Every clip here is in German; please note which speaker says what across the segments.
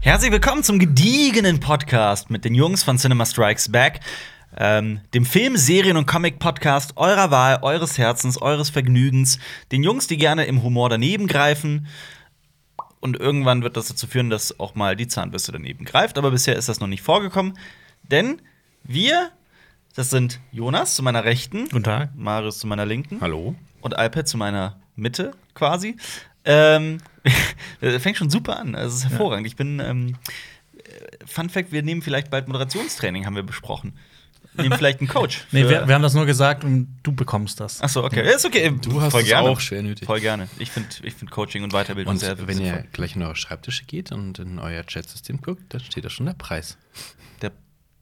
Speaker 1: Herzlich willkommen zum gediegenen Podcast mit den Jungs von Cinema Strikes Back, ähm, dem Film, Serien und Comic-Podcast eurer Wahl, eures Herzens, eures Vergnügens, den Jungs, die gerne im Humor daneben greifen. Und irgendwann wird das dazu führen, dass auch mal die Zahnbürste daneben greift, aber bisher ist das noch nicht vorgekommen, denn wir, das sind Jonas zu meiner Rechten,
Speaker 2: Guten Tag.
Speaker 1: Marius zu meiner Linken
Speaker 2: Hallo.
Speaker 1: und iPad zu meiner Mitte quasi. Ähm, das fängt schon super an. Also, Es ist hervorragend. Ich bin. Ähm, äh, Fun Fact: Wir nehmen vielleicht bald Moderationstraining, haben wir besprochen. Wir Nehmen vielleicht einen Coach.
Speaker 2: Nee,
Speaker 1: für-
Speaker 2: wir, wir haben das nur gesagt und du bekommst das.
Speaker 1: Ach so, okay. Ist okay.
Speaker 3: Du hast
Speaker 1: Voll
Speaker 3: es
Speaker 1: gerne.
Speaker 3: auch schwer nötig.
Speaker 1: Voll gerne. Ich finde ich find Coaching und Weiterbildung
Speaker 3: Und
Speaker 1: sehr
Speaker 3: wenn ihr
Speaker 1: sinnvoll.
Speaker 3: gleich in eure Schreibtische geht und in euer Chatsystem guckt, dann steht da schon der Preis.
Speaker 1: Der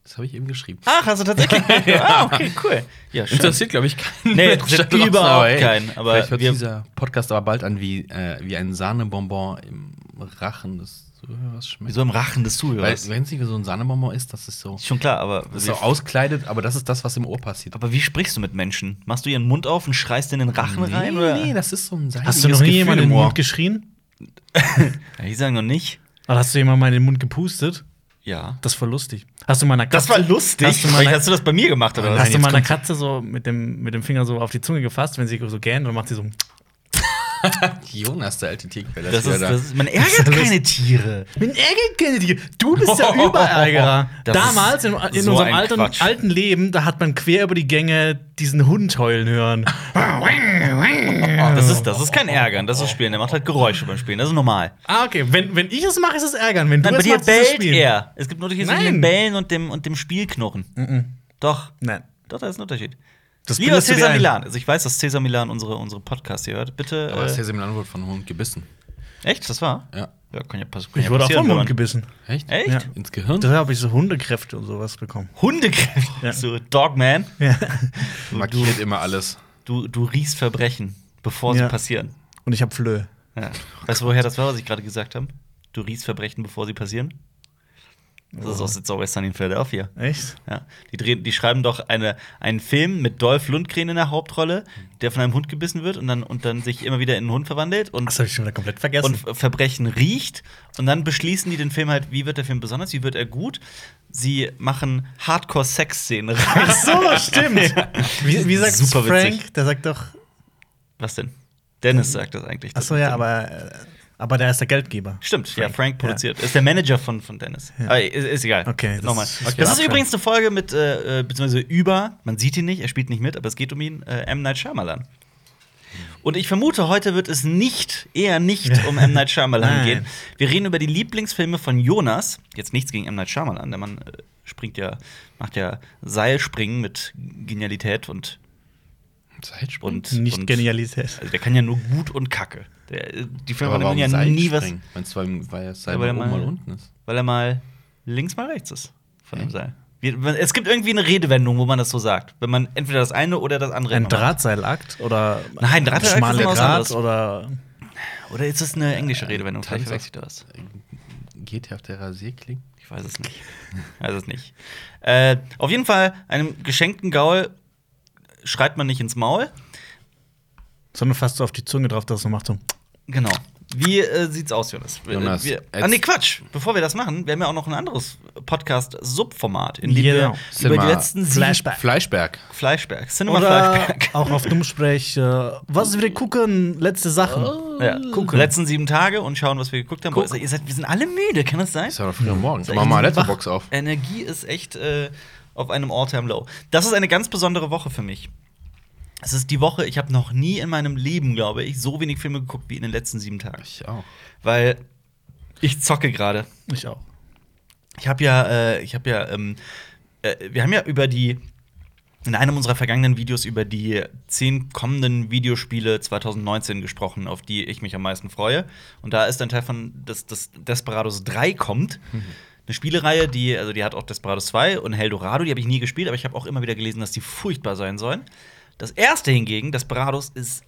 Speaker 3: Das habe ich eben geschrieben.
Speaker 1: Ach, hast du tatsächlich? ah, okay, cool. Ja, schön.
Speaker 3: Interessiert, glaube ich, keinen.
Speaker 1: Nee,
Speaker 3: Menschen da
Speaker 1: interessiert
Speaker 3: draußen,
Speaker 1: überhaupt
Speaker 3: ey,
Speaker 1: keinen, aber
Speaker 3: vielleicht hört
Speaker 1: wir-
Speaker 3: dieser Podcast aber bald an wie, äh, wie ein Sahnebonbon im Rachen des Zuhörers schmeckt.
Speaker 1: Wieso im Rachen des
Speaker 3: Weil,
Speaker 1: Zuhörers?
Speaker 3: wenn es nicht wie so ein Sahnebonbon ist, das ist so,
Speaker 1: Ist schon klar, aber.
Speaker 3: das ist
Speaker 1: wie-
Speaker 3: so auskleidet, aber das ist das, was im Ohr passiert.
Speaker 1: aber wie sprichst du mit Menschen? Machst du ihren Mund auf und schreist in den Rachen rein? Oder?
Speaker 3: nee, das ist so ein
Speaker 2: Hast du
Speaker 3: seidiges
Speaker 2: noch nie
Speaker 3: Gefühl
Speaker 2: jemanden in
Speaker 3: im
Speaker 2: den
Speaker 3: Ohr.
Speaker 2: Mund geschrien?
Speaker 1: Ja, die sagen noch nicht.
Speaker 2: Oder hast du jemanden mal in den Mund gepustet?
Speaker 1: Ja.
Speaker 2: Das war lustig. Hast du meiner Katze,
Speaker 1: Das war lustig.
Speaker 2: Hast du meiner-
Speaker 1: Vielleicht hast du das bei mir gemacht, oder
Speaker 2: hast
Speaker 1: was?
Speaker 2: du
Speaker 3: jetzt
Speaker 2: meiner
Speaker 3: kommt's.
Speaker 2: Katze so mit dem, mit dem Finger so auf die Zunge gefasst, wenn sie so gähnt, dann macht sie so.
Speaker 3: Jonas, der alte Tierquelle.
Speaker 1: Das ist,
Speaker 3: wieder
Speaker 1: das ist, man ärgert
Speaker 2: Das ist-
Speaker 1: keine Tiere.
Speaker 2: Bin ärgert keine Dinge. Du bist der Überärgerer.
Speaker 1: Oh. Das ist
Speaker 2: Damals in, in
Speaker 1: so ein
Speaker 2: unserem alten,
Speaker 1: Quatsch.
Speaker 2: alten Leben, da hat man quer über die Gänge diesen Hund heulen hören. Oh.
Speaker 1: Das ist, das ist kein Ärgern, das ist Spielen. Der macht halt Geräusche beim Spielen, das ist normal.
Speaker 2: Ah, okay. Wenn, wenn ich es mache, ist es ärgern. Wenn du
Speaker 1: Nein, bei
Speaker 2: es
Speaker 1: dir
Speaker 2: machst, ist es
Speaker 1: bellt
Speaker 2: spielen.
Speaker 1: er. Es gibt einen Unterschied zwischen
Speaker 2: Nein.
Speaker 1: dem Bellen und dem, und dem Spielknochen. Doch.
Speaker 2: Nein.
Speaker 1: Doch, da ist ein Unterschied.
Speaker 2: Das
Speaker 1: Lieber
Speaker 2: bildest du dir
Speaker 1: Cesar
Speaker 2: ein.
Speaker 1: Milan. Also ich weiß, dass Cesar Milan unsere, unsere Podcast hier hört. Bitte.
Speaker 3: Aber
Speaker 1: äh,
Speaker 3: das Sesam wurde von Hund gebissen.
Speaker 1: echt? Das war?
Speaker 3: Ja.
Speaker 1: Ja, kann ja, pass, kann
Speaker 2: Ich
Speaker 1: ja
Speaker 2: wurde auch
Speaker 1: passieren, wenn
Speaker 2: vom Mund
Speaker 1: man-
Speaker 2: gebissen.
Speaker 3: Echt?
Speaker 1: Echt?
Speaker 2: Ja.
Speaker 3: Ins Gehirn?
Speaker 2: Da habe ich so Hundekräfte und sowas bekommen.
Speaker 1: Hundekräfte.
Speaker 2: Ja.
Speaker 1: So, Dogman.
Speaker 2: Ja.
Speaker 3: Markiert immer alles.
Speaker 1: Du, du riechst Verbrechen, bevor
Speaker 2: Ja.
Speaker 1: sie passieren.
Speaker 2: Und ich habe Flöhe.
Speaker 1: Ja. Weißt du, woher das war, was ich gerade gesagt habe? Du riechst Verbrechen, bevor sie passieren? Das ist aus It's Always Sunny in Philadelphia.
Speaker 2: Echt?
Speaker 1: Ja. Die, drehen, die schreiben doch eine, einen Film mit Dolph Lundgren in der Hauptrolle, der von einem Hund gebissen wird und dann, und dann sich immer wieder in einen Hund verwandelt und,
Speaker 2: Das habe ich schon wieder komplett vergessen.
Speaker 1: und Verbrechen riecht. Und dann beschließen die den Film halt, wie wird der Film besonders, wie wird er gut. Sie machen Hardcore-Sex-Szenen rein.
Speaker 2: Ach so, stimmt. Wie, wie sagt
Speaker 1: Super
Speaker 2: Frank?
Speaker 1: witzig.
Speaker 2: Der sagt doch.
Speaker 1: Was denn? Dennis sagt das eigentlich.
Speaker 2: Ach so, ja, aber, äh, aber der ist der Geldgeber.
Speaker 1: Stimmt, ja,
Speaker 2: Frank,
Speaker 1: Frank
Speaker 2: ja.
Speaker 1: produziert. Ist der Manager von, von Dennis. Aber ist, ist egal.
Speaker 2: Okay, das
Speaker 1: nochmal.
Speaker 2: ist-
Speaker 1: Das ist,
Speaker 2: okay.
Speaker 1: übrigens eine Folge mit, äh, äh, beziehungsweise über, man sieht ihn nicht, er spielt nicht mit, aber es geht um ihn, äh, M. Night Shyamalan. Und ich vermute, heute wird es nicht, eher nicht um M. Night Shyamalan
Speaker 2: Nein.
Speaker 1: gehen. Wir reden über die Lieblingsfilme von Jonas. Jetzt nichts gegen M. Night Shyamalan, der Mann äh, springt ja, macht ja Seilspringen mit Genialität und.
Speaker 3: Zeitsprung.
Speaker 1: und
Speaker 2: Nicht
Speaker 1: und,
Speaker 2: Genialität.
Speaker 1: Also der kann ja nur gut und kacke. Der, äh, die Filme
Speaker 3: Aber
Speaker 1: von
Speaker 3: warum
Speaker 1: ihm ja
Speaker 3: Seil
Speaker 1: nie was.
Speaker 3: springen? Wenn's beim- weil das Seil
Speaker 1: Ja, weil
Speaker 3: mal
Speaker 1: er
Speaker 3: oben
Speaker 1: mal-
Speaker 3: mal unten ist.
Speaker 1: weil er mal links, mal rechts ist von dem
Speaker 3: Hä?
Speaker 1: Seil. Wir, es gibt irgendwie eine Redewendung, wo man das so sagt. Wenn man entweder das eine oder das andere
Speaker 2: Ein
Speaker 1: immer macht.
Speaker 2: Drahtseilakt oder
Speaker 1: Nein, Drahtseilakt ist
Speaker 2: schmale
Speaker 1: immer was
Speaker 2: Draht
Speaker 1: anderes.
Speaker 2: oder
Speaker 1: Oder ist es eine englische Redewendung? Vielleicht
Speaker 3: Tanz-
Speaker 1: verwechsel ich das.
Speaker 3: Geht er auf der Rasierklinge?
Speaker 1: Ich weiß es nicht. Ich weiß es nicht. Äh, auf jeden Fall, einem geschenkten Gaul schreit man nicht ins Maul.
Speaker 2: sondern fast so auf die Zunge drauf, dass man macht so.
Speaker 1: Genau. Wie äh, sieht's aus, Jonas? Wir-
Speaker 3: Jonas,
Speaker 1: wir, ah,
Speaker 3: jetzt-
Speaker 1: nee, Quatsch. Bevor wir das machen, wir haben ja auch noch ein anderes Podcast-Subformat, in dem
Speaker 2: Genau.
Speaker 1: wir über
Speaker 3: Cinema
Speaker 1: die letzten sieben
Speaker 2: Flashback.
Speaker 3: Fleischberg.
Speaker 1: Fleischberg, Cinema
Speaker 2: Oder
Speaker 1: Fleischberg.
Speaker 2: auch auf Dummsprech, äh, was wir gucken, letzte Sachen.
Speaker 1: Oh. Ja,
Speaker 2: Mm.
Speaker 1: gucken. Letzten sieben Tage und schauen, was wir geguckt haben.
Speaker 3: Hm. Guck.
Speaker 1: Boah, ihr seid, wir sind alle müde, kann das sein?
Speaker 3: Ist ja noch früh am Morgen.
Speaker 1: Sag Hm. ich
Speaker 3: Mach mal
Speaker 1: nicht,
Speaker 3: Letterbox auf.
Speaker 1: Energie ist echt äh, auf einem All-Time-Low. Das ist eine ganz besondere Woche für mich. Es ist die Woche, ich habe noch nie in meinem Leben, glaube ich, so wenig Filme geguckt wie in den letzten sieben Tagen.
Speaker 3: Ich auch.
Speaker 1: Weil ich zocke gerade.
Speaker 2: Ich auch.
Speaker 1: Ich habe ja, äh, ich habe ja, ähm, äh, wir haben ja über die in einem unserer vergangenen Videos über die zehn kommenden Videospiele 2019 gesprochen, auf die ich mich am meisten freue. Und da ist ein Teil von, dass, dass Desperados 3 kommt.
Speaker 2: Mhm.
Speaker 1: Eine Spielereihe, die, also die hat auch Desperados 2 und Heldorado, die habe ich nie gespielt, aber ich habe auch immer wieder gelesen, dass die furchtbar sein sollen. Das erste hingegen, Desperados, ist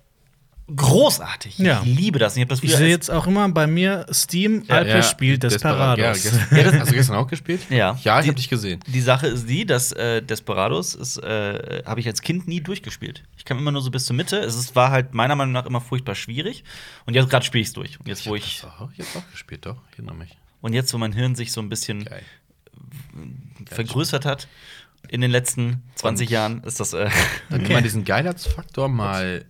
Speaker 1: großartig.
Speaker 2: Ja.
Speaker 1: Ich liebe das. Und Ich habe das
Speaker 2: Ich
Speaker 1: früher
Speaker 2: sehe
Speaker 1: als-
Speaker 2: jetzt auch immer bei mir Steam, ja, Alper spielt Desperados.
Speaker 3: Ja, gestern,
Speaker 1: Ja, das-
Speaker 3: hast du gestern auch gespielt?
Speaker 1: Ja.
Speaker 3: Ja, ich
Speaker 1: Die-
Speaker 3: hab dich gesehen.
Speaker 1: Die Sache ist die, dass äh, Desperados ist, äh, habe ich als Kind nie durchgespielt. Ich kam immer nur so bis zur Mitte. Es ist, war halt meiner Meinung nach immer furchtbar schwierig. Und jetzt gerade spiele ich es durch. Und jetzt, wo ich.
Speaker 3: Das auch, ich hab auch gespielt, doch. Ich erinnere mich.
Speaker 1: Und jetzt, wo mein Hirn sich so ein bisschen
Speaker 3: Geil.
Speaker 1: vergrößert hat in den letzten 20 Jahren, ist das. Äh,
Speaker 3: Dann nehmen wir diesen Geilheitsfaktor mal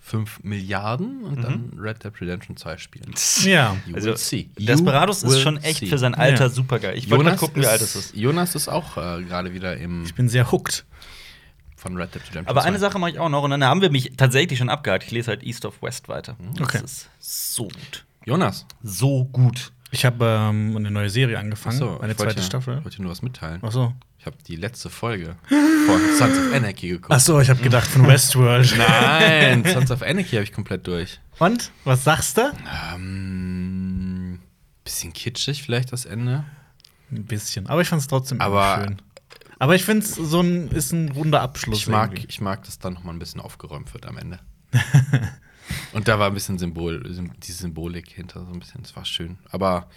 Speaker 3: 5 Milliarden und dann
Speaker 1: Mhm.
Speaker 3: Red Dead Redemption 2 spielen.
Speaker 2: Ja.
Speaker 3: You
Speaker 1: also,
Speaker 3: will see. You
Speaker 1: Desperados ist
Speaker 3: will
Speaker 1: schon echt
Speaker 3: see.
Speaker 1: für sein Alter
Speaker 2: Ja.
Speaker 1: super geil. Ich wollte mal
Speaker 3: Jonas
Speaker 1: gucken, wie alt es ist.
Speaker 3: Jonas ist auch äh, gerade wieder im
Speaker 2: Ich bin sehr hooked.
Speaker 3: von Red Dead Redemption.
Speaker 1: Aber eine
Speaker 3: 2.
Speaker 1: Sache mache ich auch noch und dann haben wir mich tatsächlich schon abgehakt. Ich lese halt East of West weiter.
Speaker 3: Hm.
Speaker 2: Okay.
Speaker 1: Das ist so gut.
Speaker 3: Jonas,
Speaker 2: Hm?
Speaker 1: So gut.
Speaker 2: Ich habe ähm, eine neue Serie angefangen,
Speaker 3: achso,
Speaker 2: eine
Speaker 3: ich wollte
Speaker 2: zweite
Speaker 3: ja-
Speaker 2: Staffel. Oh.
Speaker 3: wollte nur was mitteilen.
Speaker 2: Ach so.
Speaker 3: Ich habe die letzte Folge von Sons of Anarchy geguckt.
Speaker 2: Ach so, ich habe gedacht von Westworld.
Speaker 3: Nein, Sons of Anarchy habe ich komplett durch.
Speaker 2: Und was sagst du?
Speaker 3: Ähm, bisschen kitschig vielleicht das Ende.
Speaker 2: Ein bisschen, aber ich fand es trotzdem
Speaker 3: Aber-
Speaker 2: schön. Aber ich finde es so ein ist ein runder Abschluss.
Speaker 3: Ich mag,
Speaker 2: irgendwie.
Speaker 3: ich mag, dass dann noch mal ein bisschen aufgeräumt wird am Ende. Und da war ein bisschen Symbol, Sym- die Symbolik hinter so ein bisschen. Das war schön. Aber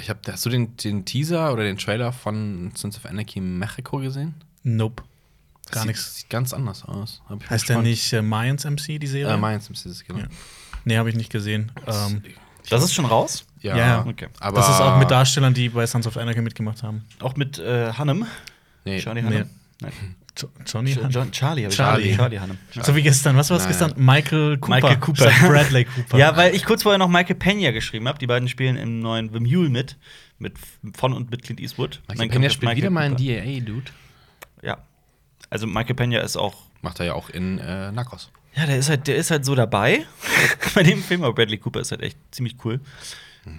Speaker 3: ich habe, hast du den, den Teaser oder den Trailer von Sons of Anarchy in Mexiko gesehen?
Speaker 2: Nope.
Speaker 3: Das
Speaker 2: Gar
Speaker 3: sieht-
Speaker 2: nichts.
Speaker 3: Sieht ganz anders aus. Hab ich
Speaker 2: Heißt der
Speaker 3: gespannt.
Speaker 2: nicht äh, Mayans MC die Serie?
Speaker 3: Äh, Mayans ist es, genau.
Speaker 2: Ja. Nee, habe ich nicht gesehen. Ähm,
Speaker 1: Das ist schon raus.
Speaker 3: Ja,
Speaker 2: Ja,
Speaker 1: okay.
Speaker 3: aber
Speaker 2: das ist auch mit Darstellern, die bei Sons of Anarchy mitgemacht haben.
Speaker 1: Auch mit äh, Hanem.
Speaker 3: Nee,
Speaker 1: Charlie
Speaker 2: Nee.
Speaker 1: Hanem. Nein.
Speaker 2: Jo- Johnny Hunt.
Speaker 1: John, Charlie, hab ich-
Speaker 2: Charlie.
Speaker 1: Charlie Hanem.
Speaker 2: So wie gestern. Was war es
Speaker 3: Nein.
Speaker 2: gestern? Michael Cooper.
Speaker 1: Michael Cooper.
Speaker 2: statt Bradley Cooper.
Speaker 1: Ja, weil ich kurz vorher noch Michael Pena geschrieben habe. Die beiden spielen im neuen The Mule mit. mit von und mit Clint Eastwood. Und dann
Speaker 3: Michael Pena
Speaker 1: kommt
Speaker 3: spielt
Speaker 1: jetzt
Speaker 3: wieder mal einen
Speaker 1: Cooper.
Speaker 3: DAA-Dude.
Speaker 1: Ja. Also Michael Pena ist auch.
Speaker 3: Macht er ja auch in äh, Narcos.
Speaker 1: Ja, der ist halt, der ist halt so dabei. Bei dem Film, aber Bradley Cooper ist halt echt ziemlich cool.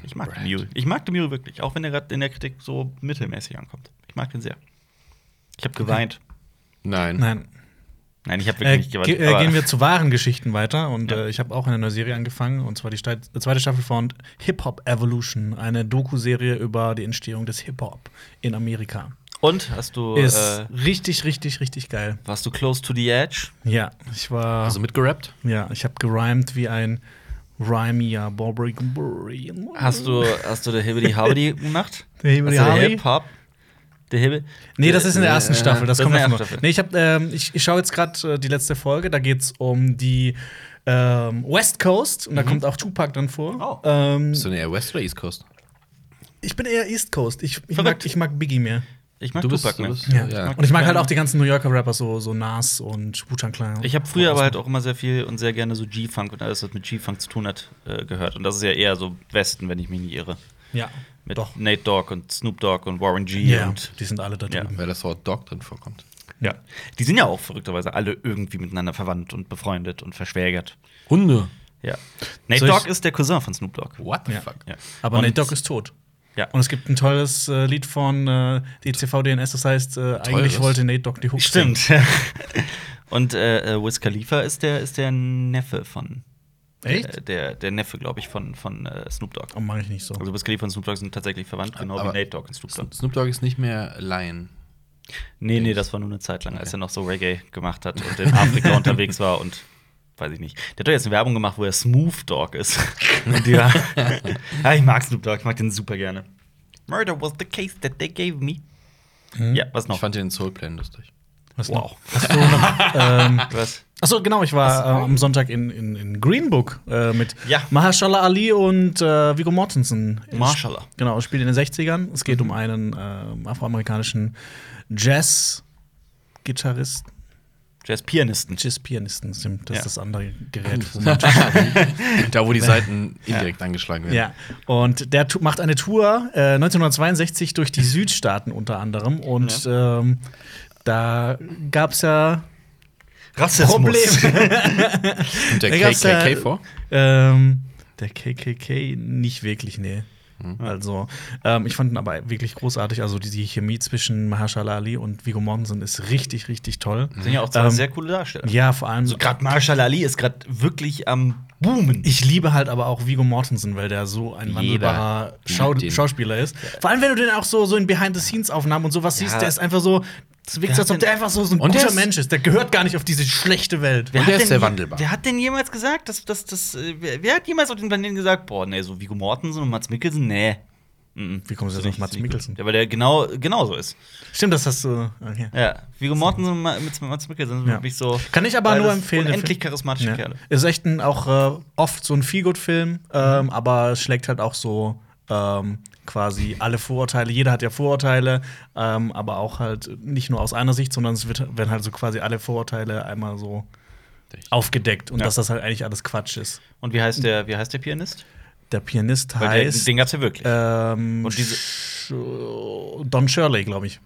Speaker 1: Ich mag
Speaker 3: Brad.
Speaker 1: The Mule. Ich mag The Mule wirklich, auch wenn er gerade in der Kritik so mittelmäßig ankommt. Ich mag den sehr. Ich habe geweint.
Speaker 3: Nein.
Speaker 2: Nein.
Speaker 1: Nein, ich habe
Speaker 2: Äh,
Speaker 1: wirklich nicht geweint.
Speaker 2: ge äh,
Speaker 1: aber-
Speaker 2: gehen wir zu wahren Geschichten weiter. Und
Speaker 1: Ja.
Speaker 2: äh, ich habe auch eine neue Serie angefangen. Und zwar die Stei- zweite Staffel von Hip Hop Evolution. Eine Doku-Serie über die Entstehung des Hip Hop in Amerika.
Speaker 1: und hast du
Speaker 2: Ist
Speaker 1: äh,
Speaker 2: richtig, richtig, richtig geil.
Speaker 1: warst du close to the edge?
Speaker 2: Ja, ich war.
Speaker 3: Also mitgerappt?
Speaker 2: ja, ich habe gerimt wie ein Rhymier Bobby Gumbury.
Speaker 1: Hast du hast du der Hibbidi Habidi gemacht?
Speaker 2: Der Hibbidi
Speaker 1: Hast du
Speaker 2: Habidi?
Speaker 1: Hip Hop. Der Hibbidi.
Speaker 2: Nee, das ist in der ersten
Speaker 3: Äh,
Speaker 2: Staffel. Das,
Speaker 1: das
Speaker 2: kommt
Speaker 1: ist in der
Speaker 2: noch.
Speaker 1: ersten Staffel.
Speaker 2: Nee, ich habe, ähm, ich, ich schaue jetzt gerade äh, die letzte Folge. Da geht's um die ähm, West Coast und da kommt auch Tupac dann vor.
Speaker 1: Mhm. Oh.
Speaker 2: Ähm,
Speaker 3: Bist du eher West oder East Coast?
Speaker 2: ich bin eher East Coast. Ich, ich,
Speaker 1: Verrückt.
Speaker 2: mag, ich mag Biggie mehr.
Speaker 1: Ich mag
Speaker 3: Du bist-
Speaker 1: Tupac
Speaker 3: du
Speaker 1: mehr.
Speaker 3: bist- Ja. Ja.
Speaker 2: Und ich mag halt auch die ganzen New Yorker Rapper, so, so Nas und Wu-Tang Clan.
Speaker 1: Ich habe früher aber halt auch immer sehr viel und sehr gerne so G-Funk und alles, was mit G-Funk zu tun hat, äh, gehört. Und das ist ja eher so Westen, wenn ich mich nicht irre.
Speaker 2: Ja,
Speaker 1: Mit
Speaker 2: doch.
Speaker 1: Nate Dogg und Snoop Dogg und Warren G.
Speaker 2: Ja,
Speaker 1: Und,
Speaker 2: die sind alle da
Speaker 1: Ja.
Speaker 2: drüben.
Speaker 3: Weil das Wort Dog drin vorkommt.
Speaker 1: ja. Die sind ja auch verrückterweise alle irgendwie miteinander verwandt und befreundet und verschwägert.
Speaker 3: Hunde.
Speaker 1: Ja. Nate
Speaker 2: Soll ich-
Speaker 1: Dogg ist der Cousin von Snoop Dogg.
Speaker 3: What the
Speaker 2: Ja.
Speaker 3: fuck?
Speaker 1: Ja.
Speaker 2: Aber
Speaker 1: Und-
Speaker 2: Nate Dogg ist tot.
Speaker 1: Ja.
Speaker 2: Und es gibt ein tolles äh, Lied von äh, DCV-DNS, das heißt, äh, eigentlich wollte Nate Dogg die Hook singen.
Speaker 1: Stimmt. und äh, äh, Wiz Khalifa ist der, ist der Neffe von.
Speaker 2: Echt?
Speaker 1: Äh, der, der Neffe, glaube ich, von, von äh, Snoop Dogg.
Speaker 2: Oh, mag ich nicht so.
Speaker 1: Also Wiz Khalifa und Snoop Dogg sind tatsächlich verwandt, genau
Speaker 3: Aber-
Speaker 1: wie Nate Dogg und Snoop Dogg.
Speaker 3: Snoop Dogg ist nicht mehr Lion.
Speaker 1: Nee, nee, das war nur eine Zeit lang, als er noch so Reggae gemacht hat und in Afrika unterwegs war und weiß ich nicht. Der hat doch jetzt eine Werbung gemacht, wo er Smooth Dog ist. und ja. ja, ich mag Snoop Dogg, ich mag den super gerne. Murder was the case that they gave me. Ja, was
Speaker 3: Ich
Speaker 1: noch?
Speaker 3: fand den Soulplan lustig.
Speaker 2: Was
Speaker 1: Wow.
Speaker 2: noch? Hast du noch ähm,
Speaker 1: Was?
Speaker 2: Achso, genau, ich war äh, am Sonntag in, in, in Green Book äh, mit
Speaker 1: Ja.
Speaker 2: Mahershala Ali und äh, Vigo Mortensen.
Speaker 1: Mahershala.
Speaker 2: Genau, spielt in den 60ern. Es geht um einen äh, afroamerikanischen Jazz-Gitarristen,
Speaker 1: Jazz-Pianisten.
Speaker 2: Jazz-Pianisten, stimmt, das
Speaker 1: Ja.
Speaker 2: ist das andere Gerät.
Speaker 3: da, wo die Seiten indirekt angeschlagen werden.
Speaker 2: Ja, und der tu- macht eine Tour äh, 1962 durch die Südstaaten unter anderem und ähm, da gab es ja
Speaker 1: Rassismus.
Speaker 2: Probleme.
Speaker 3: Kommt der
Speaker 2: Da gab's,
Speaker 3: KKK
Speaker 2: äh,
Speaker 3: vor?
Speaker 2: Ähm, der KKK nicht wirklich, nee.
Speaker 3: Hm.
Speaker 2: Also, ähm, ich fand ihn aber wirklich großartig. Also, die, die Chemie zwischen Mahershala Ali und Viggo Mortensen ist richtig, richtig toll.
Speaker 3: Hm.
Speaker 1: Sind ja auch zwei
Speaker 2: Ähm,
Speaker 1: sehr coole Darsteller.
Speaker 2: Ja, vor allem.
Speaker 1: Also gerade Marshall Ali ist gerade wirklich am Boomen.
Speaker 2: ich liebe halt aber auch Viggo Mortensen, weil der so ein wandelbarer
Speaker 3: liebt
Speaker 2: Schau
Speaker 3: den.
Speaker 2: Schauspieler ist. Vor allem, wenn du den auch so, so in Behind-the-Scenes-Aufnahmen und sowas
Speaker 1: Ja.
Speaker 2: siehst, der ist einfach so. Es wirkt so, als ob der einfach so, so ein
Speaker 3: Und der
Speaker 2: guter
Speaker 3: ist-
Speaker 2: Mensch ist. Der gehört gar nicht auf diese schlechte Welt.
Speaker 1: Wer
Speaker 3: Und
Speaker 1: hat
Speaker 3: der ist
Speaker 1: denn
Speaker 3: sehr
Speaker 1: je-
Speaker 3: wandelbar.
Speaker 1: Wer hat denn jemals gesagt, dass das. Dass, äh, wer, wer hat jemals auf dem Planeten gesagt, boah, nee, so Vigo Mortensen und Mats Mikkelsen? Nee. Mhm.
Speaker 2: Wie kommst du jetzt auf Mats Mikkelsen?
Speaker 1: Ja, weil der genau, genau so ist.
Speaker 2: Stimmt, dass das so. Okay.
Speaker 1: Ja. Vigo Mortensen und Ma- mit Mats Mikkelsen sind
Speaker 2: Ja.
Speaker 1: wirklich so.
Speaker 2: Kann ich aber
Speaker 1: beides
Speaker 2: nur empfehlen. der
Speaker 1: Unendlich
Speaker 2: Film-
Speaker 1: charismatische
Speaker 2: Ja.
Speaker 1: Kerle. Mhm.
Speaker 2: Ist echt ein, auch äh, oft so ein Feelgood-Film, ähm, aber schlägt halt auch so ähm, quasi alle Vorurteile, jeder hat ja Vorurteile, ähm, aber auch halt nicht nur aus einer Sicht, sondern es wird, werden halt so quasi alle Vorurteile einmal so aufgedeckt und
Speaker 1: Ja.
Speaker 2: dass das halt eigentlich alles Quatsch ist.
Speaker 1: Und wie heißt der, wie heißt der Pianist?
Speaker 2: Der Pianist
Speaker 1: Weil der,
Speaker 2: heißt
Speaker 1: den gab's ja wirklich.
Speaker 2: ähm,
Speaker 1: Und diese-
Speaker 2: Sch- Don Shirley, glaube ich.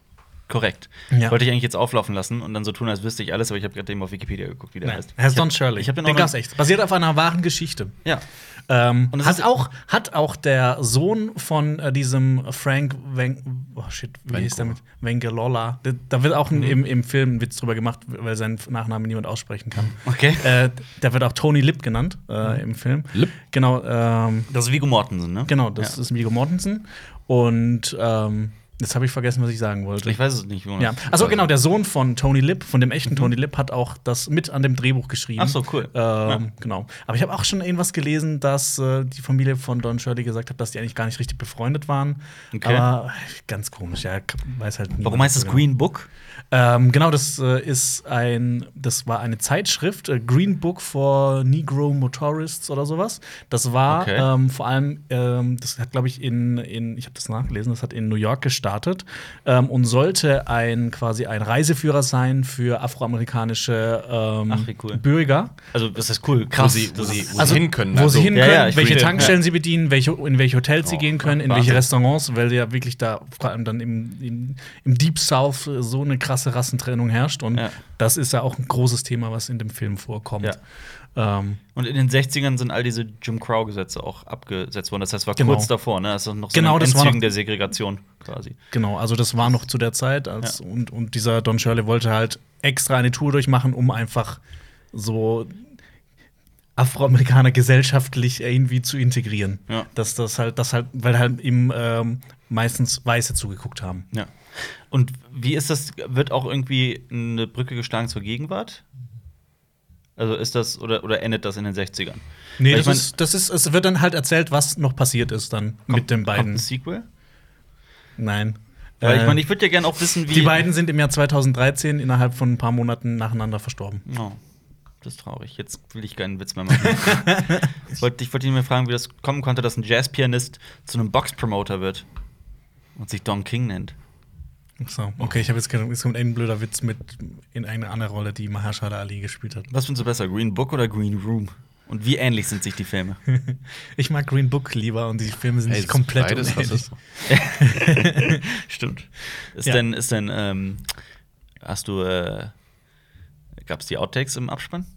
Speaker 1: Korrekt.
Speaker 2: Ja.
Speaker 1: Wollte ich eigentlich jetzt auflaufen lassen und dann so tun, als wüsste ich alles, aber ich habe gerade eben auf Wikipedia geguckt, wie der heißt.
Speaker 2: Er heißt
Speaker 1: Ich hab-
Speaker 2: Don Shirley.
Speaker 1: Ich habe den,
Speaker 2: den
Speaker 1: auch
Speaker 2: gab's
Speaker 1: noch-
Speaker 2: echt. Basiert auf einer wahren Geschichte.
Speaker 1: Ja.
Speaker 2: Ähm,
Speaker 1: Und es
Speaker 2: hat,
Speaker 1: ist-
Speaker 2: auch, hat auch der Sohn von äh, diesem Frank Wen oh shit, wie
Speaker 3: Venko.
Speaker 2: hieß der mit Vengelola? Da- Da wird
Speaker 1: Mhm.
Speaker 2: auch ein, im, im Film ein Witz drüber gemacht, weil seinen Nachnamen niemand aussprechen kann.
Speaker 1: Okay.
Speaker 2: äh, der wird auch Tony Lip genannt äh, im Film.
Speaker 3: Lip?
Speaker 2: Genau, ähm,
Speaker 1: Das ist Viggo Mortensen, ne?
Speaker 2: genau, das ist Viggo Mortensen. Und ähm, jetzt habe ich vergessen, was ich sagen wollte.
Speaker 1: Ich weiß es nicht, Jonas. Mhm.
Speaker 2: Ja, also genau, der Sohn von Tony Lip, von dem echten Tony Lip, hat auch das mit an dem Drehbuch geschrieben.
Speaker 1: Ach so, cool.
Speaker 2: Ähm, Genau. Aber ich habe auch schon irgendwas gelesen, dass äh, die Familie von Don Shirley gesagt hat, dass die eigentlich gar nicht richtig befreundet waren.
Speaker 1: Okay.
Speaker 2: Aber äh, ganz komisch, ja, k- weiß halt niemand
Speaker 1: Warum heißt
Speaker 2: so
Speaker 1: es
Speaker 2: genau.
Speaker 1: Green Book?
Speaker 2: Ähm, genau, das äh, ist ein, das war eine Zeitschrift, äh, Green Book for Negro Motorists oder sowas. Das war
Speaker 1: Okay.
Speaker 2: ähm, vor allem, ähm, das hat glaube ich in, in ich habe das nachgelesen, das hat in New York gestartet ähm, und sollte ein quasi ein Reiseführer sein für afroamerikanische ähm,
Speaker 1: Ach, wie cool.
Speaker 2: Bürger.
Speaker 1: Also, das ist cool. Krass.
Speaker 3: Wo sie, wo
Speaker 1: Das
Speaker 3: sie,
Speaker 1: ist-
Speaker 3: wo sie hin können.
Speaker 2: Wo
Speaker 3: also,
Speaker 2: sie hin
Speaker 1: Ja,
Speaker 2: können,
Speaker 1: ja, ich
Speaker 2: welche
Speaker 1: verstehe.
Speaker 2: Tankstellen sie bedienen, welche, in welche Hotels sie
Speaker 3: Oh,
Speaker 2: gehen können, in
Speaker 1: Wahnsinn.
Speaker 2: welche Restaurants, weil ja wirklich da vor allem dann im, im, im Deep South äh, so eine krasse Rassentrennung herrscht. Und
Speaker 1: Ja.
Speaker 2: das ist ja auch ein großes Thema, was in dem Film vorkommt. Ähm,
Speaker 1: Und in den 60ern sind all diese Jim Crow-Gesetze auch abgesetzt worden. Das heißt, es war
Speaker 2: Genau.
Speaker 1: kurz davor, ne? Das ist noch so
Speaker 2: Genau,
Speaker 1: in den
Speaker 2: das war
Speaker 1: Endzügen
Speaker 2: noch-
Speaker 1: der Segregation quasi.
Speaker 2: genau, also das war noch zu der Zeit, als und, und dieser Don Shirley wollte halt extra eine Tour durchmachen, um einfach so Afroamerikaner gesellschaftlich irgendwie zu integrieren.
Speaker 1: Ja.
Speaker 2: Dass das halt, das halt, weil halt ihm ähm, meistens Weiße zugeguckt haben.
Speaker 1: Ja. Und wie ist das? Wird auch irgendwie eine Brücke geschlagen zur Gegenwart? Also ist das oder, oder endet das in den 60ern?
Speaker 2: Nee,
Speaker 1: Weil
Speaker 2: das,
Speaker 1: ich mein-
Speaker 2: ist, das ist, es wird dann halt erzählt, was noch passiert ist dann mit den
Speaker 1: Kommt
Speaker 2: beiden.
Speaker 1: ein Sequel?
Speaker 2: Nein.
Speaker 1: Weil ich
Speaker 2: Äh,
Speaker 1: meine, ich würde ja gerne auch wissen, wie.
Speaker 2: die beiden sind im Jahr 2013 innerhalb von ein paar Monaten nacheinander verstorben.
Speaker 1: Oh, das ist traurig. Jetzt will ich keinen Witz mehr machen. ich wollte ich wollte ihn mir fragen, wie das kommen konnte, dass ein Jazzpianist zu einem Boxpromoter wird und sich Don King nennt.
Speaker 2: So, okay, ich habe jetzt gedacht, es kommt ein blöder Witz mit in eine andere Rolle, die Mahershala Ali gespielt hat.
Speaker 1: Was findest du besser, Green Book oder Green Room? Und wie ähnlich sind sich die Filme?
Speaker 2: Ich mag Green Book lieber und die Filme sind
Speaker 3: Ey,
Speaker 2: nicht
Speaker 3: das
Speaker 2: komplett
Speaker 3: beides
Speaker 2: unähnlich.
Speaker 3: Rassismus.
Speaker 1: Stimmt. Ist
Speaker 2: Ja.
Speaker 1: denn, ist denn, ähm, hast du, äh, gab's die Outtakes im Abspann?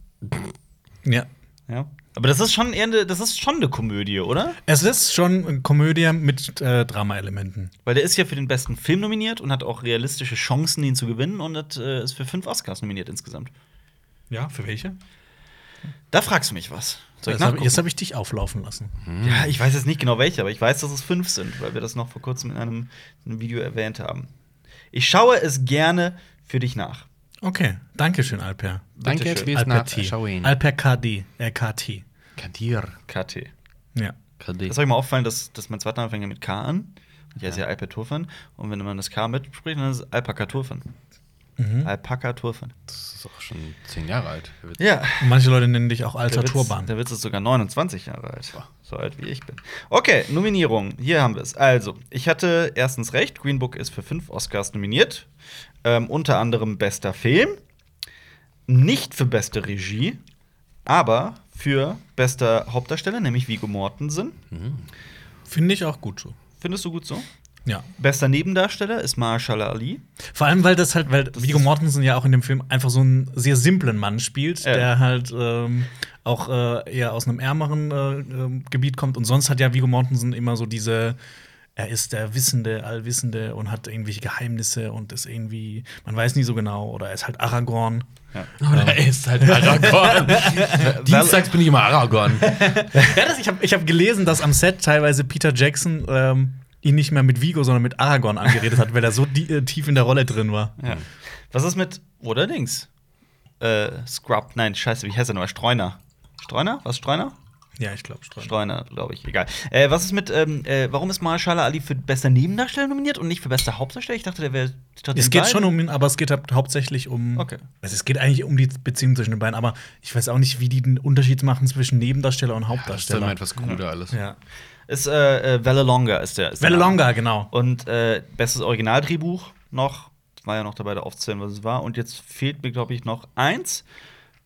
Speaker 2: Ja.
Speaker 1: Ja. Aber das ist schon eher eine, das ist schon eine Komödie, oder?
Speaker 2: Es ist schon eine Komödie mit äh, Drama-Elementen.
Speaker 1: Weil der ist ja für den besten Film nominiert und hat auch realistische Chancen, ihn zu gewinnen und hat, äh, ist für fünf Oscars nominiert insgesamt.
Speaker 2: Ja, für welche?
Speaker 1: Da fragst du mich was. Soll ich
Speaker 2: Jetzt habe
Speaker 1: nachgucken? Mhm.
Speaker 2: hab ich dich auflaufen lassen.
Speaker 1: ja, ich weiß jetzt nicht genau welche, aber ich weiß, dass es fünf sind, weil wir das noch vor kurzem in einem, in einem Video erwähnt haben. Ich schaue es gerne für dich nach.
Speaker 2: Okay, Dankeschön, Alper.
Speaker 3: Danke,
Speaker 1: Bitteschön.
Speaker 3: ich lese nach.
Speaker 2: T.
Speaker 3: Schau ihn.
Speaker 2: Alper KD. Äh, KT.
Speaker 3: Kadir.
Speaker 1: KT.
Speaker 2: Ja.
Speaker 3: Kadir.
Speaker 1: Ist euch mal aufgefallen, dass, dass mein zweiter Name fängt ja mit K an? Und der ist ja Alper Turfan. Und wenn man das K mitspricht, dann ist es Alpaka Turfan.
Speaker 2: Mhm.
Speaker 1: Alpaka Turfan.
Speaker 3: Das ist auch schon zehn Jahre alt. Der Witz.
Speaker 1: Ja.
Speaker 2: Und manche Leute nennen dich auch alter
Speaker 1: der Witz-
Speaker 2: Turban.
Speaker 1: Der Witz ist sogar 29 Jahre alt. So alt wie ich bin. Okay, Nominierung. Hier haben wir es. Also, ich hatte erstens recht. Green Book ist für fünf Oscars nominiert. Ähm, unter anderem bester Film. Nicht für beste Regie, aber für bester Hauptdarsteller, nämlich Vigo Mortensen.
Speaker 2: Finde ich auch gut so.
Speaker 1: Findest du gut so?
Speaker 2: Ja.
Speaker 1: Bester Nebendarsteller ist Mahershala Ali.
Speaker 2: Vor allem, weil das halt, weil Viggo Mortensen ja auch in dem Film einfach so einen sehr simplen Mann spielt,
Speaker 1: Ja.
Speaker 2: der halt ähm, auch äh, eher aus einem ärmeren äh, ähm, Gebiet kommt. Und sonst hat ja Viggo Mortensen immer so diese. Er ist der Wissende, Allwissende und hat irgendwelche Geheimnisse und ist irgendwie, man weiß nie so genau, oder er ist halt Aragorn.
Speaker 3: Oder er ist halt Aragorn. Dienstags bin ich immer Aragorn.
Speaker 2: Ja, das, ich habe ich hab gelesen, dass am Set teilweise Peter Jackson ähm, ihn nicht mehr mit Vigo, sondern mit Aragorn angeredet hat, weil er so die, äh, tief in der Rolle drin war.
Speaker 1: Ja. Was ist mit oder Dings? Äh, Scrub, nein, scheiße, wie heißt er nochmal? Streuner. Streuner? Was Streuner?
Speaker 2: Ja, ich glaube schon.
Speaker 1: Streuner, glaube ich. Egal. Äh, was ist mit, ähm, äh, warum ist Mahershala Ali für bester Nebendarsteller nominiert und nicht für bester Hauptdarsteller? Ich dachte, der wäre
Speaker 2: Es geht schon um ihn, aber es geht halt hauptsächlich um.
Speaker 1: Okay.
Speaker 2: Also es geht eigentlich um die Beziehung zwischen den beiden, aber ich weiß auch nicht, wie die den Unterschied machen zwischen Nebendarsteller und
Speaker 3: Das ist dann
Speaker 2: Hauptdarsteller.
Speaker 3: mal etwas cooler alles.
Speaker 2: ja.
Speaker 1: Ist äh, äh, Vella Longa ist der. Ist der
Speaker 2: Welle
Speaker 1: Name.
Speaker 2: Longa, genau.
Speaker 1: Und äh, bestes Originaldrehbuch noch. War ja noch dabei, da aufzählen, was es war. Und jetzt fehlt mir, glaube ich, noch eins.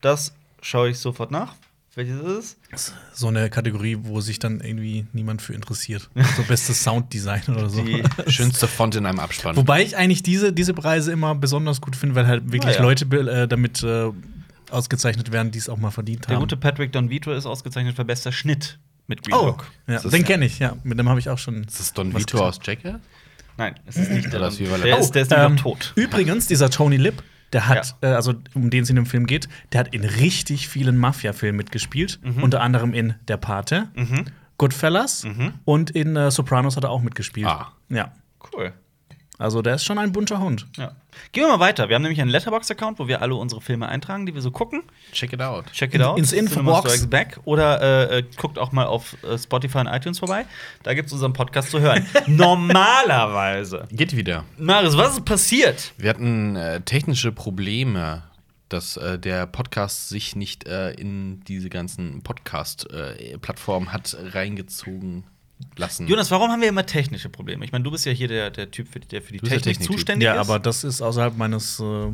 Speaker 1: Das schaue ich sofort nach. Welches ist es?
Speaker 2: So eine Kategorie, wo sich dann irgendwie niemand für interessiert. So bestes Sounddesign oder so.
Speaker 1: Die-
Speaker 3: Schönste Font in einem Abspann.
Speaker 2: Wobei ich eigentlich diese, diese Preise immer besonders gut finde, weil halt wirklich
Speaker 1: Ah, ja.
Speaker 2: Leute be- äh, damit äh, ausgezeichnet werden, die es auch mal verdient
Speaker 1: Der
Speaker 2: haben.
Speaker 1: gute Patrick Don Vito ist ausgezeichnet für bester Schnitt mit Green
Speaker 2: oh,
Speaker 1: Book.
Speaker 2: ja,
Speaker 3: Das ist-
Speaker 2: den kenne ich, ja. Mit dem habe ich auch schon.
Speaker 3: ist das Don
Speaker 2: was
Speaker 3: Vito
Speaker 2: gesagt.
Speaker 3: aus Jackass?
Speaker 1: Nein, es ist nicht der.
Speaker 3: Oder
Speaker 1: Don
Speaker 3: ist wie
Speaker 1: Vito.
Speaker 3: Valle-
Speaker 1: Der ist, der ist
Speaker 2: ähm,
Speaker 1: nämlich auch tot.
Speaker 2: Übrigens, dieser Tony Lip, der hat, äh, also um den es in dem Film geht, der hat in richtig vielen Mafia-Filmen mitgespielt.
Speaker 1: Mhm.
Speaker 2: Unter anderem in Der Pate, Goodfellas
Speaker 1: Mhm.
Speaker 2: und in äh, Sopranos hat er auch mitgespielt.
Speaker 3: Ah.
Speaker 2: Ja.
Speaker 1: Cool.
Speaker 2: Also der ist schon ein bunter Hund.
Speaker 1: Ja. Gehen wir mal weiter. Wir haben nämlich einen Letterbox-Account, wo wir alle unsere Filme eintragen, die wir so gucken.
Speaker 3: Check it out.
Speaker 1: Check it
Speaker 2: In-
Speaker 1: out.
Speaker 2: ins
Speaker 1: Cinema
Speaker 2: Infobox.
Speaker 1: Strikes Back. Oder äh, äh, guckt auch mal auf äh, Spotify und iTunes vorbei. Da gibt es unseren Podcast zu hören. Normalerweise.
Speaker 3: Geht wieder.
Speaker 1: Marius, was ist passiert?
Speaker 3: Wir hatten äh, technische Probleme, dass äh, der Podcast sich nicht äh, in diese ganzen Podcast-Plattformen hat reingezogen lassen.
Speaker 1: Jonas, warum haben wir immer technische Probleme? Ich meine, du bist ja hier der, der Typ, für, der für die
Speaker 3: Du bist der
Speaker 1: Technik
Speaker 3: Techniktyp.
Speaker 1: zuständig
Speaker 2: Ja,
Speaker 1: ist.
Speaker 2: aber das ist außerhalb meines äh,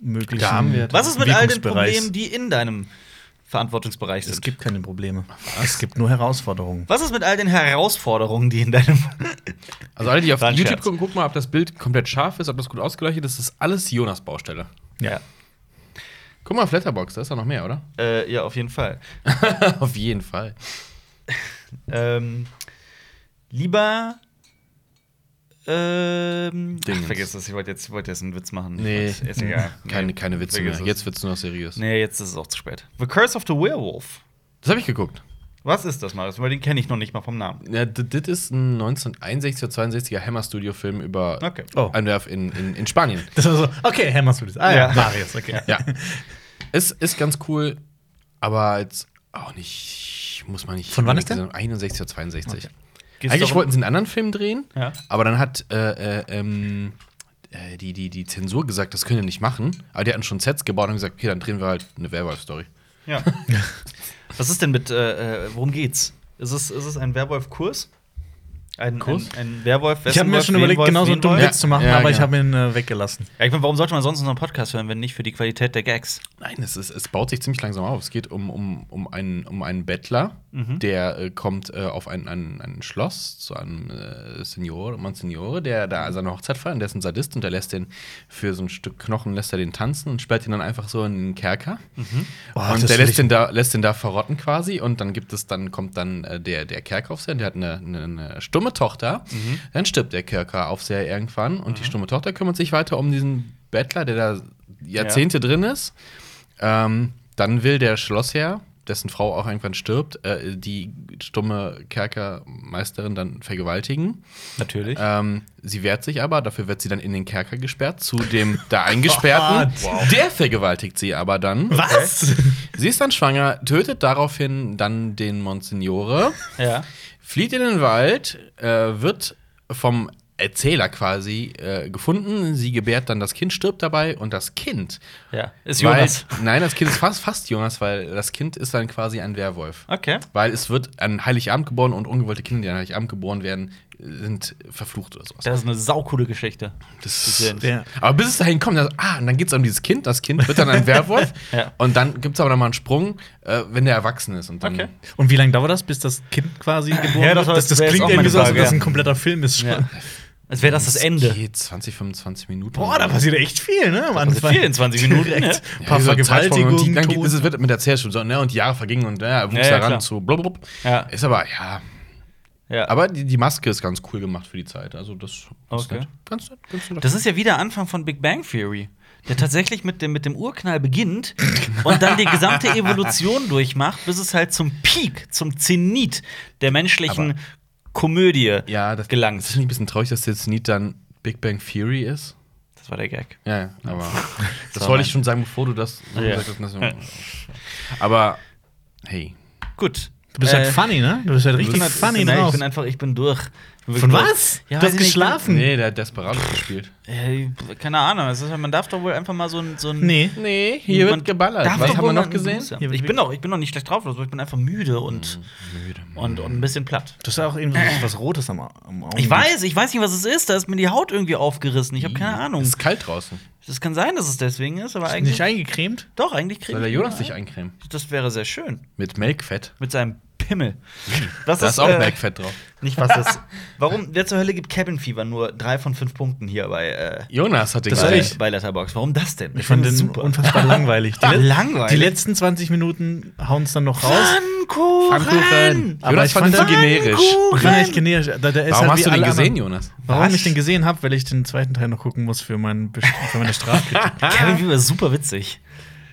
Speaker 2: möglichen.
Speaker 3: Da haben wir-
Speaker 1: was ist mit all den
Speaker 2: Wirkungsbereichs.
Speaker 1: Problemen, die in deinem Verantwortungsbereich sind?
Speaker 2: Es gibt keine Probleme. Es gibt nur Herausforderungen.
Speaker 1: was ist mit all den Herausforderungen, die in deinem.
Speaker 3: also alle, die auf
Speaker 1: War ein
Speaker 3: YouTube
Speaker 1: Scherz.
Speaker 3: gucken, guck mal, ob das Bild komplett scharf ist, ob das gut ausgeleuchtet ist. Das ist alles Jonas Baustelle.
Speaker 2: Ja.
Speaker 3: Guck mal auf Letterbox, da ist doch noch mehr, oder?
Speaker 1: Äh, ja, auf jeden Fall.
Speaker 3: auf jeden Fall.
Speaker 1: Ähm, lieber. Ähm, ach,
Speaker 3: Dingens.
Speaker 1: vergiss das, ich wollte jetzt, ich wollte jetzt einen Witz machen.
Speaker 3: Nee.
Speaker 1: Ich wollte- Ist egal.
Speaker 3: Keine,
Speaker 1: Nee,
Speaker 3: keine Witze
Speaker 1: vergiss
Speaker 3: mehr.
Speaker 1: es.
Speaker 3: Jetzt wird's nur noch seriös.
Speaker 1: Nee, jetzt ist es auch zu spät. The Curse of the Werewolf.
Speaker 3: Das habe ich geguckt.
Speaker 1: Was ist das, Marius? Weil den kenne ich noch nicht mal vom Namen.
Speaker 3: Ja, d- das ist ein 1961er, 62er Hammer-Studio-Film über
Speaker 1: Okay.
Speaker 2: Oh.
Speaker 3: Anwerf in, in, in Spanien.
Speaker 2: Das war so, okay, Herr Masvidis. Ah ja,
Speaker 1: Ja.
Speaker 2: Marius, okay.
Speaker 3: Ja. ist, ist ganz cool, aber jetzt auch nicht, muss man nicht.
Speaker 2: Von wann ist der?
Speaker 3: 61 oder 62.
Speaker 1: Geht's
Speaker 3: Eigentlich
Speaker 1: darum-
Speaker 3: wollten sie einen anderen Film drehen,
Speaker 1: Ja.
Speaker 3: aber dann hat äh, äh, ähm, äh, die, die, die Zensur gesagt, das können wir nicht machen. Aber die hatten schon Sets gebaut und gesagt, okay, dann drehen wir halt eine Werwolf-Story.
Speaker 1: Ja. Was ist denn mit, äh, äh, worum geht's? Ist es, ist es ein Werwolf-Kurs? Ein,
Speaker 3: Kurs?
Speaker 1: ein, ein Werwolf,
Speaker 2: Ich habe mir
Speaker 1: Wessenwolf,
Speaker 2: schon überlegt,
Speaker 1: Wenwolf,
Speaker 2: genauso einen dummen
Speaker 1: Wenwolf?
Speaker 2: Witz zu machen,
Speaker 3: Ja,
Speaker 2: aber ich
Speaker 3: genau.
Speaker 2: habe ihn äh, weggelassen.
Speaker 1: Ja, ich meine, warum sollte man sonst unseren Podcast hören, wenn nicht für die Qualität der Gags?
Speaker 3: Nein, es, ist, es baut sich ziemlich langsam auf. Es geht um, um, um, einen, um einen Bettler, der äh, kommt äh, auf ein, ein, ein Schloss zu einem äh, Senior, Monsignore, der da seine Hochzeit feiert. Und Der ist ein Sadist und der lässt den für so ein Stück Knochen lässt er den tanzen und sperrt ihn dann einfach so in den Kerker.
Speaker 2: Oh, das
Speaker 3: und der
Speaker 2: will ich-
Speaker 3: lässt den, da, lässt den da verrotten quasi. Und dann gibt es dann kommt dann äh, der, der Kerkeraufseher, der hat eine, eine, eine stumme Tochter. Dann stirbt der Kerkeraufseher irgendwann und die stumme Tochter kümmert sich weiter um diesen Bettler, der da Jahrzehnte drin ist. Ähm, dann will der Schlossherr, dessen Frau auch irgendwann stirbt, äh, die stumme Kerkermeisterin dann vergewaltigen.
Speaker 1: Natürlich.
Speaker 3: Ähm, sie wehrt sich aber, dafür wird sie dann in den Kerker gesperrt, zu dem da Eingesperrten. Der vergewaltigt sie aber dann.
Speaker 2: Was?
Speaker 3: Sie ist dann schwanger, tötet daraufhin dann den Monsignore,
Speaker 1: Ja.
Speaker 3: flieht in den Wald, äh, wird vom Erzähler quasi äh, gefunden. Sie gebärt dann das Kind, stirbt dabei und das Kind
Speaker 1: ja. Ist
Speaker 3: weil,
Speaker 1: Jonas.
Speaker 3: Nein, das Kind ist fast, fast Jonas, weil das Kind ist dann quasi ein Werwolf.
Speaker 1: Okay.
Speaker 3: Weil es wird an Heiligabend geboren und ungewollte Kinder, die an Heiligabend geboren werden, sind verflucht oder sowas.
Speaker 1: Das ist eine saukoole Geschichte.
Speaker 3: Das
Speaker 1: ist-
Speaker 2: Ja.
Speaker 3: Aber bis es dahin kommt, dann, ah, und dann geht es um dieses Kind, das Kind wird dann ein Werwolf.
Speaker 1: Ja.
Speaker 3: Und dann gibt es aber nochmal einen Sprung, äh, wenn der erwachsen ist. Und dann
Speaker 1: Okay.
Speaker 2: Und wie lange dauert das, bis das Kind quasi geboren
Speaker 1: Ja,
Speaker 2: ja,
Speaker 1: das
Speaker 2: das
Speaker 1: war-
Speaker 2: wird? Das, das
Speaker 1: wär jetzt
Speaker 2: klingt
Speaker 1: auch meine
Speaker 2: irgendwie so, als ob
Speaker 1: Frage,
Speaker 2: das
Speaker 1: ja.
Speaker 2: ein kompletter Film ist.
Speaker 1: Ja. Als wäre das das Ende.
Speaker 3: geht 20, 25 Minuten.
Speaker 2: Boah, da passiert echt viel, ne? Man,
Speaker 1: passiert viel in 20 Minuten,
Speaker 2: Direkt.
Speaker 1: ne?
Speaker 2: Ein
Speaker 3: Ja,
Speaker 2: paar
Speaker 3: wie so ein Zeitsprung
Speaker 2: Vergewaltigungen.
Speaker 3: Und die, dann geht,
Speaker 2: Tod.
Speaker 3: das wird mit der Zählschrift so, ne, und die Jahre vergingen und ja, er wuchs
Speaker 1: Ja, ja,
Speaker 3: daran
Speaker 1: klar.
Speaker 3: zu blub, blub.
Speaker 1: Ja.
Speaker 3: Ist aber, ja,
Speaker 1: Ja.
Speaker 3: Aber die, die Maske ist ganz cool gemacht für die Zeit. Also das ist
Speaker 1: Okay.
Speaker 3: nett. ganz nett. Ganz nett.
Speaker 1: Das ist ja wieder Anfang von Big Bang Theory, der tatsächlich mit dem, mit dem Urknall beginnt und dann die gesamte Evolution durchmacht, bis es halt zum Peak, zum Zenit der menschlichen
Speaker 3: Aber-
Speaker 1: Komödie
Speaker 3: ja, das
Speaker 1: gelangt.
Speaker 3: Das ist nicht ein bisschen traurig, dass jetzt nicht dann Big Bang Theory ist.
Speaker 1: Das war der Gag.
Speaker 3: Ja, ja, aber das
Speaker 1: war
Speaker 3: wollte ich
Speaker 1: mein-
Speaker 3: schon sagen, bevor du das so
Speaker 1: Ja.
Speaker 3: gesagt hast. Aber hey,
Speaker 1: Gut.
Speaker 2: Du bist halt
Speaker 1: Äh,
Speaker 2: funny, ne? Du bist halt richtig
Speaker 1: halt-
Speaker 2: funny
Speaker 1: nein, ich
Speaker 2: draus.
Speaker 1: bin einfach, ich bin durch. Ich bin
Speaker 2: Von
Speaker 1: wirklich durch.
Speaker 2: was?
Speaker 1: Ja, weiß
Speaker 2: du hast
Speaker 1: ich nicht,
Speaker 2: geschlafen?
Speaker 3: Nee, der hat Desperados gespielt.
Speaker 1: Äh, keine Ahnung. Es ist, man darf doch wohl einfach mal so ein. So ein
Speaker 2: Nee.
Speaker 3: Nee, hier
Speaker 1: man
Speaker 3: wird geballert.
Speaker 1: darf
Speaker 3: Was
Speaker 1: doch
Speaker 3: haben
Speaker 1: wohl
Speaker 3: wir
Speaker 1: mal
Speaker 3: noch
Speaker 1: einen
Speaker 3: gesehen?
Speaker 1: Boost haben.
Speaker 2: Hier wird Mhm.
Speaker 1: Ich bin, doch, ich bin doch nicht schlecht drauf, also ich bin einfach müde und,
Speaker 3: Müde.
Speaker 1: und, und ein bisschen platt.
Speaker 2: Du hast ja auch irgendwie so was Rotes am, am Auge.
Speaker 1: Ich weiß, ich weiß nicht, was es ist. Da ist mir die Haut irgendwie aufgerissen. Ich habe keine Ahnung.
Speaker 3: Es ist kalt draußen.
Speaker 1: Das kann sein, dass es deswegen ist, aber
Speaker 2: Eigentlich
Speaker 1: eigentlich.
Speaker 2: nicht eingecremt?
Speaker 1: doch, eigentlich kriege
Speaker 3: Soll der Jonas sich eincremen?
Speaker 1: Das wäre sehr schön.
Speaker 3: Mit Melkfett.
Speaker 1: Mit seinem Pimmel. Was äh,
Speaker 3: Da ist auch Melkfett drauf.
Speaker 1: Nicht was ist. Warum, wer zur Hölle gibt Cabin Fever nur drei von fünf Punkten hier bei, äh,
Speaker 3: Jonas hat den
Speaker 2: Das
Speaker 1: bei,
Speaker 2: soll ich-
Speaker 1: bei Letterbox? Warum das denn?
Speaker 2: Ich fand
Speaker 1: finde
Speaker 2: den
Speaker 1: es
Speaker 2: unfassbar langweilig. Die, let-
Speaker 1: Langweilig.
Speaker 2: die letzten 20 Minuten hauen es dann noch raus.
Speaker 1: Pfannkuchen!
Speaker 3: Pfannkuchen.
Speaker 2: Aber
Speaker 3: Jonas
Speaker 2: ich fand
Speaker 3: fand ihn so
Speaker 2: das-
Speaker 3: generisch.
Speaker 2: Ich fand echt generisch. Da, der ist
Speaker 3: Warum
Speaker 2: halt
Speaker 3: hast
Speaker 2: wie
Speaker 3: du den
Speaker 2: alle
Speaker 3: gesehen,
Speaker 2: anderen.
Speaker 3: Jonas?
Speaker 2: Warum
Speaker 1: Was?
Speaker 2: ich den gesehen habe, weil ich den zweiten Teil noch gucken muss für, mein, Best- für meine Strafkritik.
Speaker 1: Cabin Fever ist super witzig.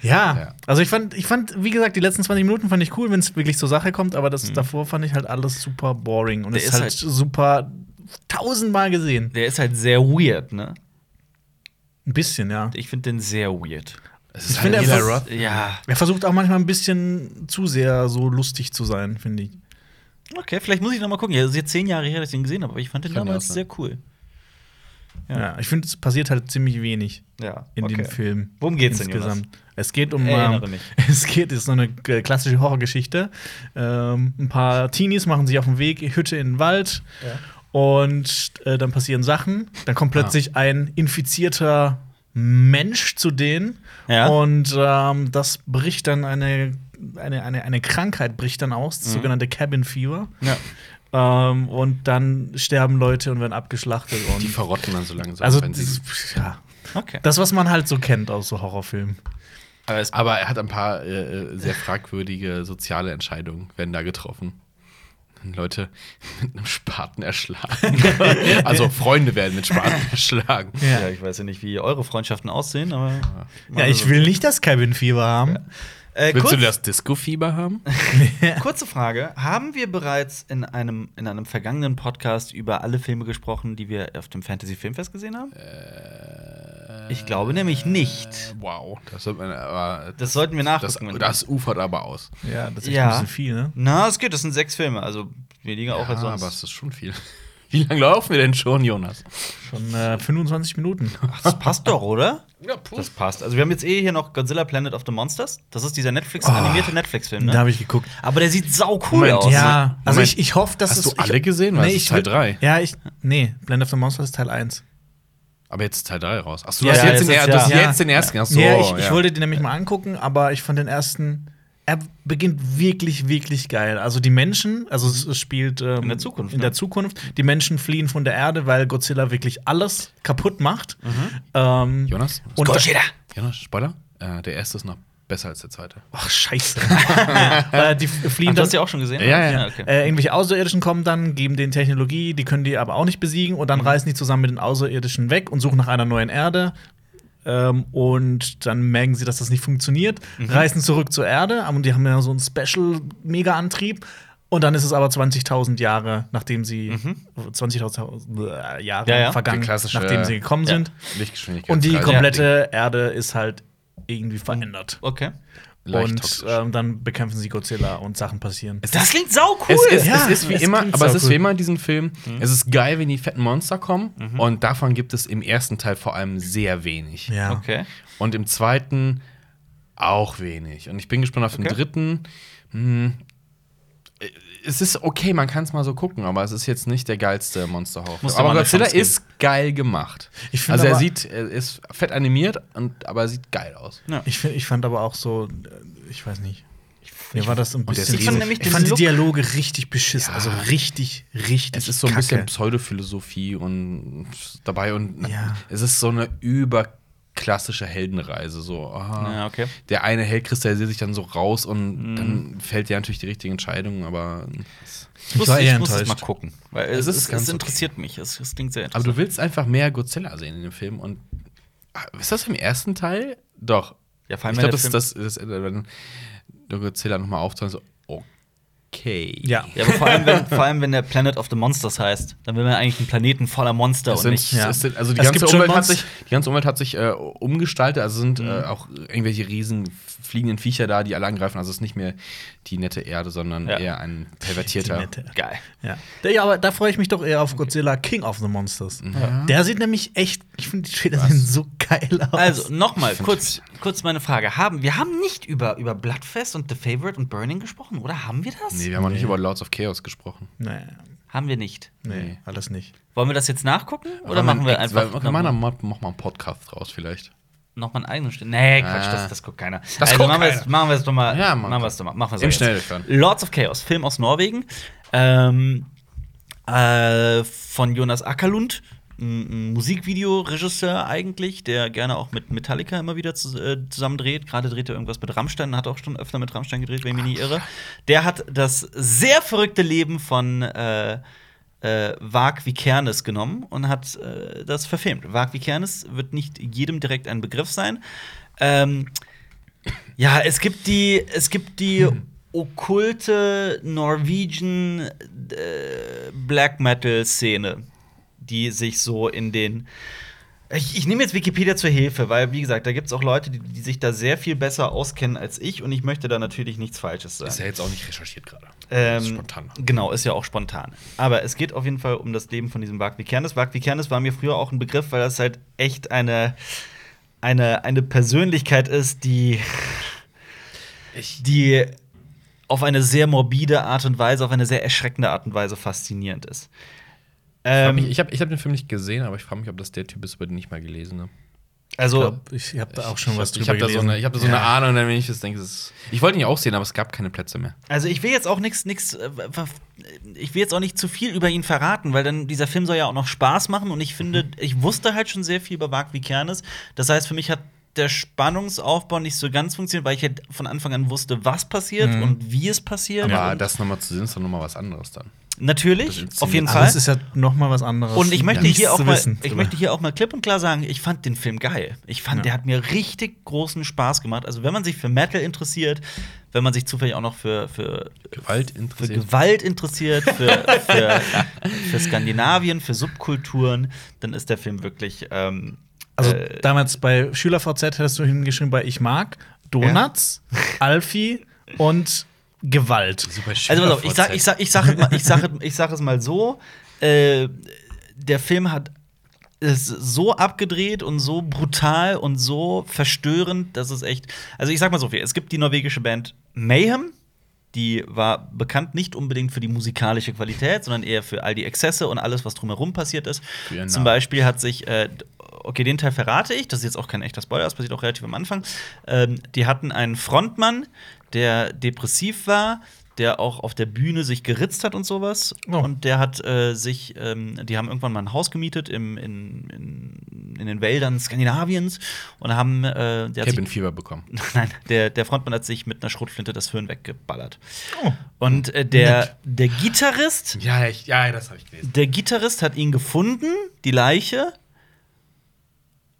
Speaker 2: ja.
Speaker 3: Ja.
Speaker 2: also ich fand, ich fand, wie gesagt, die letzten 20 Minuten fand ich cool, wenn es wirklich zur Sache kommt, aber das davor fand ich halt alles super boring und
Speaker 1: Der
Speaker 2: es ist
Speaker 1: ist
Speaker 2: halt,
Speaker 1: halt-
Speaker 2: super tausendmal gesehen.
Speaker 1: Der ist halt sehr weird, ne?
Speaker 2: Ein bisschen, ja.
Speaker 1: Ich finde den sehr weird. Also
Speaker 3: Es
Speaker 2: Ich finde,
Speaker 3: Eli
Speaker 2: er
Speaker 3: Roth.
Speaker 1: Ja.
Speaker 2: Er versucht auch manchmal ein bisschen zu sehr so lustig zu sein, finde ich.
Speaker 1: Okay, vielleicht muss ich noch mal gucken. Ja, das ist jetzt zehn Jahre her, dass ich den gesehen habe, aber ich fand den
Speaker 3: Kann ja
Speaker 1: damals
Speaker 3: auch sein.
Speaker 1: sehr cool.
Speaker 2: Ja.
Speaker 1: Ja.
Speaker 2: ich finde, es passiert halt ziemlich wenig
Speaker 1: Ja.
Speaker 2: in dem
Speaker 1: okay.
Speaker 2: Film.
Speaker 1: Worum geht's denn,
Speaker 2: Es geht um.
Speaker 1: Erinnere
Speaker 2: ähm,
Speaker 1: mich.
Speaker 2: Es geht, ist so eine äh, klassische Horrorgeschichte. Ähm, ein paar Teenies machen sich auf den Weg, Hütte in den Wald.
Speaker 1: Ja. Ah.
Speaker 2: Und äh, dann passieren Sachen. Dann kommt plötzlich ein infizierter Mensch zu denen.
Speaker 1: Ja.
Speaker 2: Und ähm, das bricht dann eine, eine, eine, eine Krankheit bricht dann aus,
Speaker 1: Mhm.
Speaker 2: das sogenannte Cabin Fever.
Speaker 1: Ja.
Speaker 2: Ähm, und dann sterben Leute und werden abgeschlachtet.
Speaker 3: Die
Speaker 2: Und
Speaker 3: verrotten dann so langsam.
Speaker 2: also,
Speaker 3: wenn
Speaker 2: das,
Speaker 3: sie,
Speaker 2: ist- ja,
Speaker 1: Okay.
Speaker 2: das, was man halt so kennt aus so Horrorfilmen.
Speaker 1: Aber es,
Speaker 3: aber er hat ein paar äh, äh, sehr fragwürdige soziale Entscheidungen, werden da getroffen. Leute mit einem Spaten erschlagen. also Freunde werden mit Spaten erschlagen.
Speaker 1: ja. ich weiß ja nicht, wie eure Freundschaften aussehen, aber.
Speaker 2: Ja, ich will nicht das Cabin Fever haben.
Speaker 1: Äh,
Speaker 3: Willst
Speaker 1: kurz,
Speaker 3: du das Disco-Fieber haben?
Speaker 1: Kurze Frage: Haben wir bereits in einem, in einem vergangenen Podcast über alle Filme gesprochen, die wir auf dem Fantasy Filmfest gesehen haben? Äh, ich glaube nämlich nicht.
Speaker 3: Äh, Wow. Das, sollte man aber,
Speaker 1: Das sollten wir
Speaker 3: das,
Speaker 1: nachgucken.
Speaker 3: das ufert aber aus.
Speaker 2: Ja, das ist echt
Speaker 1: Ja.
Speaker 2: ein bisschen viel, ne?
Speaker 1: Na, es geht, das sind sechs Filme, also weniger auch als
Speaker 3: ja,
Speaker 1: sonst.
Speaker 3: Ah, aber es ist schon viel. Wie lange laufen wir denn schon, Jonas?
Speaker 2: Schon äh, 25 Minuten.
Speaker 1: Ach, das passt doch, oder?
Speaker 3: Ja,
Speaker 1: Das passt. Also, wir haben jetzt eh hier noch Godzilla Planet of the Monsters. Das ist dieser Netflix, animierte Netflix-Film,
Speaker 2: Da
Speaker 1: ne?
Speaker 2: habe ich geguckt.
Speaker 1: Aber der sieht sau cool
Speaker 3: Moment,
Speaker 1: aus.
Speaker 2: ja, also
Speaker 3: Moment.
Speaker 2: ich, ich hoffe, dass
Speaker 3: Hast
Speaker 2: es.
Speaker 3: du alle
Speaker 2: ich,
Speaker 3: gesehen? Weil es ist Teil
Speaker 2: will-
Speaker 3: drei.
Speaker 2: Ja, ich. Nee, Blend of the Monster ist Teil 1.
Speaker 3: Aber jetzt ist Teil 3 raus. Achso, du
Speaker 1: Ja,
Speaker 3: hast
Speaker 1: ja,
Speaker 3: jetzt, den,
Speaker 1: jetzt
Speaker 3: er-
Speaker 1: ist-
Speaker 3: du hast
Speaker 1: ja.
Speaker 3: jetzt den ersten. Achso,
Speaker 2: ja, ich, ich wollte den nämlich mal angucken, aber ich fand den ersten. Er beginnt wirklich, wirklich geil. Also die Menschen, also es es spielt ähm,
Speaker 1: In der Zukunft,
Speaker 2: In
Speaker 1: ne?
Speaker 2: der Zukunft. Die Menschen fliehen von der Erde, weil Godzilla wirklich alles kaputt macht. Ähm,
Speaker 3: Mhm. Jonas?
Speaker 2: und
Speaker 1: Godzilla!
Speaker 3: Jonas, Spoiler? Äh, der erste ist noch besser als der zweite.
Speaker 2: Ach Scheiße. äh, die fliehen
Speaker 1: Ach, du
Speaker 2: dann
Speaker 1: hast ja auch schon gesehen?
Speaker 3: Ja, ja.
Speaker 1: okay.
Speaker 2: Äh, irgendwelche Außerirdischen kommen dann, geben denen Technologie, die können die aber auch nicht besiegen und
Speaker 1: Mhm.
Speaker 2: dann reisen die zusammen mit den Außerirdischen weg und suchen nach einer neuen Erde. Ähm, und dann merken sie, dass das nicht funktioniert,
Speaker 1: Mhm.
Speaker 2: reisen zurück zur Erde und die haben ja so einen Special-Mega-Antrieb. Und dann ist es aber 20.000 Jahre, nachdem sie 20.000 Jahre
Speaker 1: Mhm. Ja, ja.
Speaker 2: vergangen,
Speaker 3: Die klassische-
Speaker 2: nachdem sie gekommen
Speaker 1: Ja.
Speaker 2: sind.
Speaker 3: Lichtgeschwindigkeit.
Speaker 2: Und die
Speaker 3: drei-
Speaker 2: komplette Erde ist halt irgendwie verändert.
Speaker 1: Okay.
Speaker 3: Leicht
Speaker 2: Und
Speaker 3: toxisch.
Speaker 2: ähm, dann bekämpfen sie Godzilla und Sachen passieren.
Speaker 1: Das klingt sau cool!
Speaker 3: Es ist,
Speaker 2: Ja,
Speaker 3: es ist wie
Speaker 2: es
Speaker 3: immer,
Speaker 2: klingt Mhm.
Speaker 3: aber es
Speaker 2: sau
Speaker 3: ist
Speaker 2: cool.
Speaker 3: wie immer in diesen Film. Es ist geil, wenn die fetten Monster kommen.
Speaker 2: Mhm.
Speaker 3: Und davon gibt es im ersten Teil vor allem sehr wenig.
Speaker 2: Ja.
Speaker 1: okay.
Speaker 3: Und im zweiten auch wenig. Und ich bin gespannt auf den
Speaker 1: Okay.
Speaker 3: dritten. Hm. Es ist okay, man kann es mal so gucken, aber es ist jetzt nicht der geilste Monsterhorror.
Speaker 1: Muss doch
Speaker 3: Aber
Speaker 1: mal eine
Speaker 3: Godzilla
Speaker 1: Chance geben.
Speaker 3: ist geil gemacht.
Speaker 2: Ich find
Speaker 3: also er
Speaker 2: aber-
Speaker 3: sieht, er ist fett animiert, und, aber er sieht geil aus.
Speaker 2: Ich, find, ich fand aber auch so, äh, ich weiß nicht. Mir war das ein
Speaker 3: der ist
Speaker 2: bisschen.
Speaker 3: Ich fand riesig.
Speaker 1: nämlich
Speaker 2: ich
Speaker 1: den
Speaker 2: fand die
Speaker 1: Look-
Speaker 2: Dialoge richtig beschissen. Also richtig, richtig.
Speaker 3: Es ist so ein
Speaker 2: kacke.
Speaker 3: bisschen Pseudophilosophie und dabei und
Speaker 2: Ja.
Speaker 3: es ist so eine überklassische Heldenreise. So, aha.
Speaker 1: Ja, okay. Mhm.
Speaker 3: Der eine Held kristallisiert sich dann so raus und dann fällt dir natürlich die richtige Entscheidung, aber.
Speaker 1: Ich muss,
Speaker 2: war eher
Speaker 1: ich muss es mal
Speaker 2: enttäuscht.
Speaker 1: gucken. Weil es,
Speaker 3: Es ist
Speaker 1: es,
Speaker 3: ganz
Speaker 1: es interessiert mich. Es, es klingt sehr
Speaker 3: Aber
Speaker 1: interessant.
Speaker 3: du willst einfach mehr Godzilla sehen in dem Film und. Ah, Ist das im ersten Teil? Doch.
Speaker 1: ja, vor
Speaker 3: Ich
Speaker 1: wenn
Speaker 3: glaube,
Speaker 1: der
Speaker 3: das äh, ist
Speaker 1: Film-
Speaker 3: das, das, wenn der Godzilla nochmal auftaucht, so, okay.
Speaker 2: Ja.
Speaker 1: Ja, aber vor allem, wenn, vor allem, wenn der Planet of the Monsters heißt, dann will man eigentlich einen Planeten voller Monster
Speaker 3: Es
Speaker 1: und
Speaker 3: sind,
Speaker 1: nicht.
Speaker 2: ja.
Speaker 3: es sind, also die
Speaker 2: Es
Speaker 3: ganze,
Speaker 2: gibt schon
Speaker 3: Umwelt hat
Speaker 2: Monst-
Speaker 3: sich, die ganze Umwelt hat sich äh, umgestaltet, also sind äh, auch irgendwelche riesen fliegenden Viecher da, die alle angreifen. Also es ist nicht mehr die nette Erde, sondern
Speaker 1: Ja.
Speaker 3: eher ein pervertierter.
Speaker 2: Die nette.
Speaker 1: Geil.
Speaker 2: Ja. Da- ja, aber da freue ich mich doch eher auf Godzilla King of the Monsters.
Speaker 3: Mhm.
Speaker 2: Der sieht nämlich echt, ich finde die Schädel sehen so geil aus.
Speaker 1: Also, nochmal,
Speaker 3: Ich find-
Speaker 1: kurz, kurz meine Frage. Haben, wir haben nicht über, über Bloodfest und The Favorite und Burning gesprochen, oder? Haben wir das?
Speaker 3: Nee, wir haben auch nicht über Lords of Chaos gesprochen.
Speaker 2: nee,
Speaker 1: Haben wir nicht.
Speaker 2: nee,
Speaker 3: Nee.
Speaker 2: alles nicht.
Speaker 1: Wollen wir das jetzt nachgucken? Oder
Speaker 3: Weil man-
Speaker 1: machen wir einfach
Speaker 3: Weil,
Speaker 1: noch-
Speaker 3: meiner Meinung nach machen wir einen Podcast draus vielleicht.
Speaker 1: noch mal einen eigenen Stil? Nee, Quatsch,
Speaker 3: Ah.
Speaker 1: das, das guckt keiner.
Speaker 3: Das
Speaker 1: also
Speaker 3: guckt
Speaker 1: machen wir es
Speaker 3: keiner.
Speaker 1: machen wir es doch mal.
Speaker 3: Ja, Mann.
Speaker 1: machen wir es doch mal. Machen wir es
Speaker 3: Im
Speaker 1: doch jetzt.
Speaker 3: Schnelldurchgang.
Speaker 1: Lords of Chaos, Film aus Norwegen. Ähm, äh, von Jonas Ackerlund, ein ein Musikvideoregisseur eigentlich, der gerne auch mit Metallica immer wieder zu, äh, zusammen dreht. Gerade dreht er irgendwas mit Rammstein, hat auch schon öfter mit Rammstein gedreht, wenn ich mich nicht irre. Der hat das sehr verrückte Leben von äh, äh, Vag Vikernes genommen und hat äh, das verfilmt. Vag Vikernes wird nicht jedem direkt ein Begriff sein. Ähm, ja, es gibt die, es gibt die okkulte Norwegian äh, Black Metal Szene, die sich so in den ich, ich nehme jetzt Wikipedia zur Hilfe, weil, wie gesagt, da gibt es auch Leute, die, die sich da sehr viel besser auskennen als ich und ich möchte da natürlich nichts Falsches sagen.
Speaker 3: Ist ja jetzt auch nicht recherchiert gerade.
Speaker 1: Ähm,
Speaker 3: Ist spontan.
Speaker 1: Genau, ist ja auch spontan. Aber es geht auf jeden Fall um das Leben von diesem Wag Vikernes. Wag Vikernes war mir früher auch ein Begriff, weil das halt echt eine, eine, eine Persönlichkeit ist, die,
Speaker 3: Ich-
Speaker 1: die auf eine sehr morbide Art und Weise, auf eine sehr erschreckende Art und Weise faszinierend ist.
Speaker 3: Ich frag
Speaker 1: Ähm,
Speaker 3: mich- ich habe ich hab den Film nicht gesehen, aber ich frage mich, ob das der Typ ist, über den ich mal gelesen habe.
Speaker 1: also,
Speaker 2: Ich glaub, ich habe da auch schon was
Speaker 3: ich, ich
Speaker 2: drüber
Speaker 3: habe da so
Speaker 2: gelesen.
Speaker 3: eine, ich hab da so eine
Speaker 2: Ja.
Speaker 3: Ahnung, und dann wenn ich das denke, das ist, ich wollte ihn ja auch sehen, aber es gab keine Plätze mehr.
Speaker 1: Also ich will jetzt auch nichts, nichts, äh, ver- ich will jetzt auch nicht zu viel über ihn verraten, weil dann dieser Film soll ja auch noch Spaß machen und ich finde,
Speaker 2: Mhm.
Speaker 1: ich wusste halt schon sehr viel über Mark Vikernes. Das heißt, für mich hat der Spannungsaufbau nicht so ganz funktioniert, weil ich halt von Anfang an wusste, was passiert
Speaker 2: Mhm.
Speaker 1: und wie es passiert.
Speaker 3: Aber
Speaker 1: und
Speaker 3: das nochmal zu sehen, ist dann nochmal was anderes dann. das
Speaker 1: natürlich,
Speaker 3: inszeniert
Speaker 1: auf jeden
Speaker 2: Aber
Speaker 1: Fall.
Speaker 2: es ist ja noch mal was anderes.
Speaker 1: Und ich möchte,
Speaker 2: Nichts
Speaker 1: hier auch
Speaker 2: zu
Speaker 1: mal,
Speaker 2: wissen
Speaker 1: ich
Speaker 2: drüber.
Speaker 1: möchte hier auch mal klipp und klar sagen, ich fand den Film geil. Ich fand,
Speaker 2: Ja.
Speaker 1: der hat mir richtig großen Spaß gemacht. Also, wenn man sich für Metal interessiert, wenn man sich zufällig auch noch für, für
Speaker 3: Gewalt
Speaker 1: für
Speaker 3: interessiert.
Speaker 1: Gewalt interessiert, für, für, für Skandinavien, für Subkulturen, dann ist der Film wirklich. Ähm,
Speaker 2: Also
Speaker 1: äh,
Speaker 2: damals bei SchülerVZ hättest du hingeschrieben bei Ich mag Donuts, Alfie und Gewalt.
Speaker 3: Super
Speaker 1: also pass auf, ich sag, ich sag, ich sag, es mal- ich sag, es- ich sag es mal so: äh, Der Film hat es so abgedreht und so brutal und so verstörend, dass es echt. Also ich sag mal so viel: Es gibt die norwegische Band Mayhem. Die war bekannt nicht unbedingt für die musikalische Qualität, sondern eher für all die Exzesse und alles, was drumherum passiert ist.
Speaker 3: Für ihren
Speaker 1: Zum
Speaker 3: Namen.
Speaker 1: Beispiel hat sich, äh, okay, den Teil verrate ich, das ist jetzt auch kein echter Spoiler, das passiert auch relativ am Anfang. Ähm, die hatten einen Frontmann, der depressiv war, der auch auf der Bühne sich geritzt hat und sowas.
Speaker 2: Oh.
Speaker 1: Und der hat äh, sich, ähm, die haben irgendwann mal ein Haus gemietet im, in, in, in den Wäldern Skandinaviens und haben, äh, der hat sich,
Speaker 3: Cabin Fever bekommen.
Speaker 1: nein, der, der Frontmann hat sich mit einer Schrotflinte das Hirn weggeballert.
Speaker 2: Oh.
Speaker 1: Und äh, der, der Gitarrist,
Speaker 3: Ja, ich, ja, das habe ich gelesen.
Speaker 1: der Gitarrist hat ihn gefunden, die Leiche,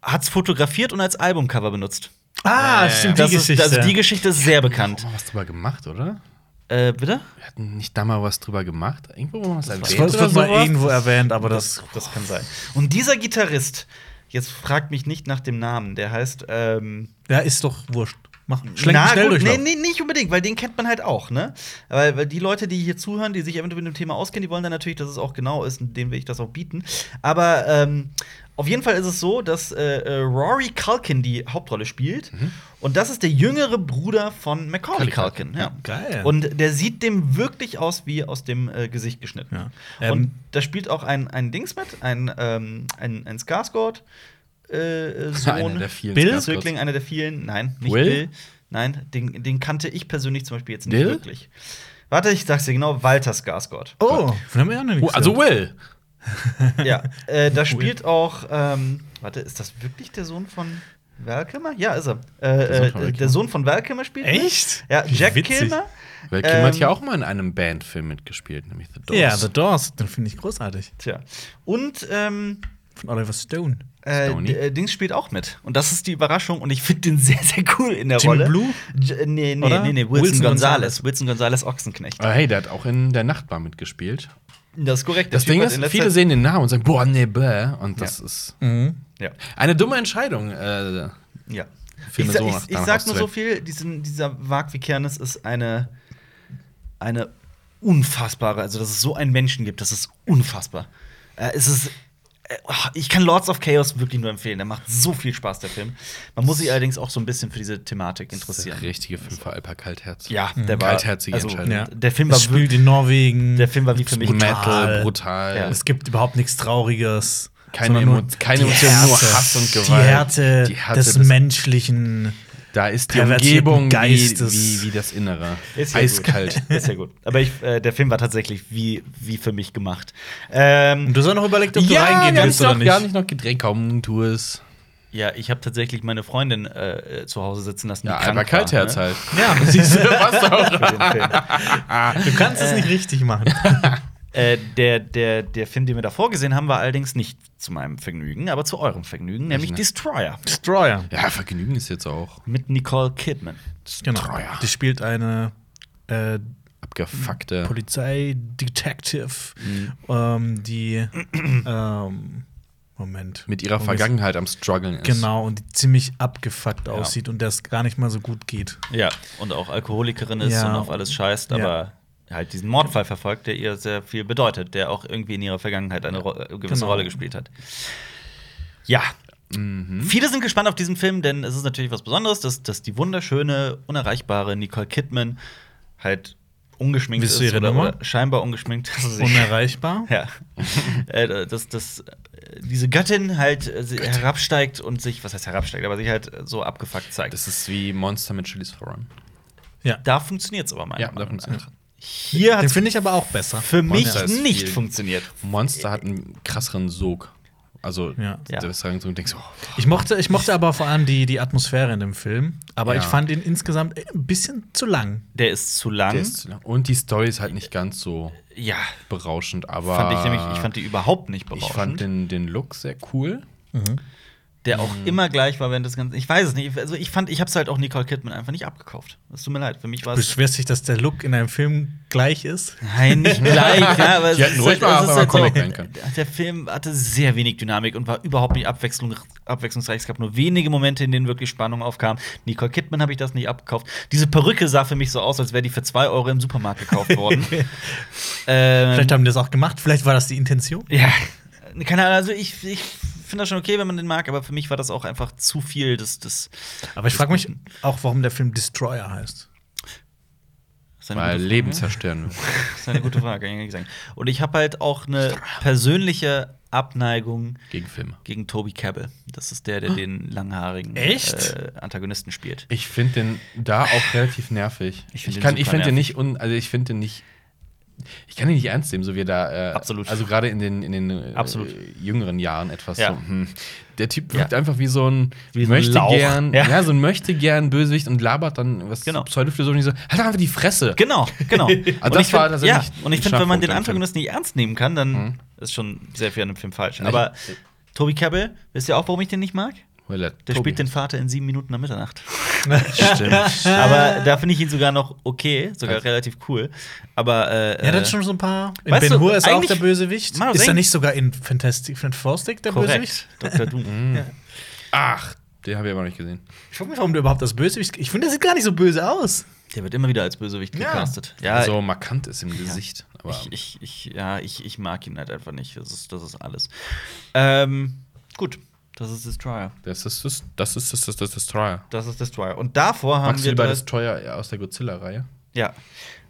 Speaker 1: hat's fotografiert und als Albumcover benutzt.
Speaker 2: Ah, stimmt,
Speaker 1: Das
Speaker 2: die Geschichte.
Speaker 1: Ist, also die Geschichte ist sehr bekannt.
Speaker 3: Haben wir was drüber gemacht, oder?
Speaker 1: Äh, bitte?
Speaker 3: Wir hatten nicht da mal was drüber gemacht. Irgendwo haben wir was
Speaker 2: das
Speaker 3: erwähnt.
Speaker 2: wird-
Speaker 3: oder
Speaker 2: wird mal
Speaker 3: sowas?
Speaker 2: irgendwo erwähnt, aber das,
Speaker 1: Das kann sein. Und dieser Gitarrist, jetzt fragt mich nicht nach dem Namen, der heißt ähm
Speaker 2: ja, ist doch wurscht. Mach, schlenk
Speaker 1: Na,
Speaker 2: schnell
Speaker 1: gut,
Speaker 2: durch.
Speaker 1: nee, nee, nicht unbedingt, weil den kennt man halt auch, ne? Weil, weil die Leute, die hier zuhören, die sich eventuell mit dem Thema auskennen, die wollen dann natürlich, dass es auch genau ist, und denen will ich das auch bieten. Aber ähm, auf jeden Fall ist es so, dass äh, äh, Rory Culkin die Hauptrolle spielt.
Speaker 3: Mhm.
Speaker 1: Und das ist der jüngere Bruder von Macaulay
Speaker 3: Macaulay
Speaker 1: Culkin. Ja.
Speaker 2: Geil.
Speaker 1: Und der sieht dem wirklich aus wie aus dem äh, Gesicht geschnitten.
Speaker 2: Ja. Ähm,
Speaker 1: und da spielt auch ein, ein Dings mit, ein, ähm, ein, ein Skarsgård. Äh, äh, Sohn.
Speaker 3: Einer der vielen
Speaker 2: Bill?
Speaker 3: Skarsgårds.
Speaker 1: Zögling, einer der vielen. Nein, nicht
Speaker 3: Will?
Speaker 1: Bill. Nein, den, den kannte ich persönlich zum Beispiel jetzt nicht
Speaker 3: Will?
Speaker 1: wirklich. Warte, ich sag's dir genau, Walter Skarsgård.
Speaker 2: oh, von dem haben wir auch noch
Speaker 3: Oh,
Speaker 2: nichts
Speaker 3: also
Speaker 2: gehört.
Speaker 3: Will.
Speaker 1: Ja, äh, da spielt auch, ähm, warte, ist das wirklich der Sohn von Val Kilmer? Ja, ist er.
Speaker 3: Der
Speaker 1: Äh,
Speaker 3: Sohn von
Speaker 1: äh,
Speaker 3: Val
Speaker 1: der
Speaker 3: Kilmer.
Speaker 1: Sohn von Val Kilmer spielt mit.
Speaker 2: Echt?
Speaker 1: Ja,
Speaker 2: Wie
Speaker 1: Jack
Speaker 2: witzig.
Speaker 1: Kilmer.
Speaker 3: Weil Kim hat ja
Speaker 1: Ähm,
Speaker 3: auch mal in einem Bandfilm mitgespielt, nämlich The Doors.
Speaker 2: Ja, The Doors, den finde ich großartig.
Speaker 1: Tja. Und ähm,
Speaker 2: Von Oliver Stone.
Speaker 1: Äh,
Speaker 3: Stoney.
Speaker 1: D- äh, Dings spielt auch mit. Und das ist die Überraschung. Und ich finde den sehr, sehr cool in der
Speaker 2: Jimmy
Speaker 1: Rolle.
Speaker 2: Blue?
Speaker 1: J äh, nee, nee,
Speaker 2: Oder?
Speaker 1: nee, nee, Wilson,
Speaker 2: Wilson
Speaker 1: Gonzales. Wilson Gonzales Ochsenknecht.
Speaker 3: Aber Ah, hey, der hat auch in der Nachtbar mitgespielt.
Speaker 1: Das ist korrekt. der
Speaker 3: Das
Speaker 1: Typ
Speaker 3: Ding
Speaker 1: hat
Speaker 3: ist,
Speaker 1: in letzter
Speaker 3: viele sehen den Namen und sagen, boah, ne, bäh. Und das ist
Speaker 2: Mhm.
Speaker 1: Ja.
Speaker 3: eine dumme Entscheidung. Äh,
Speaker 1: ja. Ich,
Speaker 3: Filme
Speaker 1: sa-
Speaker 3: so
Speaker 1: ich,
Speaker 3: nach-
Speaker 1: ich
Speaker 3: danach
Speaker 1: sag nur so
Speaker 3: auszuwählen.
Speaker 1: viel: diesen, dieser Wag wie Kernes ist eine, eine unfassbare. Also, dass es so einen Menschen gibt, das ist unfassbar. Äh, es ist. äh, ach, Ich kann Lords of Chaos wirklich nur empfehlen. Der macht so viel Spaß, der Film. Man muss sich allerdings auch so ein bisschen für diese Thematik interessieren.
Speaker 3: Der richtige Film für Alper Kaltherz.
Speaker 1: Ja, der war. also,
Speaker 3: Kaltherzige Mhm. Entscheidung.
Speaker 2: Ja.
Speaker 1: Der Film war
Speaker 2: Es
Speaker 1: wirklich.
Speaker 2: spielt in Norwegen.
Speaker 1: Der Film war wie für mich.
Speaker 2: Brutal.
Speaker 3: Metal, brutal.
Speaker 1: Ja.
Speaker 2: es gibt überhaupt nichts Trauriges.
Speaker 3: Keine
Speaker 2: sondern nur
Speaker 3: Emo- keine
Speaker 2: die
Speaker 3: Emotion, nur
Speaker 2: Härte.
Speaker 3: Hass und
Speaker 2: Die
Speaker 3: Gewalt.
Speaker 2: Härte,
Speaker 3: Die Härte
Speaker 2: des,
Speaker 3: des-
Speaker 2: Menschlichen.
Speaker 3: Da ist die
Speaker 2: Pervertierten
Speaker 3: Umgebung wie,
Speaker 2: Geistes.
Speaker 3: wie, wie das Innere.
Speaker 1: Ist ja
Speaker 3: Eiskalt.
Speaker 1: Gut. Ist ja gut. Aber ich, äh, der Film war tatsächlich wie, wie für mich gemacht. Ähm,
Speaker 2: Und du hast auch noch überlegt, ob du reingehen
Speaker 3: wir haben
Speaker 2: willst
Speaker 3: nicht
Speaker 2: oder
Speaker 3: noch-
Speaker 2: nicht.
Speaker 3: Wir haben nicht noch gedreht, kaum tu es.
Speaker 1: ja, ich habe tatsächlich meine Freundin äh, zu Hause sitzen lassen. die
Speaker 3: Ja,
Speaker 1: krank
Speaker 3: Alper Kaltherz
Speaker 1: war,
Speaker 3: halt.
Speaker 2: Ja,
Speaker 3: Siehst du, was auch.
Speaker 1: ne? Für den Film.
Speaker 2: du kannst es nicht richtig machen.
Speaker 1: Äh, der, der, der Film, den wir davor gesehen haben, war allerdings nicht zu meinem Vergnügen, aber zu eurem Vergnügen, nämlich
Speaker 3: ne?
Speaker 1: Destroyer
Speaker 2: Destroyer.
Speaker 3: Ja, Vergnügen ist jetzt auch
Speaker 1: mit Nicole Kidman.
Speaker 2: Genau.
Speaker 3: Treuer.
Speaker 2: Die spielt eine äh,
Speaker 3: abgefuckte.
Speaker 2: Polizeidetective,
Speaker 3: Mhm.
Speaker 2: ähm, die ähm, Moment.
Speaker 3: mit ihrer
Speaker 2: Wo
Speaker 3: Vergangenheit am Struggeln ist.
Speaker 2: es- Genau, und die ziemlich abgefuckt aussieht und der es gar nicht mal so gut geht.
Speaker 1: Ja, und auch Alkoholikerin ist
Speaker 2: Ja.
Speaker 1: und auf alles scheißt,
Speaker 2: Ja.
Speaker 1: aber halt diesen Mordfall verfolgt, der ihr sehr viel bedeutet, der auch irgendwie in ihrer Vergangenheit eine Ro äh, gewisse
Speaker 2: Genau.
Speaker 1: Rolle gespielt hat. Ja.
Speaker 2: Mhm.
Speaker 1: Viele sind gespannt auf diesen Film, denn es ist natürlich was Besonderes, dass, dass die wunderschöne, unerreichbare Nicole Kidman halt ungeschminkt
Speaker 2: Wisst
Speaker 1: ist
Speaker 2: du ihre
Speaker 1: oder,
Speaker 2: Nummer?
Speaker 1: oder scheinbar ungeschminkt. Das ist-
Speaker 2: Unerreichbar.
Speaker 1: ja. äh, dass, dass äh, diese Göttin halt äh, sie herabsteigt und sich, was heißt herabsteigt, aber sich halt äh, so abgefuckt zeigt.
Speaker 3: Das ist wie Monster mit Chili's Foran.
Speaker 1: da funktioniert es aber mal.
Speaker 3: Ja, da funktioniert
Speaker 1: Hier hat
Speaker 2: Den finde ich aber auch besser.
Speaker 1: für mich
Speaker 3: Monster ist
Speaker 1: nicht
Speaker 3: viel-
Speaker 1: funktioniert.
Speaker 3: Monster hat einen krasseren Sog. Also,
Speaker 2: Ja.
Speaker 1: Ja.
Speaker 3: du wirst sagen, so, und denkst, oh,
Speaker 2: Ich mochte, ich mochte aber vor allem die, die Atmosphäre in dem Film. Aber
Speaker 3: Ja.
Speaker 2: ich fand ihn insgesamt ein bisschen zu lang.
Speaker 1: Der ist zu lang.
Speaker 3: der ist zu lang. Und die Story ist halt nicht ganz so
Speaker 1: ja,
Speaker 3: berauschend, aber.
Speaker 1: fand ich nämlich, ich fand die überhaupt nicht berauschend.
Speaker 3: ich fand den, den Look sehr cool.
Speaker 1: Mhm. der auch immer gleich war während des ganzen. Ich weiß es nicht. Also ich fand, ich hab's halt auch Nicole Kidman einfach nicht abgekauft. Es tut mir leid. Für mich war
Speaker 2: Du
Speaker 1: es.
Speaker 2: beschwerst dich, dass der Look in einem Film gleich ist.
Speaker 1: Nein, nicht gleich, ja, aber es
Speaker 3: Die hätten
Speaker 1: ist
Speaker 3: ruhig
Speaker 1: halt,
Speaker 3: mal
Speaker 1: es
Speaker 3: aber
Speaker 1: ist halt
Speaker 3: Comic
Speaker 1: so,
Speaker 3: werden können.
Speaker 1: der Film hatte sehr wenig Dynamik und war überhaupt nicht abwechslung, abwechslungsreich. Es gab nur wenige Momente, in denen wirklich Spannung aufkam. Nicole Kidman habe ich das nicht abgekauft. Diese Perücke sah für mich so aus, als wäre die für zwei Euro im Supermarkt gekauft worden. ähm,
Speaker 2: Vielleicht haben die das auch gemacht, vielleicht war das die Intention.
Speaker 1: Ja. Keine Ahnung, also ich, ich finde das schon okay, wenn man den mag, aber für mich war das auch einfach zu viel. Das, das
Speaker 2: Aber ich frage mich auch, warum der Film Destroyer heißt.
Speaker 1: ist eine,
Speaker 3: Weil
Speaker 1: gute,
Speaker 3: Leben zerstören.
Speaker 1: das ist eine gute Frage, kann ich ehrlich sagen. Und ich habe halt auch eine persönliche Abneigung
Speaker 3: gegen Filme.
Speaker 1: gegen Toby Cabell. Das ist
Speaker 3: Ah.
Speaker 1: der, der den langhaarigen
Speaker 2: Echt?
Speaker 1: Äh, Antagonisten spielt.
Speaker 3: Ich finde den da auch relativ nervig.
Speaker 1: Ich
Speaker 3: Ich,
Speaker 1: find den
Speaker 3: kann, ich
Speaker 1: super
Speaker 3: finde den nicht un, also ich finde den nicht. Ich kann ihn nicht ernst nehmen, so wie er da. Äh,
Speaker 1: Absolut.
Speaker 3: Also gerade in den, in den äh,
Speaker 1: Absolut.
Speaker 3: jüngeren Jahren etwas
Speaker 1: Ja.
Speaker 3: so. Hm. Der Typ
Speaker 1: Ja.
Speaker 3: wirkt einfach wie so ein
Speaker 1: Wie so ein
Speaker 3: möchte
Speaker 1: Lauch.
Speaker 3: gern,
Speaker 1: Ja.
Speaker 3: ja. so ein möchte gern Bösewicht und labert dann was
Speaker 1: Genau.
Speaker 3: pseudophilosophisch so. Halt doch einfach die Fresse.
Speaker 1: Genau, genau. und
Speaker 3: Also das
Speaker 1: ich
Speaker 3: war
Speaker 1: find, ja,
Speaker 3: tatsächlich
Speaker 1: und ich finde, wenn man
Speaker 3: ein Schwachpunkt
Speaker 1: den
Speaker 3: im Film. Mhm.
Speaker 1: Antagonisten nicht ernst nehmen kann, dann ist schon sehr viel an dem Film falsch. Aber Toby Cabell, wisst ihr auch, warum ich den nicht mag?
Speaker 3: Weil er
Speaker 1: Der
Speaker 3: Tobi.
Speaker 1: spielt den Vater in sieben Minuten nach Mitternacht.
Speaker 3: Stimmt.
Speaker 1: Aber da finde ich ihn sogar noch okay, sogar
Speaker 3: Also-
Speaker 1: relativ cool. Aber äh,
Speaker 2: Ja, das
Speaker 1: äh,
Speaker 2: ist schon so ein paar. In
Speaker 1: weißt
Speaker 2: Ben
Speaker 1: du,
Speaker 2: Hur ist auch
Speaker 1: eigentlich-
Speaker 2: der Bösewicht.
Speaker 1: Mann,
Speaker 2: ist er
Speaker 1: denk-
Speaker 2: nicht sogar in Fantastic, Fantastic der Bösewicht?
Speaker 1: korrekt. Dr.
Speaker 3: Mhm.
Speaker 1: Doom.
Speaker 3: Ach, den habe ich aber noch nicht gesehen.
Speaker 2: Ich frage mich, warum der überhaupt das Bösewicht. Ich finde, der sieht gar nicht so böse aus.
Speaker 1: Der wird immer wieder als Bösewicht
Speaker 2: Ja.
Speaker 1: gecastet. Ja,
Speaker 3: Ja, Also so markant ist im Gesicht. Aber
Speaker 1: ich, ich, ich, ja ich, ich mag ihn halt einfach nicht. Das ist, das ist alles. Ähm, gut, das ist Destroyer.
Speaker 3: das ist das, das ist das, das, das, das Trial.
Speaker 1: Das ist Destroyer. Und davor haben
Speaker 3: Magst du
Speaker 1: wir
Speaker 3: lieber
Speaker 1: drei-
Speaker 3: das Teuer aus der Godzilla-Reihe?
Speaker 1: Ja,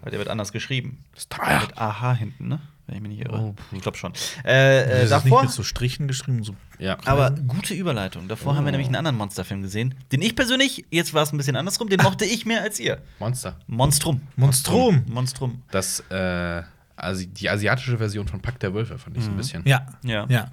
Speaker 1: aber der wird anders geschrieben.
Speaker 3: Das Teuer.
Speaker 1: Mit AH hinten, ne? Wenn ich mich nicht irre.
Speaker 3: Oh,
Speaker 1: ich glaube schon. Äh, äh,
Speaker 2: ist nicht
Speaker 1: davor.
Speaker 2: mit so Strichen geschrieben. So.
Speaker 3: Ja.
Speaker 1: Aber gute Überleitung. Davor
Speaker 2: Oh.
Speaker 1: haben wir nämlich einen anderen Monsterfilm gesehen, den ich persönlich, jetzt war es ein bisschen andersrum, den mochte ich mehr als ihr.
Speaker 3: Monster.
Speaker 1: Monstrum.
Speaker 2: Monstrum.
Speaker 1: Monstrum.
Speaker 3: Das, äh, Asi die asiatische Version von Pack der Wölfe fand ich so ein bisschen.
Speaker 2: Ja.
Speaker 1: Mhm. Ja.
Speaker 2: ja.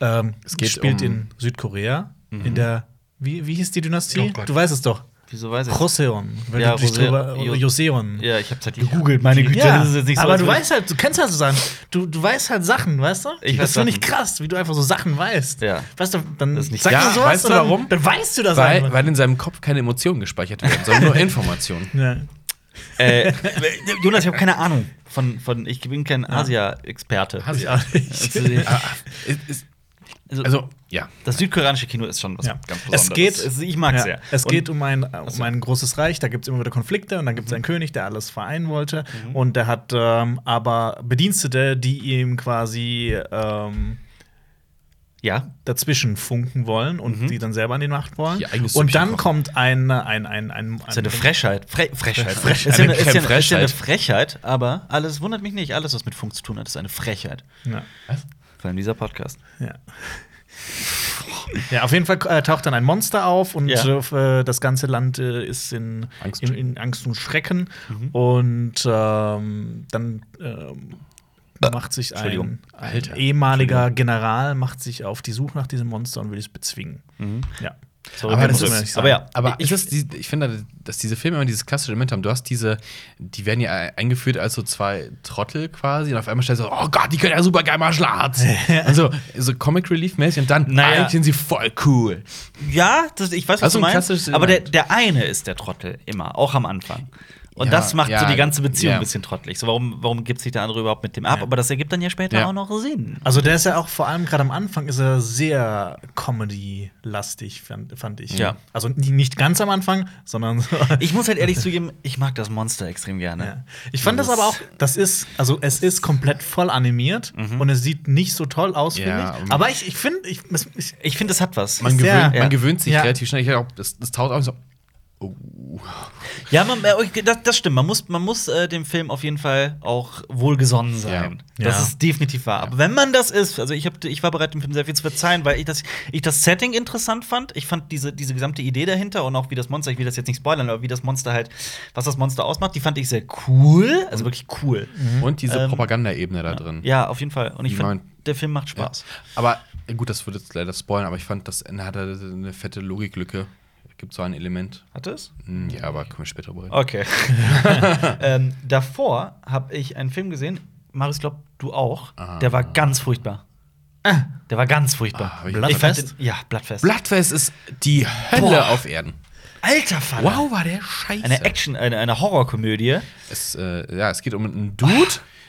Speaker 2: Ähm,
Speaker 3: Es geht
Speaker 2: spielt
Speaker 3: um-
Speaker 1: Mhm.
Speaker 2: in Südkorea. In der. Wie, wie hieß die Dynastie?
Speaker 3: Oh Gott.
Speaker 2: du weißt es doch.
Speaker 1: Wieso weiß ich?
Speaker 2: Roseon. Wenn
Speaker 1: Ja,
Speaker 2: du dich
Speaker 1: Rose-
Speaker 2: drüber.
Speaker 1: Jo-
Speaker 2: Joseon.
Speaker 1: ja, ich hab's halt
Speaker 2: Gegoogelt, meine Güte.
Speaker 1: Ja, das ist jetzt nicht so,
Speaker 2: aber
Speaker 1: als
Speaker 2: du
Speaker 1: würde-
Speaker 2: weißt halt, du kennst halt so Sachen. Du, du weißt halt Sachen, weißt du?
Speaker 1: Ich weiß
Speaker 2: das finde ich
Speaker 1: Sachen.
Speaker 2: krass, wie du einfach so Sachen weißt.
Speaker 1: Ja.
Speaker 2: Weißt du, dann
Speaker 1: Das ist nicht-
Speaker 2: sagst
Speaker 3: Ja,
Speaker 2: du sowas
Speaker 3: weißt du
Speaker 2: und dann,
Speaker 3: warum?
Speaker 2: dann weißt du das
Speaker 3: Weil,
Speaker 2: einfach.
Speaker 3: weil in seinem Kopf keine Emotionen gespeichert werden, sondern nur Informationen.
Speaker 2: ja.
Speaker 1: Äh, Jonas, ich habe keine Ahnung von, von ich bin kein Asia-Experte.
Speaker 3: Asia-
Speaker 2: Ich auch nicht.
Speaker 1: Also, äh,
Speaker 3: Ah, ist- ist-
Speaker 1: also,
Speaker 3: Also, ja.
Speaker 1: das südkoreanische Kino ist schon was
Speaker 2: Ja.
Speaker 1: ganz Besonderes.
Speaker 2: Es geht,
Speaker 1: Es- ich mag
Speaker 2: ja,
Speaker 1: sehr.
Speaker 2: Es
Speaker 1: Und-
Speaker 2: geht um ein, um ein großes Reich, da gibt es immer wieder Konflikte und dann
Speaker 1: Mhm.
Speaker 2: gibt es einen König, der alles vereinen wollte. Und der hat ähm, aber Bedienstete, die ihm quasi ähm,
Speaker 1: ja.
Speaker 2: dazwischen funken wollen
Speaker 1: Mhm.
Speaker 2: und die dann selber an die Macht wollen.
Speaker 3: Ihr eigenes
Speaker 2: und
Speaker 3: Süppchen
Speaker 2: dann
Speaker 3: kochen.
Speaker 2: kommt ein, ein, ein, ein,
Speaker 1: Ist ja eine
Speaker 2: ein-
Speaker 1: Frechheit. Fre Frechheit. Frechheit.
Speaker 3: Eine
Speaker 1: Ist, ja eine, ist, ja eine,
Speaker 3: Creme-Frechheit.
Speaker 1: ist ja eine Frechheit, aber alles wundert mich nicht. Alles, was mit Funk zu tun hat, ist eine Frechheit.
Speaker 2: Ja.
Speaker 1: Vor allem dieser Podcast.
Speaker 2: Ja. Ja, auf jeden Fall äh, taucht dann ein Monster auf und
Speaker 1: Ja.
Speaker 2: äh, das ganze Land äh, ist in
Speaker 3: Angst.
Speaker 2: in, in Angst und Schrecken. Und ähm, dann ähm, macht sich
Speaker 1: Entschuldigung.
Speaker 2: ein, ein
Speaker 3: Alter.
Speaker 2: ehemaliger General macht sich auf die Suche nach diesem Monster und will es bezwingen. Ja.
Speaker 1: Sorry,
Speaker 3: Aber
Speaker 1: wir
Speaker 3: das
Speaker 1: müssen-
Speaker 3: ist-
Speaker 2: nicht sagen.
Speaker 1: aber ja,
Speaker 3: Aber
Speaker 1: ich,
Speaker 3: ich, ist es die, ich finde, dass diese Filme immer dieses klassische Element haben. Du hast diese, die werden ja eingeführt als so zwei Trottel quasi und auf einmal stellst du so, oh Gott, die können ja super geil Martial Arts. also so Comic Relief mäßig und dann
Speaker 1: Naja.
Speaker 3: eigentlich sind sie voll cool.
Speaker 1: ja das, ich weiß, was
Speaker 3: Also
Speaker 1: du
Speaker 3: ein
Speaker 1: meinst.
Speaker 3: klassisches
Speaker 1: Aber der,
Speaker 3: Element.
Speaker 1: der eine ist der Trottel immer, auch am Anfang. Und
Speaker 3: Ja,
Speaker 1: das macht so
Speaker 3: ja,
Speaker 1: die ganze Beziehung
Speaker 3: ja.
Speaker 1: ein bisschen trottelig. So, warum, warum gibt sich der andere überhaupt mit dem ab?
Speaker 2: Ja.
Speaker 1: Aber das ergibt dann ja später
Speaker 3: Ja.
Speaker 1: auch noch Sinn.
Speaker 2: Also der ist ja auch vor allem gerade am Anfang ist er sehr Comedy-lastig, fand, fand ich.
Speaker 1: Ja.
Speaker 2: Also ni- nicht ganz am Anfang, sondern so.
Speaker 1: Ich muss halt ehrlich zugeben, ich mag das Monster extrem gerne.
Speaker 2: Ja. Ich fand das
Speaker 1: Das-
Speaker 2: aber auch, das ist, also es ist komplett voll animiert und es sieht nicht so toll aus, finde
Speaker 3: Ja,
Speaker 2: ich.
Speaker 3: und-
Speaker 2: Aber ich, ich finde, ich, es- ich,
Speaker 1: Ich finde, es hat was.
Speaker 3: Man,
Speaker 2: Sehr-
Speaker 3: gewöhnt,
Speaker 1: Ja.
Speaker 3: man gewöhnt sich
Speaker 2: Ja.
Speaker 3: relativ schnell. Ich glaub, das, das taut auch so.
Speaker 1: ja, man, äh, okay, das, das stimmt. Man muss, man muss äh, dem Film auf jeden Fall auch wohlgesonnen sein.
Speaker 2: Ja.
Speaker 1: Das
Speaker 2: Ja.
Speaker 1: ist definitiv wahr. Aber wenn man das ist, also ich, hab, ich war bereit, dem Film sehr viel zu verzeihen, weil ich das, ich das Setting interessant fand. Ich fand diese, diese gesamte Idee dahinter und auch wie das Monster, ich will das jetzt nicht spoilern, aber wie das Monster halt, was das Monster ausmacht, die fand ich sehr cool. Also wirklich cool.
Speaker 2: Mhm.
Speaker 3: Und diese
Speaker 1: Ähm,
Speaker 3: Propaganda-Ebene da drin.
Speaker 1: Ja, auf jeden Fall. Und ich
Speaker 3: Ich
Speaker 1: finde,
Speaker 3: mein-
Speaker 1: der Film macht
Speaker 3: Ja.
Speaker 1: Spaß.
Speaker 3: Aber äh, gut, das würde jetzt leider spoilern, aber ich fand, das Ende hatte eine fette Logiklücke. Gibt so ein Element.
Speaker 1: Hat es?
Speaker 3: Hm, Ja, aber können wir später drüber reden.
Speaker 1: Okay. ähm, davor habe ich einen Film gesehen, Marius, glaub du auch.
Speaker 3: Ah.
Speaker 1: Der war ganz furchtbar. Äh, Der war ganz furchtbar.
Speaker 3: Ah, hab ich
Speaker 1: Ich fand
Speaker 2: Bloodfest?
Speaker 1: den, ja, Blattfest.
Speaker 3: Bloodfest ist die Hölle
Speaker 1: Boah.
Speaker 3: auf Erden.
Speaker 1: Alter Vater.
Speaker 3: Wow, war der scheiße.
Speaker 1: Eine Action, eine, eine Horrorkomödie.
Speaker 3: Es, äh, ja, es geht um einen Dude,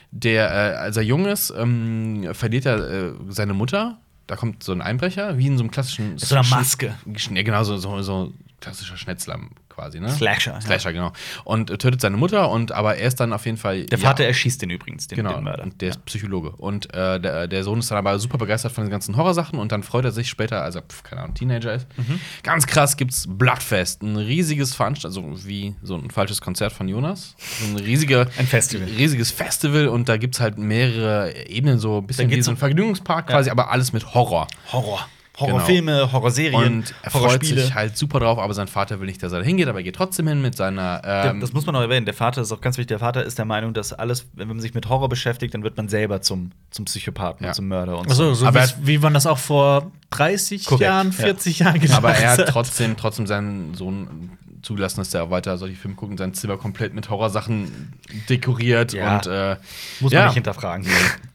Speaker 3: der, äh, als er jung ist, ähm, verliert er äh, seine Mutter. Da kommt so ein Einbrecher, wie in so einem klassischen.
Speaker 1: so einer Maske.
Speaker 3: Schn- Ja, genau, so, so, so klassischer Schnetzler quasi, ne?
Speaker 1: Slasher, ja.
Speaker 3: Slasher, genau. Und äh, tötet seine Mutter, und aber er ist dann auf jeden Fall.
Speaker 1: Der Vater erschießt den übrigens, den,
Speaker 3: Genau,
Speaker 1: den Mörder.
Speaker 3: und der ist Psychologe. Und äh, der, der Sohn ist dann aber super begeistert von den ganzen Horrorsachen und dann freut er sich später, als er, pf, keine Ahnung, Teenager ist.
Speaker 1: Mhm.
Speaker 3: Ganz krass gibt's Bloodfest, ein riesiges Veranstaltung, also wie so ein falsches Konzert von Jonas. So Ein, riesiger,
Speaker 1: Ein Festival.
Speaker 3: riesiges Festival und da gibt's halt mehrere Ebenen, so ein bisschen
Speaker 1: geht's
Speaker 3: wie so
Speaker 1: um-
Speaker 3: ein Vergnügungspark quasi, aber alles mit Horror.
Speaker 1: Horror. Horrorfilme, Horrorserien,
Speaker 3: Genau. Und er freut
Speaker 1: Horrorspiele.
Speaker 3: sich halt super drauf, aber sein Vater will nicht, dass er da hingeht, aber er geht trotzdem hin mit seiner.
Speaker 1: Ja,
Speaker 3: Ähm,
Speaker 1: das muss man auch erwähnen. Der Vater ist auch ganz wichtig. Der Vater ist der Meinung, dass alles, wenn man sich mit Horror beschäftigt, dann wird man selber zum, zum Psychopathen,
Speaker 3: Ja.
Speaker 1: und zum Mörder und
Speaker 2: also, so
Speaker 3: Aber-
Speaker 2: wie, wie man das auch vor 30
Speaker 1: Korrekt,
Speaker 2: Jahren,
Speaker 1: ja.
Speaker 2: 40 Jahren gedacht
Speaker 3: Aber er hat trotzdem, trotzdem seinen Sohn zugelassen, dass der weiter solche Filme guckt und sein Zimmer komplett mit Horrorsachen dekoriert.
Speaker 1: Ja.
Speaker 3: Und äh,
Speaker 1: Muss man
Speaker 3: ja,
Speaker 1: nicht hinterfragen.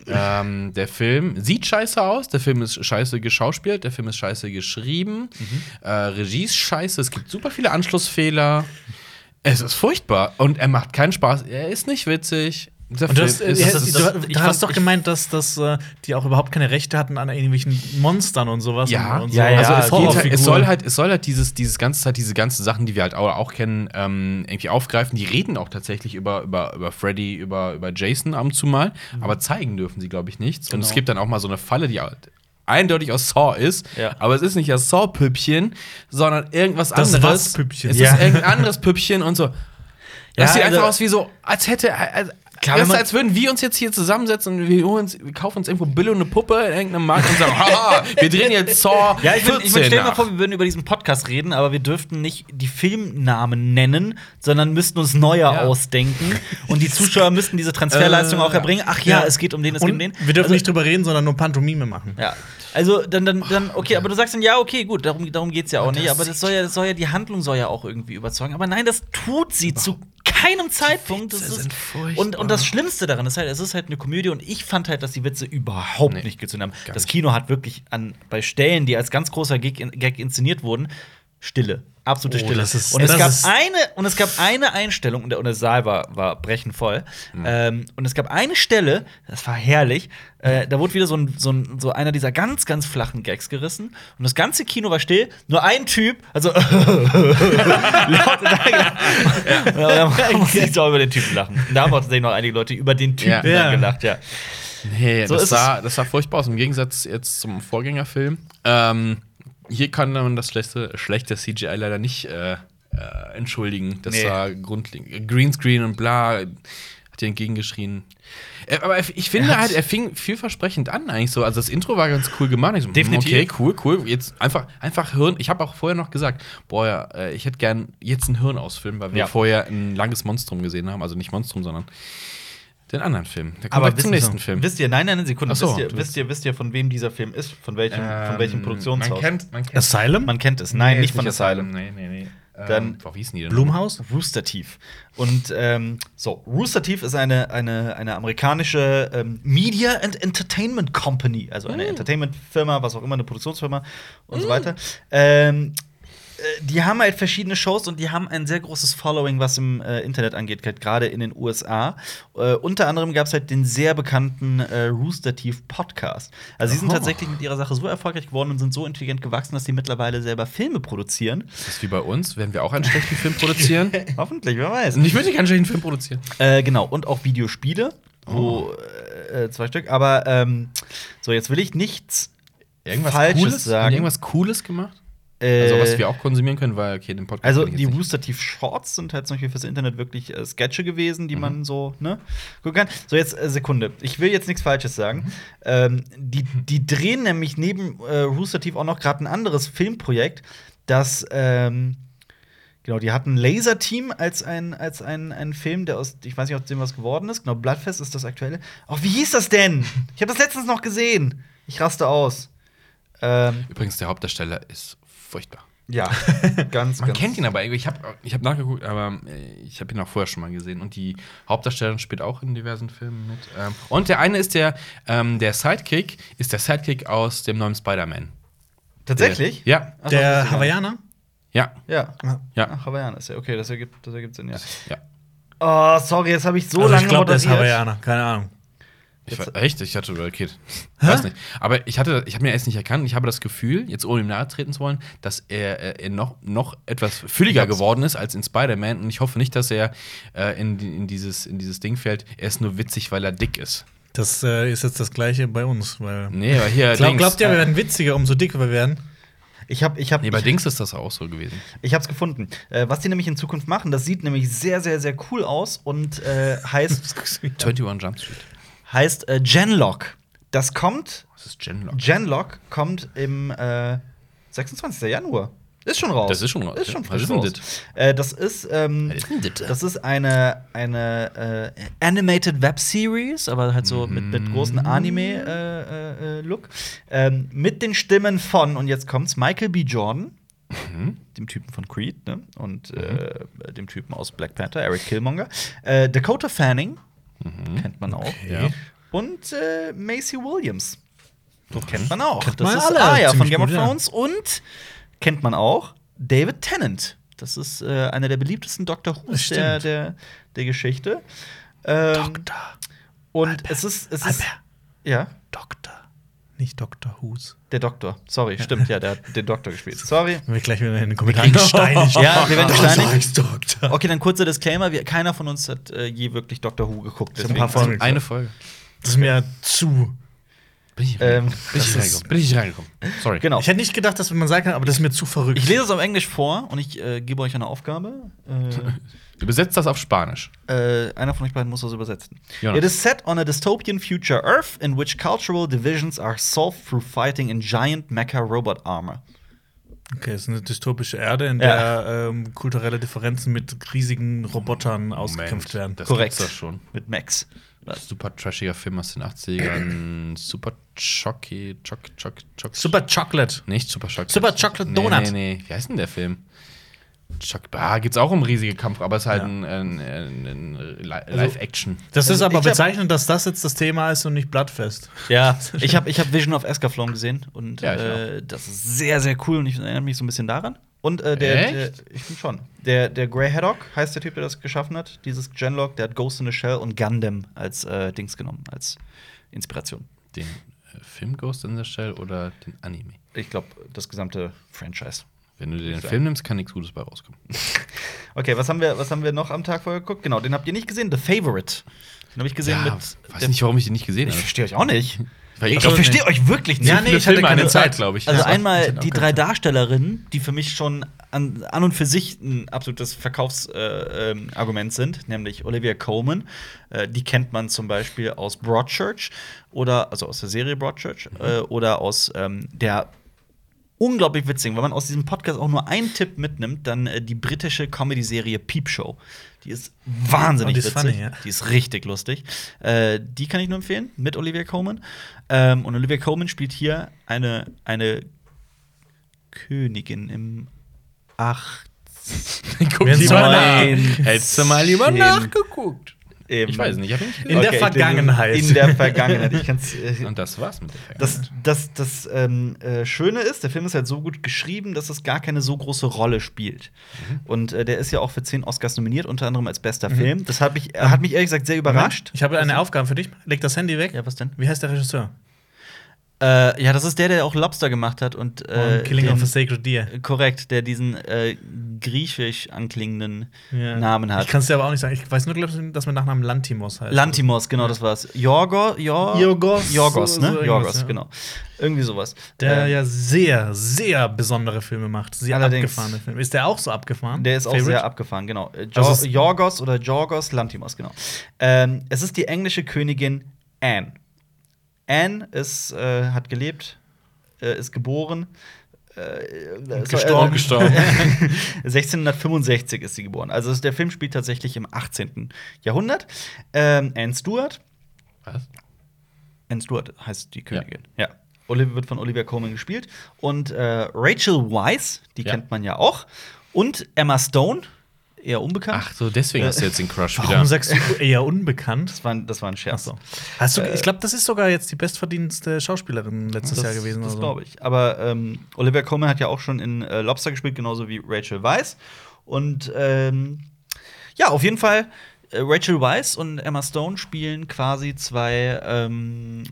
Speaker 3: ähm, der Film sieht scheiße aus, der Film ist scheiße geschauspielt, der Film ist scheiße geschrieben, äh, Regie ist scheiße, es gibt super viele Anschlussfehler. Es ist furchtbar und er macht keinen Spaß, er ist nicht witzig. Dieser
Speaker 2: und du hast, äh,
Speaker 3: ist-
Speaker 1: das-
Speaker 2: du-
Speaker 1: das-
Speaker 2: du,
Speaker 1: ich
Speaker 2: du hast
Speaker 1: fand-
Speaker 2: doch
Speaker 1: ich-
Speaker 2: gemeint, dass, dass äh, die auch überhaupt keine Rechte hatten an irgendwelchen Monstern und sowas.
Speaker 3: Ja,
Speaker 2: und, und
Speaker 1: ja, ja,
Speaker 2: so.
Speaker 3: also es, geht halt,
Speaker 2: Horrorfiguren.
Speaker 3: es soll halt, es soll halt dieses, dieses ganze Zeit, diese ganzen Sachen, die wir halt auch, auch kennen, ähm, irgendwie aufgreifen. Die reden auch tatsächlich über, über, über Freddy, über, über Jason ab und zu mal,
Speaker 1: Mhm.
Speaker 3: aber zeigen dürfen sie, glaube ich, nichts. Und
Speaker 1: Genau.
Speaker 3: es gibt dann auch mal so eine Falle, die halt eindeutig aus Saw ist,
Speaker 1: Ja.
Speaker 3: aber es ist nicht das Saw-Püppchen, sondern irgendwas
Speaker 2: Das
Speaker 3: anderes.
Speaker 2: was-Püppchen.
Speaker 3: Es
Speaker 1: Ja.
Speaker 3: ist irgendein anderes Püppchen und so.
Speaker 1: Ja,
Speaker 3: das sieht
Speaker 1: also-
Speaker 3: einfach aus wie so, als hätte. Als,
Speaker 1: Klar, wenn
Speaker 3: das ist,
Speaker 1: man-
Speaker 3: als würden wir uns jetzt hier zusammensetzen und wir, holen uns, wir kaufen uns irgendwo Billo eine Puppe in irgendeinem Markt und sagen, haha, wir drehen jetzt Saw
Speaker 1: Ja, ich, bin,
Speaker 3: 14
Speaker 1: ich bin, stell dir mal
Speaker 3: nach.
Speaker 1: vor, wir würden über diesen Podcast reden, aber wir dürften nicht die Filmnamen nennen, sondern müssten uns neue
Speaker 3: Ja.
Speaker 1: ausdenken. Und die Zuschauer müssten diese Transferleistung
Speaker 3: Äh,
Speaker 1: auch erbringen. Ach ja,
Speaker 2: ja.
Speaker 1: es geht um den, es
Speaker 2: Und
Speaker 1: geht um den.
Speaker 2: wir dürfen
Speaker 1: also,
Speaker 2: nicht drüber reden, sondern nur Pantomime
Speaker 3: Hm.
Speaker 2: machen.
Speaker 1: Ja. Also dann, dann, dann, okay, aber du sagst dann, ja, okay, gut, darum, darum geht es ja auch nicht. Aber das soll ja, das soll ja, die Handlung soll ja auch irgendwie überzeugen. Aber nein, das tut sie zu keinem Zeitpunkt. Das
Speaker 3: Witze
Speaker 1: ist,
Speaker 3: sind furchtbar.
Speaker 1: und, und das Schlimmste daran ist halt, es ist halt eine Komödie und ich fand halt, dass die Witze überhaupt
Speaker 3: Nee,
Speaker 1: nicht gezündet haben.
Speaker 3: gar
Speaker 1: Das
Speaker 3: nicht.
Speaker 1: Kino hat wirklich an, bei Stellen, die als ganz großer Gag, in, Gag inszeniert wurden, Stille. Absolute
Speaker 2: Oh,
Speaker 1: Stille.
Speaker 2: das ist-
Speaker 1: und, es
Speaker 2: das
Speaker 1: gab
Speaker 2: ist-
Speaker 1: eine, und es gab eine Einstellung, und der, und der Saal war, war brechend voll. Ähm, und es gab eine Stelle, das war herrlich, äh, da wurde wieder so, ein, so, ein, so einer dieser ganz, ganz flachen Gags gerissen. Und das ganze Kino war still. Nur ein Typ, also laut und da muss ich auch über den Typen lachen. Und da haben auch tatsächlich noch einige Leute über den Typen
Speaker 3: Ja.
Speaker 1: dann
Speaker 2: Ja.
Speaker 1: gelacht, ja.
Speaker 3: Nee,
Speaker 1: So ist
Speaker 3: das,
Speaker 1: es.
Speaker 3: sah, das sah furchtbar aus, im Gegensatz jetzt zum Vorgängerfilm. Ähm, hier kann man das schlechte, schlechte CGI leider nicht äh, äh, entschuldigen. Das
Speaker 1: Nee.
Speaker 3: sah grundlegend. äh, Greenscreen und bla, hat dir entgegengeschrien. Äh, Aber ich- ich finde
Speaker 1: Er hat-
Speaker 3: halt, er fing vielversprechend an eigentlich so. Also das Intro war ganz cool gemacht. Ich so, hm,
Speaker 1: Definitiv.
Speaker 3: Okay, cool, cool. Jetzt einfach, einfach Hirn. Ich habe auch vorher noch gesagt, boah, ja, äh, ich hätte gern jetzt einen Hirn ausfilmen, weil wir
Speaker 1: Ja.
Speaker 3: vorher ein langes Monstrum gesehen haben. Also nicht Monstrum, sondern den anderen Film. Da kommen
Speaker 1: Aber
Speaker 3: wir zum
Speaker 1: wissen Sie-
Speaker 3: nächsten Film.
Speaker 1: Wisst ihr, nein, nein, eine Sekunde.
Speaker 3: Ach so,
Speaker 1: wisst, ihr,
Speaker 3: du
Speaker 1: wisst, ihr, wisst ihr, von wem dieser Film ist? Von welchem, von welchem Produktionshaus?
Speaker 3: Ähm, Man kennt, man kennt.
Speaker 2: Asylum?
Speaker 1: Man kennt es. Nein, nicht von Asylum.
Speaker 3: Nee, nee, nee.
Speaker 1: Dann-
Speaker 3: ähm, boah, wie hießen die denn?
Speaker 2: Blumhaus?
Speaker 1: Rooster Teeth. Und ähm, so, Rooster Teeth ist eine, eine, eine amerikanische ähm, Media and Entertainment Company, also eine Entertainment-Firma, was auch immer, eine Produktionsfirma und so weiter. Ähm, äh, die haben halt verschiedene Shows und die haben ein sehr großes Following, was im äh, Internet angeht, halt gerade in den USA. Äh, unter anderem gab es halt den sehr bekannten äh, Rooster Teeth Podcast. Also sie sind
Speaker 3: Oh.
Speaker 1: tatsächlich mit ihrer Sache so erfolgreich geworden und sind so intelligent gewachsen, dass sie mittlerweile selber Filme produzieren.
Speaker 3: Ist das wie bei uns? Werden wir auch einen schlechten Film produzieren?
Speaker 1: Hoffentlich, wer weiß.
Speaker 3: ich würde keinen schlechten Film produzieren.
Speaker 1: Äh, genau, und auch Videospiele. Wo,
Speaker 3: Oh.
Speaker 1: äh, zwei Stück. Aber ähm, so, jetzt will ich nichts Falsches
Speaker 3: Cooles? Haben die
Speaker 1: sagen.
Speaker 3: Irgendwas Cooles gemacht?
Speaker 1: äh,
Speaker 3: Also, was wir auch konsumieren können, weil, okay, den Podcast.
Speaker 1: also
Speaker 3: kenn ich
Speaker 1: die
Speaker 3: jetzt nicht.
Speaker 1: Rooster Teeth Shorts sind halt zum Beispiel fürs Internet wirklich äh, Sketche gewesen,
Speaker 3: Mhm.
Speaker 1: die man so, ne, gucken kann. So, jetzt äh, Sekunde. Ich will jetzt nichts Falsches
Speaker 3: Mhm.
Speaker 1: sagen. Ähm, die, die drehen nämlich neben äh, Rooster Teeth auch noch gerade ein anderes Filmprojekt, das, ähm, Genau, die hatten Laser Team als ein, als ein, ein Film, der aus, ich weiß nicht, aus dem was geworden ist. Genau, Bloodfest ist das aktuelle. Ach, wie hieß das denn? Ich habe das letztens noch gesehen. Ich raste aus. Ähm,
Speaker 3: Übrigens, der Hauptdarsteller ist furchtbar.
Speaker 1: ja, ganz,
Speaker 3: Man
Speaker 1: ganz.
Speaker 3: kennt ihn aber irgendwie. Ich habe ich hab nachgeguckt, aber äh, ich habe ihn auch vorher schon mal gesehen. Und die Hauptdarstellerin spielt auch in diversen Filmen mit. Ähm, und der eine ist der, ähm, der Sidekick, ist der Sidekick aus dem neuen Spider-Man.
Speaker 1: Tatsächlich?
Speaker 3: Der- Ja,
Speaker 1: Ach, das
Speaker 2: Der
Speaker 1: ist egal.
Speaker 2: Hawaiianer?
Speaker 3: ja,
Speaker 1: Ja.
Speaker 3: ja,
Speaker 1: Ach, Hawaiian ist ja okay, das ergibt, das ergibt Sinn, ja.
Speaker 3: ja.
Speaker 1: Oh, sorry, jetzt habe ich so
Speaker 2: Also
Speaker 1: lange
Speaker 2: ich glaube, der ist
Speaker 1: moderiert.
Speaker 2: Hawaiianer, keine Ahnung.
Speaker 3: Ich
Speaker 1: Jetzt-
Speaker 3: war, echt? Ich hatte Royal Kid. Weiß nicht. Aber ich hatte, ich habe mir erst nicht erkannt. Ich habe das Gefühl, jetzt ohne ihm nahe treten zu wollen, dass er, äh, er noch, noch etwas fülliger geworden ist als in Spider-Man. Und ich hoffe nicht, dass er äh, in, die- in, dieses, in dieses Ding fällt. Er ist nur witzig, weil er dick ist.
Speaker 2: Das äh, ist jetzt das Gleiche bei uns, weil.
Speaker 3: Nee, aber hier.
Speaker 2: Glaub,
Speaker 3: Dings.
Speaker 2: glaubt
Speaker 1: äh,
Speaker 2: ihr, wir werden witziger, umso dicker wir werden?
Speaker 1: Ich habe ich hab,
Speaker 3: Nee, bei Dings ist das auch so gewesen.
Speaker 1: Ich hab's gefunden. Äh, was die nämlich in Zukunft machen, das sieht nämlich sehr, sehr, sehr cool aus und äh, heißt,
Speaker 3: 21 Jump Street.
Speaker 1: heißt äh, Genlock. Das kommt,
Speaker 3: Das ist Genlock.
Speaker 1: Genlock kommt im äh, 26. Januar. Ist schon raus.
Speaker 3: Das ist schon raus,
Speaker 1: Ist
Speaker 3: ja.
Speaker 1: schon
Speaker 3: Was
Speaker 1: frisch
Speaker 3: ist denn
Speaker 1: raus. Äh, das ist, ähm,
Speaker 3: Was ist denn das?
Speaker 1: das ist eine, eine äh, Animated Web Series, aber halt so mit, mit großen
Speaker 3: Mhm.
Speaker 1: Anime-Look. Äh, äh, Look. ähm, mit den Stimmen von, und jetzt kommt's, Michael B. Jordan
Speaker 3: Mhm.
Speaker 1: dem Typen von Creed ne? und äh, dem Typen aus Black Panther, Eric Killmonger. Äh, Dakota Fanning,
Speaker 3: Mhm.
Speaker 1: kennt man auch.
Speaker 3: Ja.
Speaker 1: Und äh, Macy Williams. kennt man auch.
Speaker 2: Kennt
Speaker 1: das
Speaker 2: man
Speaker 1: ist
Speaker 2: alle
Speaker 1: ah, ja, von
Speaker 2: ziemlich
Speaker 1: Game of
Speaker 2: gut, ja.
Speaker 1: Thrones. Und kennt man auch David Tennant. Das ist äh, einer der beliebtesten Doctor Who's
Speaker 2: stimmt.
Speaker 1: der, der, der Geschichte. Ähm,
Speaker 2: Doktor.
Speaker 1: Und es ist. Es ist
Speaker 2: Albert.
Speaker 1: ja.
Speaker 2: Doktor. Nicht Dr. Who's.
Speaker 1: Der Doktor. Sorry, stimmt, ja, der hat den Doktor gespielt. Sorry.
Speaker 2: Wenn wir gleich wieder in den Kommentaren gesteinigt.
Speaker 1: Ja, wir werden
Speaker 2: Du
Speaker 1: gesteinigt.
Speaker 2: sagst Doktor.
Speaker 1: Okay, dann kurzer Disclaimer: wir, Keiner von uns hat äh, je wirklich Doctor Who geguckt.
Speaker 2: hab ein paar
Speaker 1: deswegen-
Speaker 2: Folgen.
Speaker 3: Eine Folge.
Speaker 2: Das ist mir zu.
Speaker 3: Bin ich,
Speaker 1: Ähm,
Speaker 3: reingekommen. bin, ich
Speaker 2: das ist-
Speaker 3: reingekommen. bin ich nicht reingekommen. Sorry.
Speaker 1: Genau.
Speaker 2: Ich hätte nicht gedacht, dass man sagen kann, aber das ist mir zu verrückt.
Speaker 1: Ich lese es auf Englisch vor und ich äh, gebe euch eine Aufgabe. Äh,
Speaker 3: Übersetzt das auf Spanisch.
Speaker 1: Äh, einer von euch beiden muss das übersetzen.
Speaker 3: Jonas.
Speaker 1: It is set on a dystopian future Earth in which cultural divisions are solved through fighting in giant mecha robot armor.
Speaker 2: Okay, es ist eine dystopische Erde, in
Speaker 1: Ja.
Speaker 2: der ähm, kulturelle Differenzen mit riesigen Robotern ausgekämpft werden.
Speaker 3: Das
Speaker 1: Korrekt.
Speaker 3: Korrekt. Das schon.
Speaker 1: Mit Max. Was?
Speaker 3: Super trashiger Film aus den 80ern. Super Chocky. Chock, Chock, Chock.
Speaker 2: Super Chocolate.
Speaker 3: Nicht Super Chocolate.
Speaker 2: Super Chocolate Donut.
Speaker 3: Nee, nee, nee. Wie heißt denn der Film? Choc ah, geht's auch um riesige Kampf, aber ist halt
Speaker 2: Ja. Also-
Speaker 3: ein, ein, ein, ein Li- Live-Action.
Speaker 2: Das ist
Speaker 1: Also,
Speaker 2: aber
Speaker 1: ich hab-
Speaker 2: bezeichnend, dass das jetzt das Thema ist und nicht Blattfest.
Speaker 1: Ja, ich habe ich hab Vision of Escaflowne gesehen und
Speaker 3: Ja, ich
Speaker 1: äh, das ist sehr, sehr cool und ich erinnere mich so ein bisschen daran. Und äh, der, der,
Speaker 3: Echt?
Speaker 1: ich bin schon. Der, der Grey Haddock heißt der Typ, der das geschaffen hat. Dieses Genlock, der hat Ghost in the Shell und Gundam als äh, Dings genommen, als Inspiration.
Speaker 3: Den äh, Film Ghost in the Shell oder den Anime?
Speaker 1: Ich glaube, das gesamte Franchise.
Speaker 3: Wenn du dir den
Speaker 1: Sag.
Speaker 3: Film nimmst, kann nichts Gutes bei rauskommen.
Speaker 1: Okay, was haben wir, was haben wir noch am Tag vorher geguckt? Genau, den habt ihr nicht gesehen, The Favorite. Den habe ich
Speaker 2: Also
Speaker 1: gesehen
Speaker 3: ja,
Speaker 1: mit.
Speaker 3: weiß nicht, warum ich den nicht gesehen
Speaker 1: ich
Speaker 3: habe.
Speaker 1: verstehe euch auch nicht.
Speaker 3: Weil
Speaker 1: Ich,
Speaker 3: glaub nicht.
Speaker 1: verstehe euch wirklich nicht.
Speaker 2: Ja, nee, ich hatte
Speaker 3: Filme an
Speaker 2: keine
Speaker 3: der
Speaker 2: Zeit.
Speaker 3: Zeit, glaube ich.
Speaker 1: Also
Speaker 3: Ja.
Speaker 1: einmal
Speaker 2: auch
Speaker 1: die
Speaker 2: keine
Speaker 1: drei
Speaker 2: Zeit.
Speaker 1: Darstellerinnen, die für mich schon an, an und für sich ein absolutes Verkaufsargument äh, ähm, Argument sind, nämlich Olivia Coleman. Äh, die kennt man zum Beispiel aus Broadchurch oder also aus der Serie Broadchurch
Speaker 3: Mhm.
Speaker 1: äh, oder aus ähm, der unglaublich witzigen, wenn man aus diesem Podcast auch nur einen Tipp mitnimmt, dann äh, die britische Comedy-Serie Peep Show. Die ist wahnsinnig
Speaker 2: Oh, die ist
Speaker 1: witzig.
Speaker 2: funny, ja.
Speaker 1: Die ist richtig lustig. Äh, die kann ich nur empfehlen, mit Olivia Coleman. Ähm, und Olivia Coleman spielt hier eine, eine Königin im 8.
Speaker 3: Guck
Speaker 2: Jetzt
Speaker 3: mal
Speaker 2: mal
Speaker 3: nach.
Speaker 1: nach.
Speaker 3: Hättest du mal lieber
Speaker 1: Schön.
Speaker 3: nachgeguckt. Ich weiß nicht, ich habe
Speaker 2: In
Speaker 3: nicht
Speaker 2: der Vergangenheit.
Speaker 1: In der Vergangenheit. Ich kann's, äh,
Speaker 3: Und das war's mit der Vergangenheit.
Speaker 1: Das, das, das ähm, äh, Schöne ist, der Film ist halt so gut geschrieben, dass es gar keine so große Rolle spielt. Und äh, der ist ja auch für zehn Oscars nominiert, unter anderem als bester Film. Das hat mich, äh, hat mich ehrlich gesagt sehr überrascht. Also,
Speaker 2: Ich habe eine Aufgabe für dich. Leg das Handy weg.
Speaker 1: Ja, was denn?
Speaker 2: Wie heißt der Regisseur?
Speaker 1: Äh, ja, das ist der, der auch Lobster gemacht hat und äh,
Speaker 2: Und Killing
Speaker 1: den,
Speaker 2: of a Sacred Deer.
Speaker 1: korrekt, der diesen äh, griechisch anklingenden
Speaker 2: Ja.
Speaker 1: Namen hat.
Speaker 2: Ich kann es dir aber auch nicht sagen. Ich weiß nur, glaub, ich, dass mein Nachname Lantimos heißt.
Speaker 1: Lantimos, genau, das war's. Jorgo, Jor
Speaker 2: Jorgos,
Speaker 1: Jorgos,
Speaker 2: so-
Speaker 1: ne?
Speaker 2: so irgendwas,
Speaker 1: Jorgos,
Speaker 2: ja.
Speaker 1: genau. Irgendwie sowas.
Speaker 2: Der
Speaker 1: Ähm,
Speaker 2: ja sehr, sehr besondere Filme macht. Sehr
Speaker 1: Allerdings.
Speaker 2: abgefahrene Filme. Ist der auch so abgefahren?
Speaker 1: Der ist auch
Speaker 2: Favorite?
Speaker 1: sehr abgefahren, genau. Äh, Jo
Speaker 2: Also es-
Speaker 1: Jorgos oder Jorgos Lantimos, genau. Ähm, es ist die englische Königin Anne. Anne ist, äh, hat gelebt, äh, ist geboren. Äh, so-
Speaker 2: gestorben.
Speaker 3: Gestorben.
Speaker 1: 1665 ist sie geboren. Also es- der Film spielt tatsächlich im 18. Jahrhundert. Ähm, Anne Stewart.
Speaker 3: Was?
Speaker 1: Anne Stewart heißt die Königin. Ja. Olivia wird von Olivia Colman gespielt. Und äh, Rachel Weisz, die
Speaker 3: Ja.
Speaker 1: kennt man ja auch. Und Emma Stone, eher unbekannt.
Speaker 3: Ach so, deswegen hast du jetzt den Crush wieder.
Speaker 2: Warum sagst du eher unbekannt?
Speaker 1: Das war, ein- das war ein
Speaker 2: Ach
Speaker 1: Scherz.
Speaker 2: so. Hast du, ich glaube, das ist sogar jetzt die bestverdienste Schauspielerin letztes Jahr gewesen.
Speaker 1: Äh. Das
Speaker 2: oder so.
Speaker 1: glaube ich. Aber ähm, Olivia Colman hat ja auch schon in äh, Lobster gespielt, genauso wie Rachel Weisz. Und ähm, ja, auf jeden Fall. äh, Rachel Weisz und Emma Stone spielen quasi zwei ähm,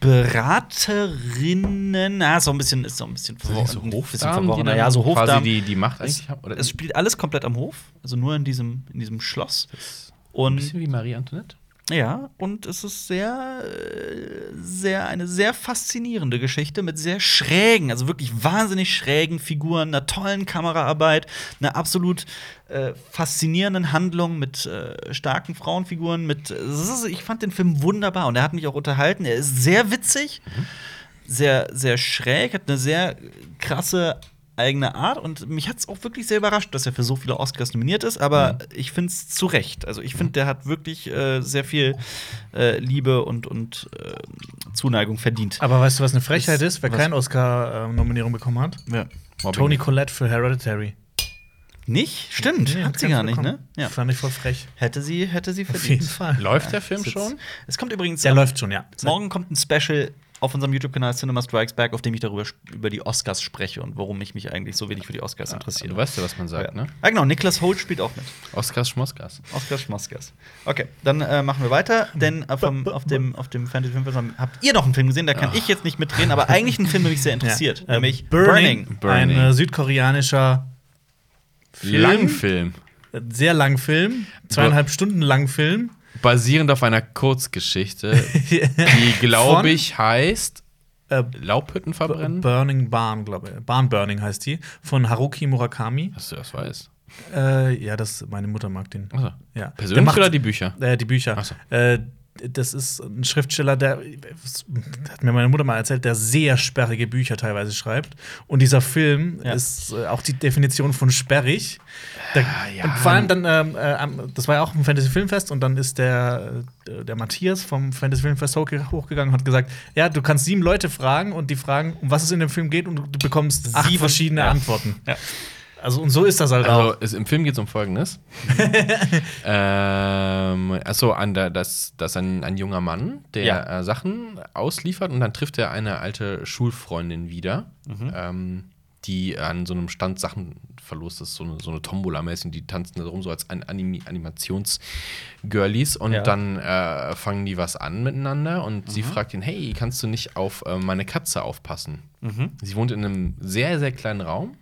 Speaker 1: Beraterinnen. Ah, ist so ein bisschen, ist so ein bisschen,
Speaker 3: Sind
Speaker 1: verwor-
Speaker 3: die so
Speaker 1: ein bisschen
Speaker 3: Hofdamen, die
Speaker 1: verworrener.
Speaker 3: dann
Speaker 1: Ja, so
Speaker 3: quasi
Speaker 1: Hofdamen.
Speaker 3: die, die Macht
Speaker 1: es,
Speaker 3: eigentlich haben? Oder
Speaker 1: es spielt alles komplett am Hof, also nur in diesem, in diesem Schloss.
Speaker 3: ein
Speaker 1: Und
Speaker 3: bisschen wie Marie Antoinette?
Speaker 1: Ja, und es ist sehr, äh, sehr, eine sehr faszinierende Geschichte mit sehr schrägen, also wirklich wahnsinnig schrägen Figuren, einer tollen Kameraarbeit, einer absolut äh, faszinierenden Handlung mit äh, starken Frauenfiguren, mit, es ist, ich fand den Film wunderbar und er hat mich auch unterhalten, er ist sehr witzig, sehr, sehr schräg, hat eine sehr krasse eigene Art und mich hat es auch wirklich sehr überrascht, dass er für so viele Oscars nominiert ist,
Speaker 2: Mhm.
Speaker 1: aber ich finde es zu Recht. Also ich finde, der hat wirklich äh, sehr viel äh, Liebe und, und äh, Zuneigung verdient.
Speaker 2: Aber weißt du, was eine Frechheit
Speaker 1: Das-
Speaker 2: ist, wer
Speaker 1: was-
Speaker 2: keine Oscar-Nominierung bekommen hat?
Speaker 1: Ja.
Speaker 3: Mobbing.
Speaker 2: Tony Collette für Hereditary.
Speaker 1: Nicht? Stimmt,
Speaker 2: Nee,
Speaker 1: hat sie
Speaker 2: keins
Speaker 1: gar nicht,
Speaker 2: bekommen.
Speaker 1: ne? Ja.
Speaker 2: Fand ich voll frech.
Speaker 1: Hätte sie, hätte sie
Speaker 2: Auf jeden
Speaker 1: verdient.
Speaker 2: Fall.
Speaker 3: Läuft der Film
Speaker 1: Es ist-
Speaker 3: schon?
Speaker 1: Es kommt übrigens
Speaker 2: Der
Speaker 1: am-
Speaker 2: läuft schon, ja.
Speaker 1: Morgen kommt ein Special auf unserem YouTube-Kanal Cinema Strikes Back, auf dem ich darüber sp- über die Oscars spreche und warum ich mich eigentlich so wenig für die Oscars interessiere.
Speaker 3: Du weißt ja, was man sagt,
Speaker 1: ja.
Speaker 3: ne?
Speaker 1: Ah, genau, Niklas Holt spielt auch mit.
Speaker 3: Oscars Schmoskas.
Speaker 1: Oscars Schmoskas. Okay, dann äh, machen wir weiter, denn äh, vom, auf dem, auf dem Fantasy Film habt ihr noch einen Film gesehen, da kann ich jetzt nicht mitreden, aber eigentlich ein Film, der mich sehr interessiert,
Speaker 2: Ja. Äh,
Speaker 1: nämlich
Speaker 2: Burning,
Speaker 1: Burning.
Speaker 3: Ähm, Burning.
Speaker 2: Ein äh, südkoreanischer Film.
Speaker 3: Langfilm.
Speaker 2: Äh, Sehr lang Film. Zweieinhalb Stunden lang Film.
Speaker 3: Basierend auf einer Kurzgeschichte,
Speaker 2: Äh,
Speaker 3: die,
Speaker 2: Von-
Speaker 3: glaube ich, heißt
Speaker 2: Äh,
Speaker 3: Laubhütten verbrennen.
Speaker 2: Burning Barn, glaube ich. Barn Burning heißt die. Von Haruki Murakami.
Speaker 3: Dass du das weißt.
Speaker 2: Äh, ja, das, meine Mutter mag den.
Speaker 3: Also,
Speaker 2: Ja. Der
Speaker 3: persönlich
Speaker 2: macht-
Speaker 3: oder die Bücher?
Speaker 2: Äh, die Bücher.
Speaker 3: Ach so.
Speaker 2: Äh, das ist ein Schriftsteller, der hat mir meine Mutter mal erzählt, der sehr sperrige Bücher teilweise schreibt. Und dieser Film
Speaker 1: Ja.
Speaker 2: ist äh, auch die Definition von sperrig. Da,
Speaker 3: ja.
Speaker 2: Und vor allem dann, ähm, äh, am- das war ja auch ein Fantasy Filmfest und dann ist der, äh, der Matthias vom Fantasy Filmfest hochge- hochgegangen und hat gesagt, ja, du kannst sieben Leute fragen und die fragen, um was es in dem Film geht und du bekommst acht
Speaker 1: Sieben-
Speaker 2: verschiedene
Speaker 1: ja.
Speaker 2: Antworten.
Speaker 1: Ja.
Speaker 2: Also und so ist das halt auch.
Speaker 3: Also es, im Film geht es um Folgendes. ähm, achso, an der, dass, dass ein, ein junger Mann, der
Speaker 1: Ja.
Speaker 3: äh, Sachen ausliefert und dann trifft er eine alte Schulfreundin wieder,
Speaker 1: Mhm.
Speaker 3: ähm, die an so einem Stand Sachen verlost ist, so eine, so eine Tombola mäßig, die tanzen da rum so als ein Animi Animations-Girlies und
Speaker 1: Ja. Mhm.
Speaker 3: dann äh, fangen die was an miteinander und sie fragt ihn, hey, kannst du nicht auf äh, meine Katze aufpassen?
Speaker 1: Mhm.
Speaker 3: Sie wohnt in einem sehr, sehr kleinen Raum.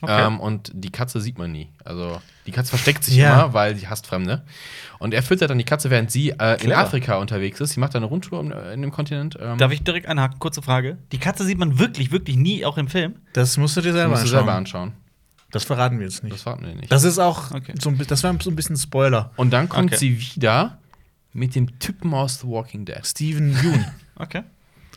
Speaker 1: Okay.
Speaker 3: Ähm, und die Katze sieht man nie. Also die Katze versteckt sich
Speaker 2: Ja.
Speaker 3: immer, weil sie hasst Fremde. Und er füttert dann die Katze, während sie äh, in
Speaker 1: Clever.
Speaker 3: Afrika unterwegs ist. Sie macht dann eine Rundtour in, in dem Kontinent. Ähm,
Speaker 1: Darf ich direkt einhaken? Kurze Frage. Die Katze sieht man wirklich, wirklich nie, auch im Film.
Speaker 2: Das musst du dir selber
Speaker 3: musst du
Speaker 2: anschauen.
Speaker 3: selber anschauen.
Speaker 2: Das verraten wir jetzt nicht.
Speaker 3: Das warten wir nicht.
Speaker 2: Das ist auch
Speaker 1: Okay.
Speaker 2: so ein, bi- das war so ein bisschen Spoiler.
Speaker 3: und dann kommt
Speaker 1: Okay.
Speaker 3: sie wieder mit dem Typen aus The Walking Dead.
Speaker 2: Steven Yeun.
Speaker 1: Okay.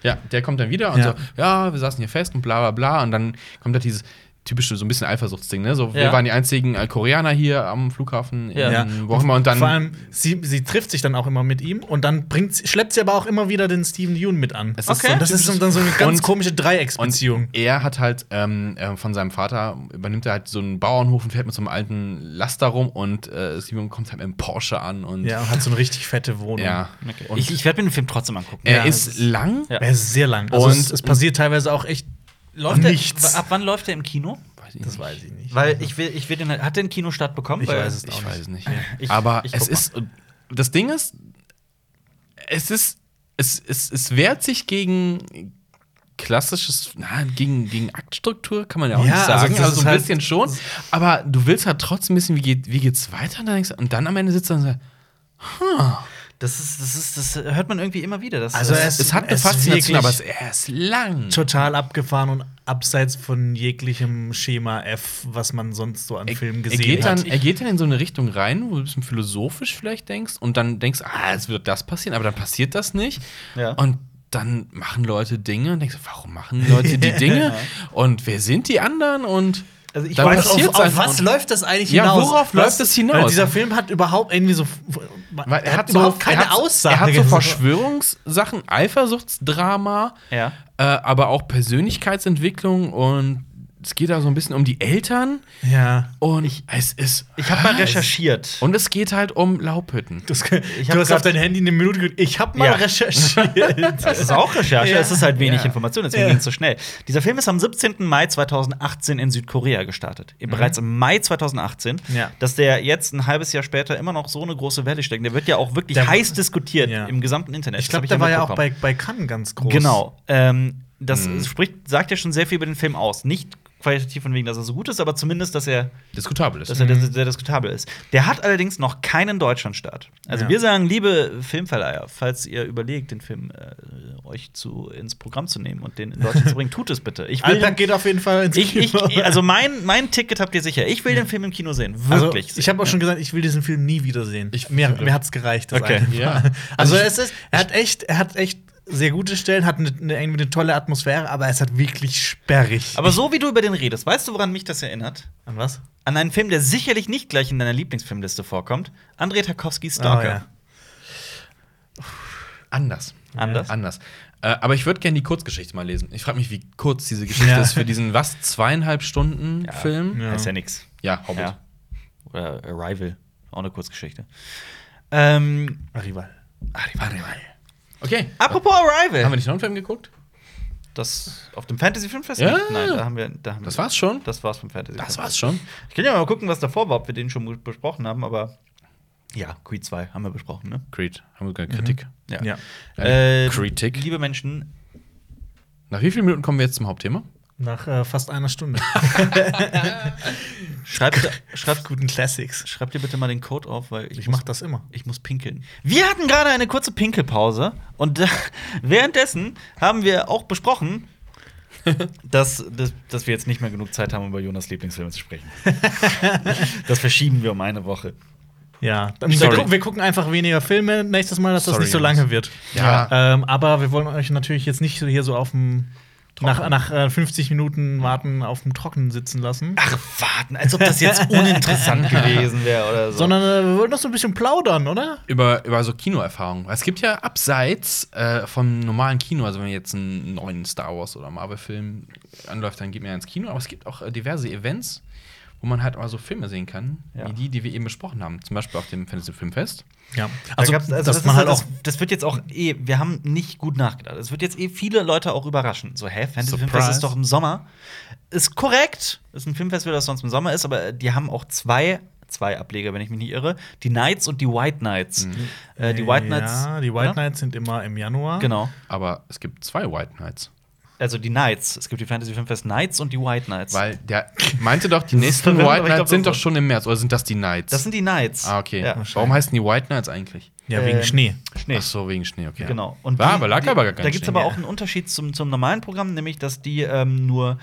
Speaker 3: Ja, der kommt dann wieder und
Speaker 2: Ja.
Speaker 3: so, ja, wir saßen hier fest und bla bla bla. Und dann kommt da dieses typische, so ein bisschen Eifersuchtsding, ne? So, wir
Speaker 1: Ja.
Speaker 3: waren die einzigen äh, Koreaner hier am Flughafen
Speaker 1: Ja.
Speaker 3: in wo auch immer. Und dann
Speaker 2: Vor allem, sie, sie trifft sich dann auch immer mit ihm und dann bringt, sie- schleppt sie aber auch immer wieder den Steven Yeun mit an.
Speaker 3: Es
Speaker 1: ist so ein
Speaker 2: Und das ist so- dann so eine ganz
Speaker 3: Und-
Speaker 2: komische
Speaker 3: Und
Speaker 2: Dreiecksbeziehung.
Speaker 3: er hat halt ähm, äh, von seinem Vater, übernimmt er halt so einen Bauernhof und fährt mit so einem alten Laster rum und äh, Steven kommt halt mit einem Porsche an und
Speaker 2: ja, und hat so eine richtig fette Wohnung.
Speaker 3: ja. Und
Speaker 1: Ich, ich werde mir den Film trotzdem angucken.
Speaker 3: er
Speaker 2: Ja,
Speaker 3: ist
Speaker 2: es ist-
Speaker 3: lang,
Speaker 1: Ja.
Speaker 2: Er ist sehr lang. Also
Speaker 3: Und-
Speaker 2: es, es passiert teilweise auch echt
Speaker 1: Läuft
Speaker 2: nichts.
Speaker 1: Er, ab wann läuft er im Kino?
Speaker 3: weiß ich
Speaker 2: das
Speaker 3: nicht.
Speaker 2: weiß ich nicht.
Speaker 1: Weil ich will, ich will den, hat der einen Kinostart bekommen?
Speaker 2: Ich
Speaker 1: Weil-
Speaker 2: weiß es
Speaker 3: Ich
Speaker 2: auch
Speaker 3: weiß es nicht.
Speaker 1: Ich-
Speaker 3: Aber
Speaker 1: ich
Speaker 3: es
Speaker 1: guck mal.
Speaker 3: ist das Ding ist, es ist es, es, es wehrt sich gegen klassisches, na, gegen, gegen Aktstruktur kann man ja
Speaker 2: Ja,
Speaker 3: auch nicht
Speaker 2: also
Speaker 3: sagen,
Speaker 2: das
Speaker 3: also, so
Speaker 2: ist
Speaker 3: ein
Speaker 2: halt-
Speaker 3: bisschen schon, aber du willst halt trotzdem wissen, wie, geht, wie geht's weiter und dann, denkst, du- und dann am Ende sitzt du dann und sagst,
Speaker 1: Das ist, das ist, das hört man irgendwie immer wieder. Das
Speaker 2: Also
Speaker 1: das-
Speaker 2: es-
Speaker 3: Es hat eine
Speaker 2: Es
Speaker 3: Faszination,
Speaker 2: wirklich-
Speaker 3: aber es, er ist lang.
Speaker 2: Total abgefahren und abseits von jeglichem Schema F, was man sonst so an Filmen
Speaker 3: er,
Speaker 2: gesehen
Speaker 3: geht
Speaker 2: hat.
Speaker 3: dann, er geht dann in so eine Richtung rein, wo du ein bisschen philosophisch vielleicht denkst und dann denkst, ah, es wird das passieren, aber dann passiert das nicht.
Speaker 1: Ja.
Speaker 3: Und dann machen Leute Dinge und denkst, warum machen Leute die Dinge? und wer sind die anderen? Und
Speaker 1: Also ich
Speaker 3: dann
Speaker 1: weiß,
Speaker 3: passiert's
Speaker 1: auf- auf
Speaker 3: einfach.
Speaker 1: was
Speaker 3: Und-
Speaker 1: läuft das eigentlich
Speaker 3: Ja,
Speaker 1: hinaus?
Speaker 3: worauf
Speaker 2: Was-
Speaker 3: läuft es hinaus?
Speaker 2: Weil dieser Film hat überhaupt irgendwie so.
Speaker 3: Weil
Speaker 2: er hat überhaupt
Speaker 3: er
Speaker 2: keine
Speaker 3: hat,
Speaker 2: Aussage.
Speaker 3: Er hat so
Speaker 2: Das ist-
Speaker 3: Verschwörungssachen, Eifersuchtsdrama,
Speaker 1: Ja.
Speaker 3: äh, aber auch Persönlichkeitsentwicklung und es geht da so ein bisschen um die Eltern
Speaker 2: Ja.
Speaker 3: und es ist.
Speaker 1: Ich habe mal
Speaker 3: Ah, es-
Speaker 1: recherchiert.
Speaker 3: Und es geht halt um Laubhütten.
Speaker 2: Das,
Speaker 1: hab
Speaker 2: du hast
Speaker 1: grad-
Speaker 2: auf dein Handy eine Minute ge- Ich hab mal
Speaker 1: Ja.
Speaker 2: recherchiert.
Speaker 1: Das ist auch Recherche,
Speaker 2: Ja.
Speaker 1: es ist halt wenig
Speaker 2: Ja.
Speaker 1: Information, deswegen
Speaker 2: Ja.
Speaker 1: ging es so schnell. Dieser Film ist am 17. Mai 2018 in Südkorea gestartet. Bereits im Mai 2018.
Speaker 2: Mhm. Ja.
Speaker 1: Dass der jetzt ein halbes Jahr später immer noch so eine große Welle steckt. Der wird ja auch wirklich
Speaker 2: Der-
Speaker 1: heiß diskutiert
Speaker 2: Ja.
Speaker 1: im gesamten Internet.
Speaker 2: ich
Speaker 1: Das hab
Speaker 2: glaube, der war ja auch
Speaker 1: mitbekommen.
Speaker 2: bei, bei Cannes ganz groß. Mhm.
Speaker 1: Genau. Ähm, das spricht, sagt ja schon sehr viel über den Film aus. Nicht qualitativ von wegen, dass er so gut ist, aber zumindest, dass er
Speaker 3: Diskutabel ist.
Speaker 1: dass er sehr,
Speaker 2: Mhm.
Speaker 1: sehr diskutabel ist. Der hat allerdings noch keinen Deutschlandstart. Also
Speaker 2: Ja.
Speaker 1: wir sagen, liebe Filmverleiher, falls ihr überlegt, den Film äh, euch zu, ins Programm zu nehmen und den in Deutschland zu bringen, tut es bitte. Ich will,
Speaker 2: Alter genau. geht auf jeden Fall ins
Speaker 1: ich,
Speaker 2: Kino.
Speaker 1: ich, also mein, mein Ticket habt ihr sicher. Ich will den Film im Kino sehen.
Speaker 2: also,
Speaker 1: Wirklich.
Speaker 2: ich habe auch schon gesagt, ich will diesen Film nie wiedersehen.
Speaker 3: Ich-
Speaker 2: mir mir hat's gereicht. Das
Speaker 1: Okay.
Speaker 2: eine Mal.
Speaker 3: Ja.
Speaker 2: Also,
Speaker 3: Also ich-
Speaker 2: es ist, er hat echt, er hat echt sehr gute Stellen, hat eine, eine, irgendwie eine tolle Atmosphäre, aber es hat wirklich sperrig.
Speaker 1: aber so wie du über den redest, weißt du, woran mich das erinnert?
Speaker 2: An was?
Speaker 1: An einen Film, der sicherlich nicht gleich in deiner Lieblingsfilmliste vorkommt. Andrei Tarkovskys
Speaker 2: Oh,
Speaker 1: Stalker.
Speaker 2: ja.
Speaker 3: Anders.
Speaker 1: Anders?
Speaker 3: Anders. Äh, aber ich würde gerne die Kurzgeschichte mal lesen. Ich frage mich, wie kurz diese Geschichte
Speaker 2: Ja.
Speaker 3: ist für diesen was zweieinhalb Stunden
Speaker 1: Ja.
Speaker 3: Film.
Speaker 2: Ja.
Speaker 1: Heißt ja nix.
Speaker 3: Ja, Hobbit.
Speaker 1: Ja. Oder Arrival. Auch eine Kurzgeschichte. Ähm,
Speaker 2: Arrival.
Speaker 1: Arrival, Arrival.
Speaker 3: Okay.
Speaker 1: Apropos Arrival.
Speaker 3: Haben wir nicht noch einen Film geguckt?
Speaker 1: Das auf dem Fantasy Filmfest?
Speaker 3: Ja.
Speaker 1: nicht? Nein, da haben wir, da haben
Speaker 3: Das
Speaker 1: wir,
Speaker 3: war's schon.
Speaker 1: Das war's vom Fantasy.
Speaker 3: Das
Speaker 1: Filmfest.
Speaker 3: war's schon.
Speaker 1: Ich kann ja mal gucken, was davor war, ob wir den schon gut besprochen haben, aber ja, Creed 2 haben wir besprochen, ne?
Speaker 3: Creed. Haben wir sogar Kritik.
Speaker 2: Ja.
Speaker 1: Äh,
Speaker 3: Kritik.
Speaker 1: Liebe Menschen,
Speaker 3: Nach wie vielen Minuten kommen wir jetzt zum Hauptthema?
Speaker 2: Nach äh, fast einer Stunde.
Speaker 1: Schreibt, schreibt,
Speaker 2: guten Classics.
Speaker 1: schreibt ihr bitte mal den Code auf, weil ich,
Speaker 2: Ich
Speaker 1: muss,
Speaker 2: mach das immer.
Speaker 1: ich muss pinkeln. Wir hatten gerade eine kurze Pinkelpause und da, währenddessen haben wir auch besprochen, dass, dass, dass wir jetzt nicht mehr genug Zeit haben, über Jonas Lieblingsfilme zu sprechen. das verschieben wir um eine Woche.
Speaker 2: Ja, dann- wir,
Speaker 1: Sorry.
Speaker 2: gu wir gucken einfach weniger Filme nächstes Mal, dass das
Speaker 3: Sorry,
Speaker 2: nicht so
Speaker 3: Jungs.
Speaker 2: lange wird.
Speaker 3: Ja.
Speaker 1: Ah.
Speaker 2: Ähm, aber wir wollen euch natürlich jetzt nicht so hier so auf dem nach, nach äh, 50 Minuten warten auf dem Trockenen sitzen lassen,
Speaker 1: Ach, warten, als ob das jetzt uninteressant gewesen wäre oder so.
Speaker 2: sondern äh, wir wollen doch so ein bisschen plaudern, oder?
Speaker 3: Über, über so Kinoerfahrungen. Es gibt ja abseits äh, vom normalen Kino, also wenn jetzt einen neuen Star Wars oder Marvel-Film anläuft, dann geht man ja ins Kino. Aber es gibt auch äh, diverse Events, wo man halt mal so Filme sehen kann,
Speaker 1: Ja.
Speaker 3: wie die, die wir eben besprochen haben. Zum Beispiel auf dem Fantasy Filmfest.
Speaker 2: Ja.
Speaker 1: Also,
Speaker 2: Also,
Speaker 1: da gab's, also
Speaker 2: dass
Speaker 1: das,
Speaker 2: man
Speaker 1: ist
Speaker 2: halt
Speaker 1: ja das,
Speaker 2: auch
Speaker 1: das wird jetzt auch eh, wir haben nicht gut nachgedacht. Es wird jetzt eh viele Leute auch überraschen. So, hä, Fantasy Filmfest
Speaker 2: Surprise.
Speaker 1: ist doch im Sommer. Ist korrekt, ist ein Filmfestival, das sonst im Sommer ist, aber äh, die haben auch zwei, zwei Ableger, wenn ich mich nicht irre. Die Nights und die White Nights. Äh, die White Nights.
Speaker 2: Mhm. Ja, die
Speaker 1: oder?
Speaker 2: White Nights sind immer im Januar.
Speaker 1: Genau.
Speaker 3: Aber es gibt zwei White Nights.
Speaker 1: Also die Nights. Es gibt die Fantasy Filmfest Nights und die White Nights.
Speaker 3: Weil der meinte doch,
Speaker 1: Das
Speaker 3: die
Speaker 1: ist
Speaker 3: nächsten
Speaker 1: verwirrend,
Speaker 3: White
Speaker 1: aber ich glaub,
Speaker 3: Nights sind
Speaker 1: das
Speaker 3: doch schon im März. Oder sind das die Nights?
Speaker 1: das sind die Nights.
Speaker 3: ah, okay.
Speaker 1: Ja.
Speaker 3: Warum heißen die White Nights eigentlich?
Speaker 2: Ja, wegen
Speaker 1: Ähm,
Speaker 2: Schnee.
Speaker 1: Schnee.
Speaker 3: Ach so, wegen Schnee, okay.
Speaker 1: Genau. Und
Speaker 3: War aber- lag aber gar kein
Speaker 1: Da gibt es
Speaker 3: Schnee.
Speaker 1: aber
Speaker 3: Ja.
Speaker 1: auch einen Unterschied zum, zum normalen Programm, nämlich dass die ähm, nur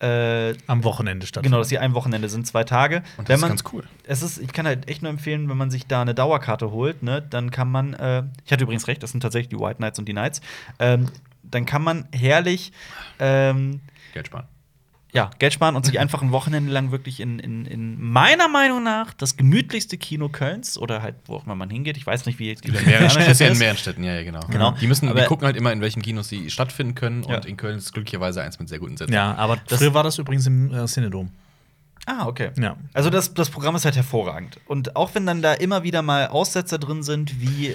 Speaker 1: äh,
Speaker 2: Am Wochenende statt.
Speaker 1: Genau, dass die ein Wochenende sind, zwei Tage.
Speaker 3: Und das
Speaker 1: wenn
Speaker 3: ist
Speaker 1: man,
Speaker 3: ganz cool.
Speaker 1: Es ist, ich kann halt echt nur empfehlen, wenn man sich da eine Dauerkarte holt, ne, dann kann man, äh, ich hatte übrigens recht, das sind tatsächlich die White Nights und die Nights, ähm, dann kann man herrlich ähm,
Speaker 3: Geld sparen.
Speaker 1: ja, Geld sparen und sich einfach ein Wochenende lang wirklich in, in, in meiner Meinung nach das gemütlichste Kino Kölns oder halt wo auch immer man hingeht, ich weiß nicht, wie die
Speaker 3: In mehreren Städten, ist ja in
Speaker 1: ist.
Speaker 3: mehreren Städten, ja, ja, genau.
Speaker 1: Genau.
Speaker 3: Die müssen,
Speaker 1: Aber-
Speaker 3: die gucken halt immer, in welchen Kinos sie stattfinden können.
Speaker 1: Ja.
Speaker 3: Und in Köln ist glücklicherweise eins mit sehr guten Sätzen.
Speaker 2: Ja, aber früher war das übrigens im äh, Cinedom.
Speaker 1: Ah, okay.
Speaker 2: Ja.
Speaker 1: Also das, das Programm ist halt hervorragend. Und auch wenn dann da immer wieder mal Aussetzer drin sind, wie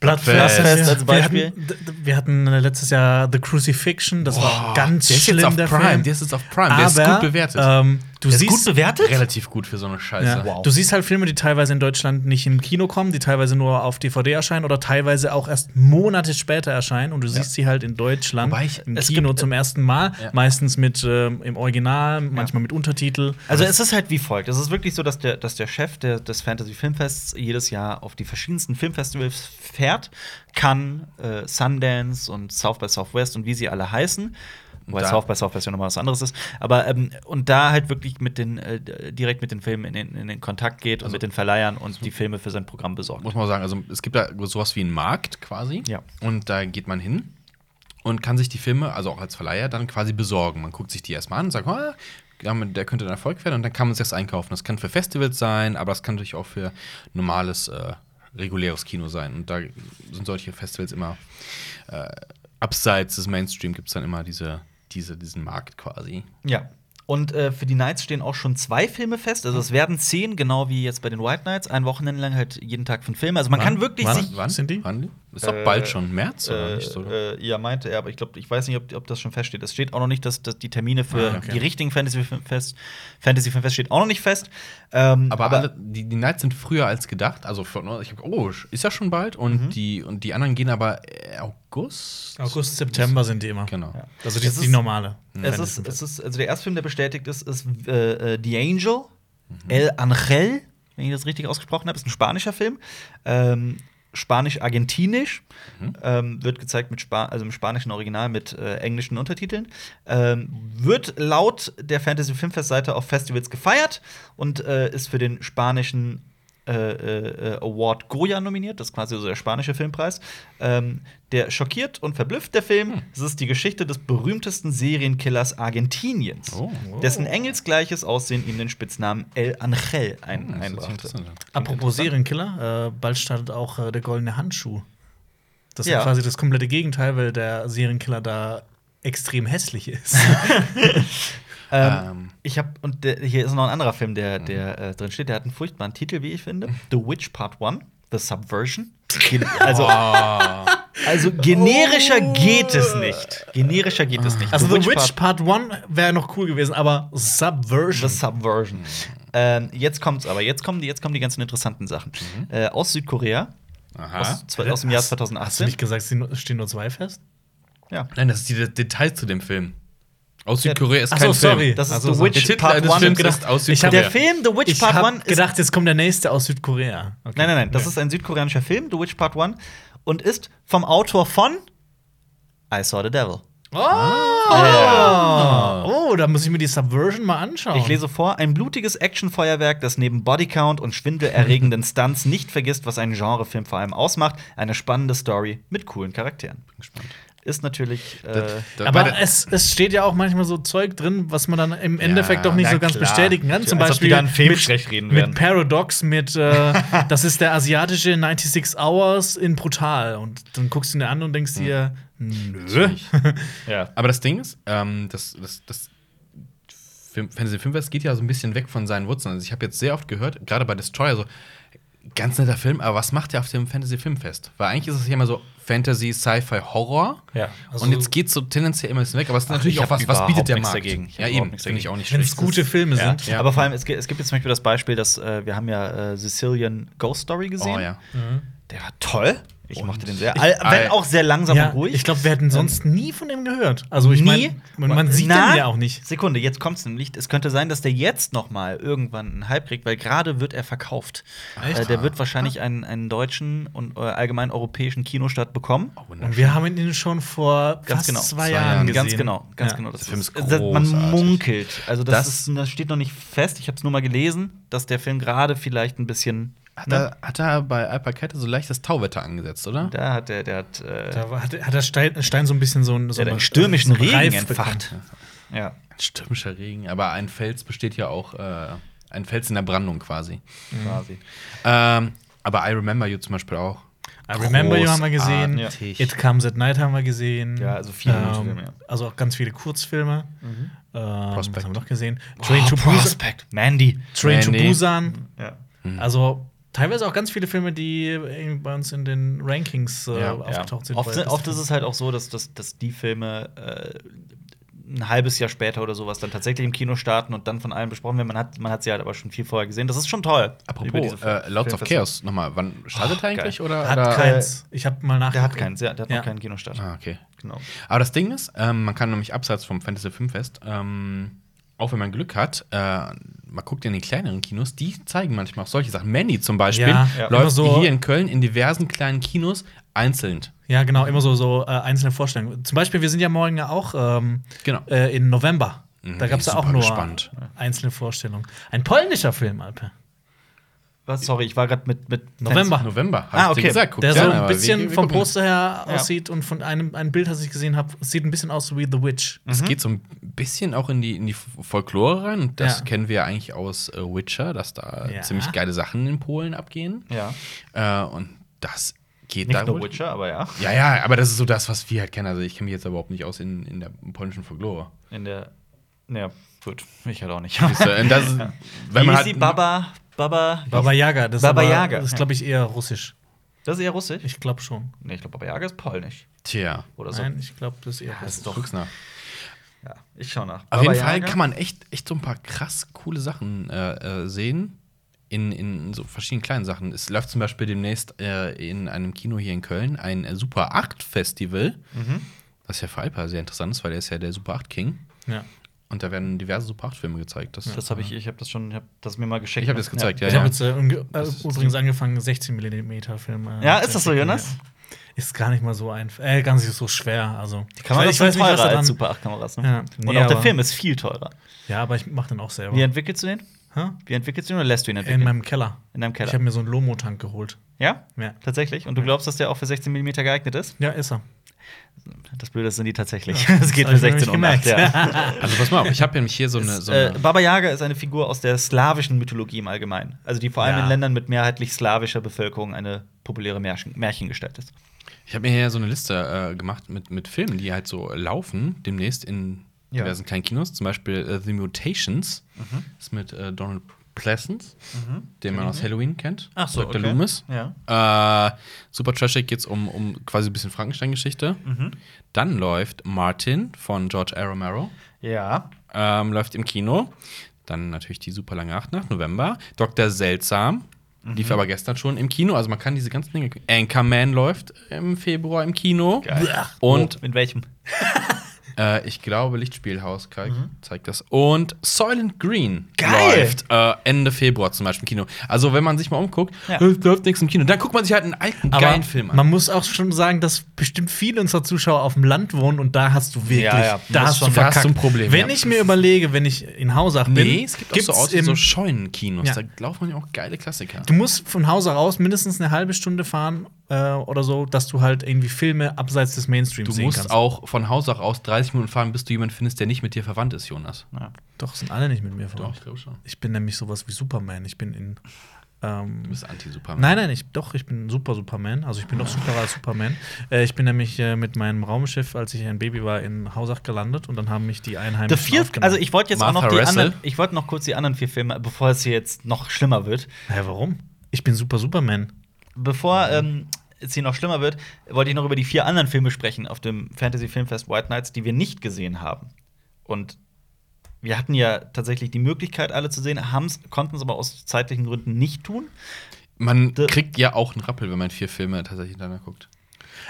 Speaker 2: Bloodfest
Speaker 1: Bloodfest als
Speaker 2: wir,
Speaker 1: Beispiel.
Speaker 2: hatten, d- d- wir hatten äh, letztes Jahr The Crucifixion, das war
Speaker 3: Boah,
Speaker 2: ganz
Speaker 3: der ist
Speaker 2: schlimm.
Speaker 3: jetzt auf
Speaker 2: der
Speaker 3: Prime.
Speaker 2: Film.
Speaker 3: Der ist jetzt auf Prime. Der ist
Speaker 2: Aber,
Speaker 3: gut bewertet.
Speaker 2: Ähm, du
Speaker 1: Der ist
Speaker 2: siehst,
Speaker 1: gut bewertet?
Speaker 3: Relativ gut für so eine Scheiße.
Speaker 2: Ja.
Speaker 1: Wow.
Speaker 2: Du siehst halt Filme, die teilweise in Deutschland nicht im Kino kommen, die teilweise nur auf DVD erscheinen oder teilweise auch erst Monate später erscheinen und du siehst sie halt in Deutschland
Speaker 3: Wobei ich-
Speaker 2: im
Speaker 1: es
Speaker 2: Kino
Speaker 1: gibt-
Speaker 2: zum ersten Mal,
Speaker 3: Ja.
Speaker 2: meistens mit ähm, im Original, manchmal mit Untertitel.
Speaker 1: Also es ist halt wie folgt. Es ist wirklich so, dass der, dass der Chef der, des Fantasy Filmfests jedes Jahr auf die verschiedensten Filmfestivals fährt. Cannes, äh, Sundance und South by Southwest und wie sie alle heißen. Weil
Speaker 3: da-
Speaker 1: South by Southwest ja nochmal was anderes ist. Aber ähm, und da halt wirklich mit den äh, direkt mit den Filmen in, den- in den Kontakt geht und mit den Verleihern und die Filme für sein Programm besorgt.
Speaker 3: Muss man sagen, also es gibt da sowas wie einen Markt quasi.
Speaker 1: Ja.
Speaker 3: Und da geht man hin und kann sich die Filme, also auch als Verleiher, dann quasi besorgen. Man guckt sich die erstmal an und sagt, ah, damit- der könnte ein Erfolg werden und dann kann man sich das einkaufen. Das kann für Festivals sein, aber das kann natürlich auch für normales, äh, reguläres Kino sein. Und da sind solche Festivals immer äh, abseits des Mainstream gibt es dann immer diese, diese, diesen Markt quasi.
Speaker 1: Ja. Und äh, für die Nights stehen auch schon zwei Filme fest. Also es
Speaker 3: Mhm.
Speaker 1: werden zehn, genau wie jetzt bei den White Nights, ein Wochenende lang halt jeden Tag fünf Filme. Also man kann wirklich
Speaker 2: Wann?
Speaker 1: sich
Speaker 3: Wann
Speaker 2: Sind die?
Speaker 3: Wann? Ist doch
Speaker 1: Äh,
Speaker 3: bald schon März oder
Speaker 1: äh,
Speaker 3: nicht so? oder?
Speaker 1: äh, ja, meinte er, aber ich glaube, ich weiß nicht, ob, ob das schon feststeht. Es steht auch noch nicht, dass, dass die Termine für
Speaker 2: Ah, okay.
Speaker 1: die richtigen Fantasy Fest, Fantasy Fest steht auch noch nicht fest. Ähm,
Speaker 3: Aber, alle, die, die Nights sind früher als gedacht. Also von, ich hab, oh, ist ja schon bald. Und, die, und die anderen gehen aber äh, August.
Speaker 2: Mhm. August, September sind die immer.
Speaker 3: Genau.
Speaker 1: Ja.
Speaker 2: Also die,
Speaker 1: Es
Speaker 2: die
Speaker 1: ist-
Speaker 2: normale.
Speaker 1: es ist, es ist, also der erste Film, der bestätigt ist, ist äh, äh, The Angel, El Angel, wenn ich das richtig ausgesprochen habe, ist ein spanischer Film. Ähm, Spanisch-Argentinisch ähm, wird gezeigt mit Spa also im spanischen Original mit äh, englischen Untertiteln. Ähm, wird laut der Fantasy Filmfest-Seite auf Festivals gefeiert und äh, ist für den spanischen äh, äh, äh, Award Goya nominiert. Das ist quasi so der spanische Filmpreis. Ähm, der schockiert und verblüfft der
Speaker 3: Hm.
Speaker 1: Film. Es ist die Geschichte des berühmtesten Serienkillers Argentiniens,
Speaker 3: Oh. Oh.
Speaker 1: dessen engelsgleiches Aussehen ihm den Spitznamen El Angel ein
Speaker 3: Hm, das ist
Speaker 1: einbrachte.
Speaker 3: interessant.
Speaker 2: Apropos Serienkiller, äh, bald startet auch äh, der goldene Handschuh. Das ist
Speaker 1: Ja.
Speaker 2: quasi das komplette Gegenteil, weil der Serienkiller da extrem hässlich ist.
Speaker 1: Ähm,
Speaker 3: Ähm, Hm.
Speaker 1: ich habe und der, hier ist noch ein anderer Film, der, der äh, drin steht. Der hat einen furchtbaren Titel, wie ich finde: The Witch Part 1, The Subversion. Gen also,
Speaker 2: Ah.
Speaker 1: also
Speaker 3: Oh.
Speaker 1: generischer geht es nicht. Generischer geht es nicht.
Speaker 2: Also The Witch Part 1 wäre noch cool gewesen, aber Subversion.
Speaker 1: The Subversion. Ähm, jetzt kommt's aber. Jetzt kommen die, jetzt kommen die ganzen interessanten Sachen.
Speaker 2: Mhm.
Speaker 1: Äh, aus Südkorea.
Speaker 3: aha.
Speaker 1: Aus, zwei- aus dem Jahr
Speaker 2: Ah, Hast- Hast du
Speaker 1: 2018.
Speaker 2: nicht gesagt, es stehen nur zwei fest?
Speaker 1: Ja.
Speaker 3: Nein, das ist die D- Details zu dem Film. Aus Südkorea ist
Speaker 2: Ach
Speaker 3: kein
Speaker 2: so,
Speaker 3: Film.
Speaker 2: sorry.
Speaker 1: Das ist
Speaker 2: Also,
Speaker 1: The
Speaker 2: so.
Speaker 3: Der
Speaker 1: Witch
Speaker 3: Titel
Speaker 1: Part
Speaker 3: eines
Speaker 1: 1.
Speaker 3: Films ist aus
Speaker 2: Genau. Ich hab-
Speaker 1: Der
Speaker 3: Südkorea.
Speaker 1: Film The Witch
Speaker 2: Ich
Speaker 1: Part
Speaker 2: habe
Speaker 1: 1 ist
Speaker 2: gedacht, jetzt kommt der nächste aus Südkorea. Okay.
Speaker 1: Nein, nein, nein. Das
Speaker 2: Nee.
Speaker 1: ist ein südkoreanischer Film, The Witch Part 1, und ist vom Autor von I Saw the Devil.
Speaker 2: Oh, da muss ich mir die Subversion mal anschauen.
Speaker 1: Ich lese vor, ein blutiges Actionfeuerwerk, das neben Bodycount und schwindelerregenden Stunts nicht vergisst, was einen Genrefilm vor allem ausmacht. Eine spannende Story mit coolen Charakteren. Ist natürlich. Äh,
Speaker 3: Da- bei
Speaker 2: Aber
Speaker 3: der-
Speaker 2: es, es steht ja auch manchmal so Zeug drin, was man dann im Endeffekt doch nicht
Speaker 1: na
Speaker 2: so ganz
Speaker 1: klar.
Speaker 2: bestätigen kann. Zum
Speaker 1: Als ob die
Speaker 2: Beispiel
Speaker 1: da einen Filmsprech
Speaker 2: mit,
Speaker 1: reden werden.
Speaker 2: mit Paradox, mit äh, das ist der asiatische 96 Hours in Brutal. Und dann guckst du ihn dir an und denkst
Speaker 1: Hm.
Speaker 2: dir, nö.
Speaker 1: ja.
Speaker 3: Aber das Ding ist, ähm, das, das, das Film, Fantasy 5 es geht ja so ein bisschen weg von seinen Wurzeln. Also ich habe jetzt sehr oft gehört, gerade bei Destroyer, so ganz netter Film, aber was macht der auf dem Fantasy Filmfest? Weil eigentlich ist es ja immer so Fantasy, Sci-Fi, Horror.
Speaker 2: Ja, also-
Speaker 3: und jetzt geht's so tendenziell immer ein bisschen weg, aber es ist
Speaker 1: Ach,
Speaker 3: natürlich
Speaker 1: ich
Speaker 3: auch
Speaker 1: hab
Speaker 3: was, was
Speaker 1: überhaupt
Speaker 3: bietet der
Speaker 1: nichts
Speaker 3: Markt
Speaker 1: dagegen. Ich hab
Speaker 3: Ja,
Speaker 1: überhaupt
Speaker 3: eben,
Speaker 1: nichts
Speaker 3: finde ich
Speaker 1: dagegen.
Speaker 3: auch nicht
Speaker 2: Wenn
Speaker 3: schlecht.
Speaker 2: es gute Filme
Speaker 1: Ja.
Speaker 2: sind.
Speaker 3: Ja.
Speaker 1: Aber vor allem, es, ge- es gibt jetzt zum Beispiel das Beispiel, dass äh, wir haben ja äh, Sicilian Ghost Story gesehen.
Speaker 3: Oh ja.
Speaker 2: Mhm.
Speaker 1: Der war toll. Ich
Speaker 3: Und
Speaker 1: mochte den sehr.
Speaker 3: ich-
Speaker 1: All, wenn
Speaker 3: all-
Speaker 1: auch sehr langsam
Speaker 2: Ja,
Speaker 1: und ruhig. Ähm,
Speaker 2: ich glaube, wir hätten sonst nie von dem gehört. Also ich meine, man, man sieht
Speaker 1: Na,
Speaker 2: den ja auch nicht.
Speaker 1: Sekunde, jetzt kommt es nämlich. Es könnte sein, dass der jetzt noch mal irgendwann einen Hype kriegt, weil gerade wird er verkauft.
Speaker 3: Echt?
Speaker 1: Äh, der
Speaker 2: Ah.
Speaker 1: wird wahrscheinlich einen, einen deutschen und äh, allgemein europäischen Kinostart bekommen.
Speaker 3: Oh,
Speaker 2: Und
Speaker 3: wunderschön.
Speaker 2: wir haben ihn schon vor
Speaker 1: Ganz
Speaker 2: fast
Speaker 1: genau.
Speaker 2: zwei,
Speaker 3: Zwei
Speaker 2: Jahren
Speaker 3: Jahren.
Speaker 2: gesehen.
Speaker 1: Ganz genau, ganz
Speaker 2: Ja.
Speaker 1: genau.
Speaker 3: Der Film ist
Speaker 1: das- man
Speaker 3: großartig.
Speaker 1: munkelt. Also das,
Speaker 3: Das-
Speaker 1: ist, das steht noch nicht fest. Ich habe es nur mal gelesen, dass der Film gerade vielleicht ein bisschen. ne,
Speaker 3: Hat, er, hat er bei Alpacette so leicht das Tauwetter angesetzt, oder?
Speaker 1: Da hat der, der hat, äh,
Speaker 2: Da war- hat, hat der Stein, Stein so ein bisschen so, ein- so
Speaker 1: der hat einen
Speaker 2: einen-
Speaker 1: stürmischen
Speaker 2: so einen
Speaker 1: Regen
Speaker 2: Reif
Speaker 1: entfacht. Ja.
Speaker 3: Stürmischer Regen, aber ein Fels besteht ja auch, äh, ein Fels in der Brandung quasi.
Speaker 2: Mhm.
Speaker 1: quasi.
Speaker 3: Ähm, aber I Remember You zum Beispiel auch.
Speaker 2: I Remember You haben wir gesehen.
Speaker 3: Großartig.
Speaker 2: It Comes at Night haben wir gesehen.
Speaker 1: Ja, also viele
Speaker 2: ähm,
Speaker 1: Filme, ja.
Speaker 2: Also auch ganz viele Kurzfilme. Ähm,
Speaker 3: Prospect.
Speaker 2: Was haben wir noch gesehen? Train,
Speaker 1: Train
Speaker 2: to,
Speaker 1: to
Speaker 2: Busan,
Speaker 1: Prospect. Mandy.
Speaker 2: Train to
Speaker 3: Mandy.
Speaker 2: Busan.
Speaker 1: Ja.
Speaker 2: Also teilweise auch ganz viele Filme, die irgendwie bei uns in den Rankings äh,
Speaker 3: Ja, ja.
Speaker 2: aufgetaucht sind.
Speaker 1: Oft,
Speaker 2: weil
Speaker 1: sind,
Speaker 2: das-
Speaker 1: oft ist es halt auch so, dass, dass, dass die Filme äh, ein halbes Jahr später oder sowas dann tatsächlich im Kino starten und dann von allen besprochen werden. Man hat, man hat sie halt aber schon viel vorher gesehen. Das ist schon toll. über diese
Speaker 3: Apropos,
Speaker 1: Fil-
Speaker 3: äh, Lords of
Speaker 1: Filmfeste.
Speaker 3: Chaos nochmal, wann startet er
Speaker 1: geil.
Speaker 3: eigentlich? Oder, äh,
Speaker 2: hat
Speaker 3: oder?
Speaker 2: keins. Ich habe mal nach.
Speaker 1: Der hat keinen, der, der hat
Speaker 2: Ja.
Speaker 1: noch keinen Kinostart.
Speaker 3: Ah, okay.
Speaker 1: Genau.
Speaker 3: Aber das Ding ist, ähm, man kann nämlich abseits vom Fantasy Filmfest, ähm, auch wenn man Glück hat, äh, man guckt in den kleineren Kinos, die zeigen manchmal auch solche Sachen. Mandy zum Beispiel
Speaker 2: Ja, ja. Immer
Speaker 3: läuft
Speaker 2: so-
Speaker 3: hier in Köln in diversen kleinen Kinos einzeln.
Speaker 2: Ja, genau, immer so, so äh, einzelne Vorstellungen. Zum Beispiel, wir sind ja morgen ja auch ähm,
Speaker 3: Genau.
Speaker 2: äh, in November.
Speaker 3: Mhm,
Speaker 2: Da
Speaker 3: bin
Speaker 2: gab es
Speaker 3: ich
Speaker 2: ja auch
Speaker 3: super
Speaker 2: nur
Speaker 3: gespannt.
Speaker 2: einzelne Vorstellungen. Ein polnischer Film, Alpe.
Speaker 1: Was, sorry, ich war gerade mit, mit
Speaker 2: November.
Speaker 3: November,
Speaker 1: Ah, okay.
Speaker 3: guckt
Speaker 2: Der so
Speaker 3: gerne,
Speaker 2: ein
Speaker 3: aber wir-
Speaker 2: bisschen
Speaker 3: wir
Speaker 2: vom
Speaker 3: gucken.
Speaker 2: Poster her
Speaker 1: Ja.
Speaker 2: aussieht und von einem ein Bild, das ich gesehen habe, sieht ein bisschen aus wie The Witch.
Speaker 3: Es
Speaker 1: Mhm.
Speaker 3: geht so ein bisschen auch in die, in die Folklore rein. Und das
Speaker 2: Ja.
Speaker 3: kennen wir ja eigentlich aus äh, Witcher, dass da
Speaker 2: Ja.
Speaker 3: ziemlich geile Sachen in Polen abgehen.
Speaker 1: Ja.
Speaker 3: Äh, und das geht
Speaker 1: Nicht
Speaker 3: da
Speaker 1: nur
Speaker 3: wohl-
Speaker 1: Witcher, aber ja.
Speaker 3: Ja, ja, aber das ist so das, was wir halt kennen. Also ich kenne mich jetzt überhaupt nicht aus in, in der polnischen Folklore.
Speaker 1: In der. Ja, gut. Ich halt auch nicht.
Speaker 3: Wisst ihr, und das, ist- wenn
Speaker 1: Wie
Speaker 3: man
Speaker 1: ist
Speaker 3: halt,
Speaker 1: die Baba. Baba.
Speaker 2: Baba Yaga, das
Speaker 1: Baba
Speaker 2: aber-
Speaker 1: Yaga,
Speaker 2: Das ist,
Speaker 1: ja.
Speaker 2: glaube ich, eher russisch.
Speaker 1: Das ist eher russisch.
Speaker 2: Ich glaube schon.
Speaker 1: Nee, ich glaube, Baba Yaga ist polnisch.
Speaker 3: Tja,
Speaker 1: Oder so.
Speaker 2: Nein, ich glaube, das ist eher
Speaker 1: das
Speaker 2: russisch.
Speaker 1: ist doch-
Speaker 3: guck's nach.
Speaker 1: Ja, ich schau nach.
Speaker 3: Auf
Speaker 1: Baba
Speaker 3: jeden Fall
Speaker 1: Yaga?
Speaker 3: kann man echt, echt so ein paar krass coole Sachen äh, äh, sehen. In, in so verschiedenen kleinen Sachen. Es läuft zum Beispiel demnächst äh, in einem Kino hier in Köln ein äh, Super 8 Festival. Das ist ja für Alpa sehr interessant ist, weil er ist ja der Super 8 King.
Speaker 2: Ja.
Speaker 3: Und da werden diverse Super 8 Filme gezeigt. Das,
Speaker 1: Das habe ich, ich habe das schon, ich habe das mir mal geschickt.
Speaker 3: ich habe das gezeigt, ja.
Speaker 2: ich
Speaker 3: ja,
Speaker 2: habe jetzt äh, unge- äh,
Speaker 3: ist-
Speaker 2: übrigens angefangen, 16 mm Film. äh,
Speaker 1: Ja, ist das so,
Speaker 2: zu entwickeln,
Speaker 1: Jonas?
Speaker 2: ja. Ist gar nicht mal so einfach. Äh, gar nicht so schwer. Also,
Speaker 1: Kann man
Speaker 2: ich
Speaker 1: das schon
Speaker 2: was
Speaker 1: teurer
Speaker 2: da
Speaker 1: als
Speaker 2: dran-
Speaker 1: Super 8 Kameras, ne?
Speaker 2: Ja.
Speaker 1: Und
Speaker 2: Nee,
Speaker 1: auch der
Speaker 2: aber-
Speaker 1: Film ist viel teurer.
Speaker 2: Ja, aber ich mache den auch selber.
Speaker 1: Wie entwickelst du den?
Speaker 2: Hä?
Speaker 1: Wie entwickelst du ihn oder lässt du ihn
Speaker 2: In
Speaker 1: entwickeln?
Speaker 2: meinem Keller.
Speaker 1: In deinem Keller.
Speaker 2: Ich habe mir so einen Lomo-Tank geholt.
Speaker 1: ja?
Speaker 2: Ja.
Speaker 1: Tatsächlich. Und du glaubst, dass der auch für 16 mm geeignet ist?
Speaker 2: Ja, ist er.
Speaker 1: Das Blöde ist, sind die tatsächlich.
Speaker 2: Ja,
Speaker 1: Es geht
Speaker 2: das
Speaker 1: für
Speaker 2: hab ich
Speaker 1: 16 und
Speaker 2: mir
Speaker 1: 8,
Speaker 2: nicht
Speaker 1: ja.
Speaker 3: also pass mal auf, ich habe nämlich hier so eine. So
Speaker 1: äh,
Speaker 3: eine
Speaker 1: Baba Yaga ist eine Figur aus der slawischen Mythologie im Allgemeinen. Also die vor allem
Speaker 2: Ja.
Speaker 1: in Ländern mit mehrheitlich slawischer Bevölkerung eine populäre Märchen, Märchengestalt ist.
Speaker 3: Ich habe mir hier so eine Liste äh, gemacht mit, mit Filmen, die halt so laufen, demnächst in
Speaker 1: Ja. Mhm.
Speaker 3: diversen kleinen Kinos. Zum Beispiel äh, The Mutations ist mit äh, Donald Pleasance, den man aus Halloween kennt. Dr. Loomis.
Speaker 1: Ja.
Speaker 3: Äh, Super Trashig geht es um, um quasi ein bisschen Frankenstein-Geschichte.
Speaker 1: Mhm.
Speaker 3: Dann läuft Martin von George A. Romero.
Speaker 1: Ja.
Speaker 3: Ähm, läuft im Kino. Dann natürlich die super lange Nacht, nach November. Dr. Seltsam.
Speaker 2: Mhm.
Speaker 3: Lief aber gestern schon im Kino. Also man kann diese ganzen Dinge. Anchorman läuft im Februar im Kino.
Speaker 1: Geil.
Speaker 3: Und
Speaker 1: Mit welchem?
Speaker 3: Äh, ich glaube, Lichtspielhaus zeigt
Speaker 2: Mhm.
Speaker 3: zeigt das. Und Soylent Green
Speaker 1: Geil!
Speaker 3: läuft äh, Ende Februar zum Beispiel im Kino. Also, wenn man sich mal umguckt,
Speaker 1: Ja.
Speaker 3: äh, läuft nichts im Kino. Dann guckt man sich halt einen alten,
Speaker 2: Aber
Speaker 3: geilen Film an.
Speaker 2: man muss auch schon sagen, dass bestimmt viele unserer Zuschauer auf dem Land wohnen und da hast du wirklich,
Speaker 1: Ja, ja,
Speaker 2: da
Speaker 1: muss
Speaker 2: hast du
Speaker 1: schon-
Speaker 3: da hast
Speaker 2: verkackt.
Speaker 3: du ein Problem,
Speaker 2: Wenn
Speaker 3: ja.
Speaker 2: ich mir überlege, wenn ich in Hausach bin,
Speaker 3: Nee, es gibt auch so
Speaker 2: gibt's
Speaker 3: Orte,
Speaker 2: im-
Speaker 3: so Scheunenkinos.
Speaker 2: Ja.
Speaker 3: Da laufen ja auch geile Klassiker.
Speaker 2: du musst von Hausach aus mindestens eine halbe Stunde fahren äh, oder so, dass du halt irgendwie Filme abseits des Mainstreams
Speaker 3: Du
Speaker 2: sehen
Speaker 3: musst
Speaker 2: kannst.
Speaker 3: auch von Haus auch aus 30 Minuten fahren, bis du jemanden findest, der nicht mit dir verwandt ist, Jonas.
Speaker 1: Ja.
Speaker 2: Doch, sind alle nicht mit mir verwandt.
Speaker 3: glaube schon.
Speaker 2: Ich bin nämlich sowas wie Superman. Ich bin in.
Speaker 3: Du
Speaker 2: Ähm,
Speaker 3: bist Anti-Superman.
Speaker 2: nein, nein, ich, doch, ich bin super Superman. Also ich bin noch superer als Superman. Äh, ich bin nämlich äh, mit meinem Raumschiff, als ich ein Baby war, in Hausach gelandet und dann haben mich die
Speaker 1: The
Speaker 2: Einheimischen.
Speaker 1: vier,
Speaker 2: aufgenommen.
Speaker 1: also ich wollte jetzt auch
Speaker 3: Martha
Speaker 1: noch die
Speaker 3: Russell.
Speaker 1: anderen, ich wollte noch kurz die anderen vier Filme, bevor es hier jetzt noch schlimmer wird.
Speaker 2: Hä, warum? Ich bin super Superman.
Speaker 1: Bevor ähm, es hier noch schlimmer wird, wollte ich noch über die vier anderen Filme sprechen auf dem Fantasy Filmfest White Nights, die wir nicht gesehen haben. Und wir hatten ja tatsächlich die Möglichkeit, alle zu sehen, haben's- konnten es aber aus zeitlichen Gründen nicht tun.
Speaker 3: Man
Speaker 1: Da-
Speaker 3: kriegt ja auch einen Rappel, wenn man vier Filme tatsächlich hintereinander guckt.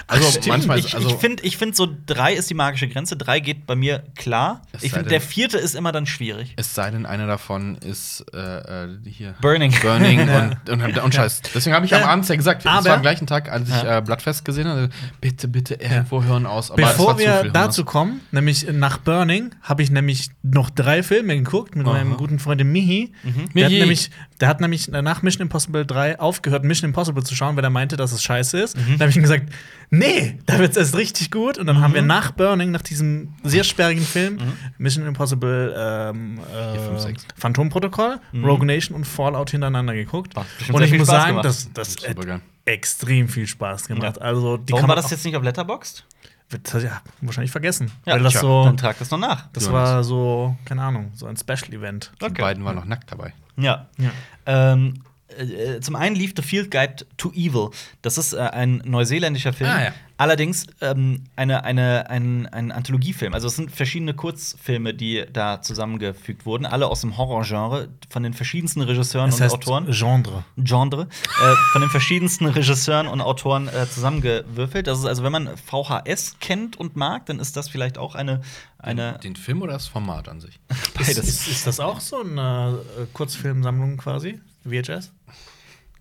Speaker 2: Ach,
Speaker 3: Also
Speaker 2: stimmt.
Speaker 3: manchmal
Speaker 1: ich
Speaker 3: ist also
Speaker 1: ich finde ich find so drei ist die magische Grenze, drei geht bei mir klar.
Speaker 3: Es
Speaker 1: Ich
Speaker 3: sei
Speaker 1: finde,
Speaker 3: denn-
Speaker 1: der vierte ist immer dann schwierig.
Speaker 3: es sei denn, einer davon ist äh, äh, hier
Speaker 1: Burning.
Speaker 3: Burning und, und, und Scheiß. Deswegen habe ich am
Speaker 2: Ja.
Speaker 3: Abend ja gesagt, es
Speaker 2: Aber-
Speaker 3: war am gleichen Tag, als ich
Speaker 1: Ja.
Speaker 3: äh, Blattfest gesehen habe, bitte, bitte irgendwo hören aus. Aber es war
Speaker 2: Bevor
Speaker 3: zu
Speaker 2: wir
Speaker 3: viel,
Speaker 2: dazu
Speaker 3: Jonas.
Speaker 2: kommen, nämlich nach Burning, habe ich nämlich noch drei Filme geguckt mit
Speaker 3: Aha.
Speaker 2: meinem guten Freund dem Mihi. Der, hat
Speaker 3: Mihi.
Speaker 2: nämlich, der hat nämlich nach Mission Impossible 3 aufgehört, Mission Impossible zu schauen, weil er meinte, dass es scheiße ist. Da habe ich ihm gesagt, nee, da wird es erst richtig gut. Und dann haben wir nach Burning, nach diesem sehr sperrigen Film, Mission Impossible ähm, äh,
Speaker 3: Vier, fünf, sechs.
Speaker 2: Phantomprotokoll, Rogue Nation und Fallout hintereinander geguckt.
Speaker 1: Macht bestimmt
Speaker 2: Und
Speaker 1: sehr
Speaker 2: ich
Speaker 1: viel
Speaker 2: muss
Speaker 1: Spaß
Speaker 2: sagen,
Speaker 1: gemacht.
Speaker 2: das, das
Speaker 3: Super
Speaker 2: hat
Speaker 3: geil.
Speaker 2: extrem viel Spaß gemacht.
Speaker 1: Ja.
Speaker 2: Also, die
Speaker 1: Warum war
Speaker 2: kann man
Speaker 1: das
Speaker 2: auch-
Speaker 1: jetzt nicht auf Letterboxd?
Speaker 2: wird das ja wahrscheinlich vergessen.
Speaker 1: Ja,
Speaker 2: weil das
Speaker 1: tja,
Speaker 2: so,
Speaker 1: dann trag das noch nach.
Speaker 2: das
Speaker 3: Jonas.
Speaker 2: war so, keine Ahnung, so ein Special-Event.
Speaker 3: Die beiden waren noch nackt dabei.
Speaker 1: Ja.
Speaker 2: Ja.
Speaker 1: Ähm, äh, zum einen lief The Field Guide to Evil. Das ist äh, ein neuseeländischer Film.
Speaker 3: Ah, ja.
Speaker 1: Allerdings ähm, eine, eine, ein, ein Anthologiefilm. Also es sind verschiedene Kurzfilme, die da zusammengefügt wurden, alle aus dem Horrorgenre, von den verschiedensten Regisseuren
Speaker 2: Das
Speaker 1: und
Speaker 2: heißt
Speaker 1: Autoren.
Speaker 2: Genre.
Speaker 1: Genre, äh, von den verschiedensten Regisseuren und Autoren äh, zusammengewürfelt. Das ist also, wenn man VHS kennt und mag, dann ist das vielleicht auch eine, eine
Speaker 3: Den Film oder das Format an sich?
Speaker 2: Äh,
Speaker 1: beides.
Speaker 2: Ist, ist, ist das auch so eine äh, Kurzfilmsammlung quasi? VHS?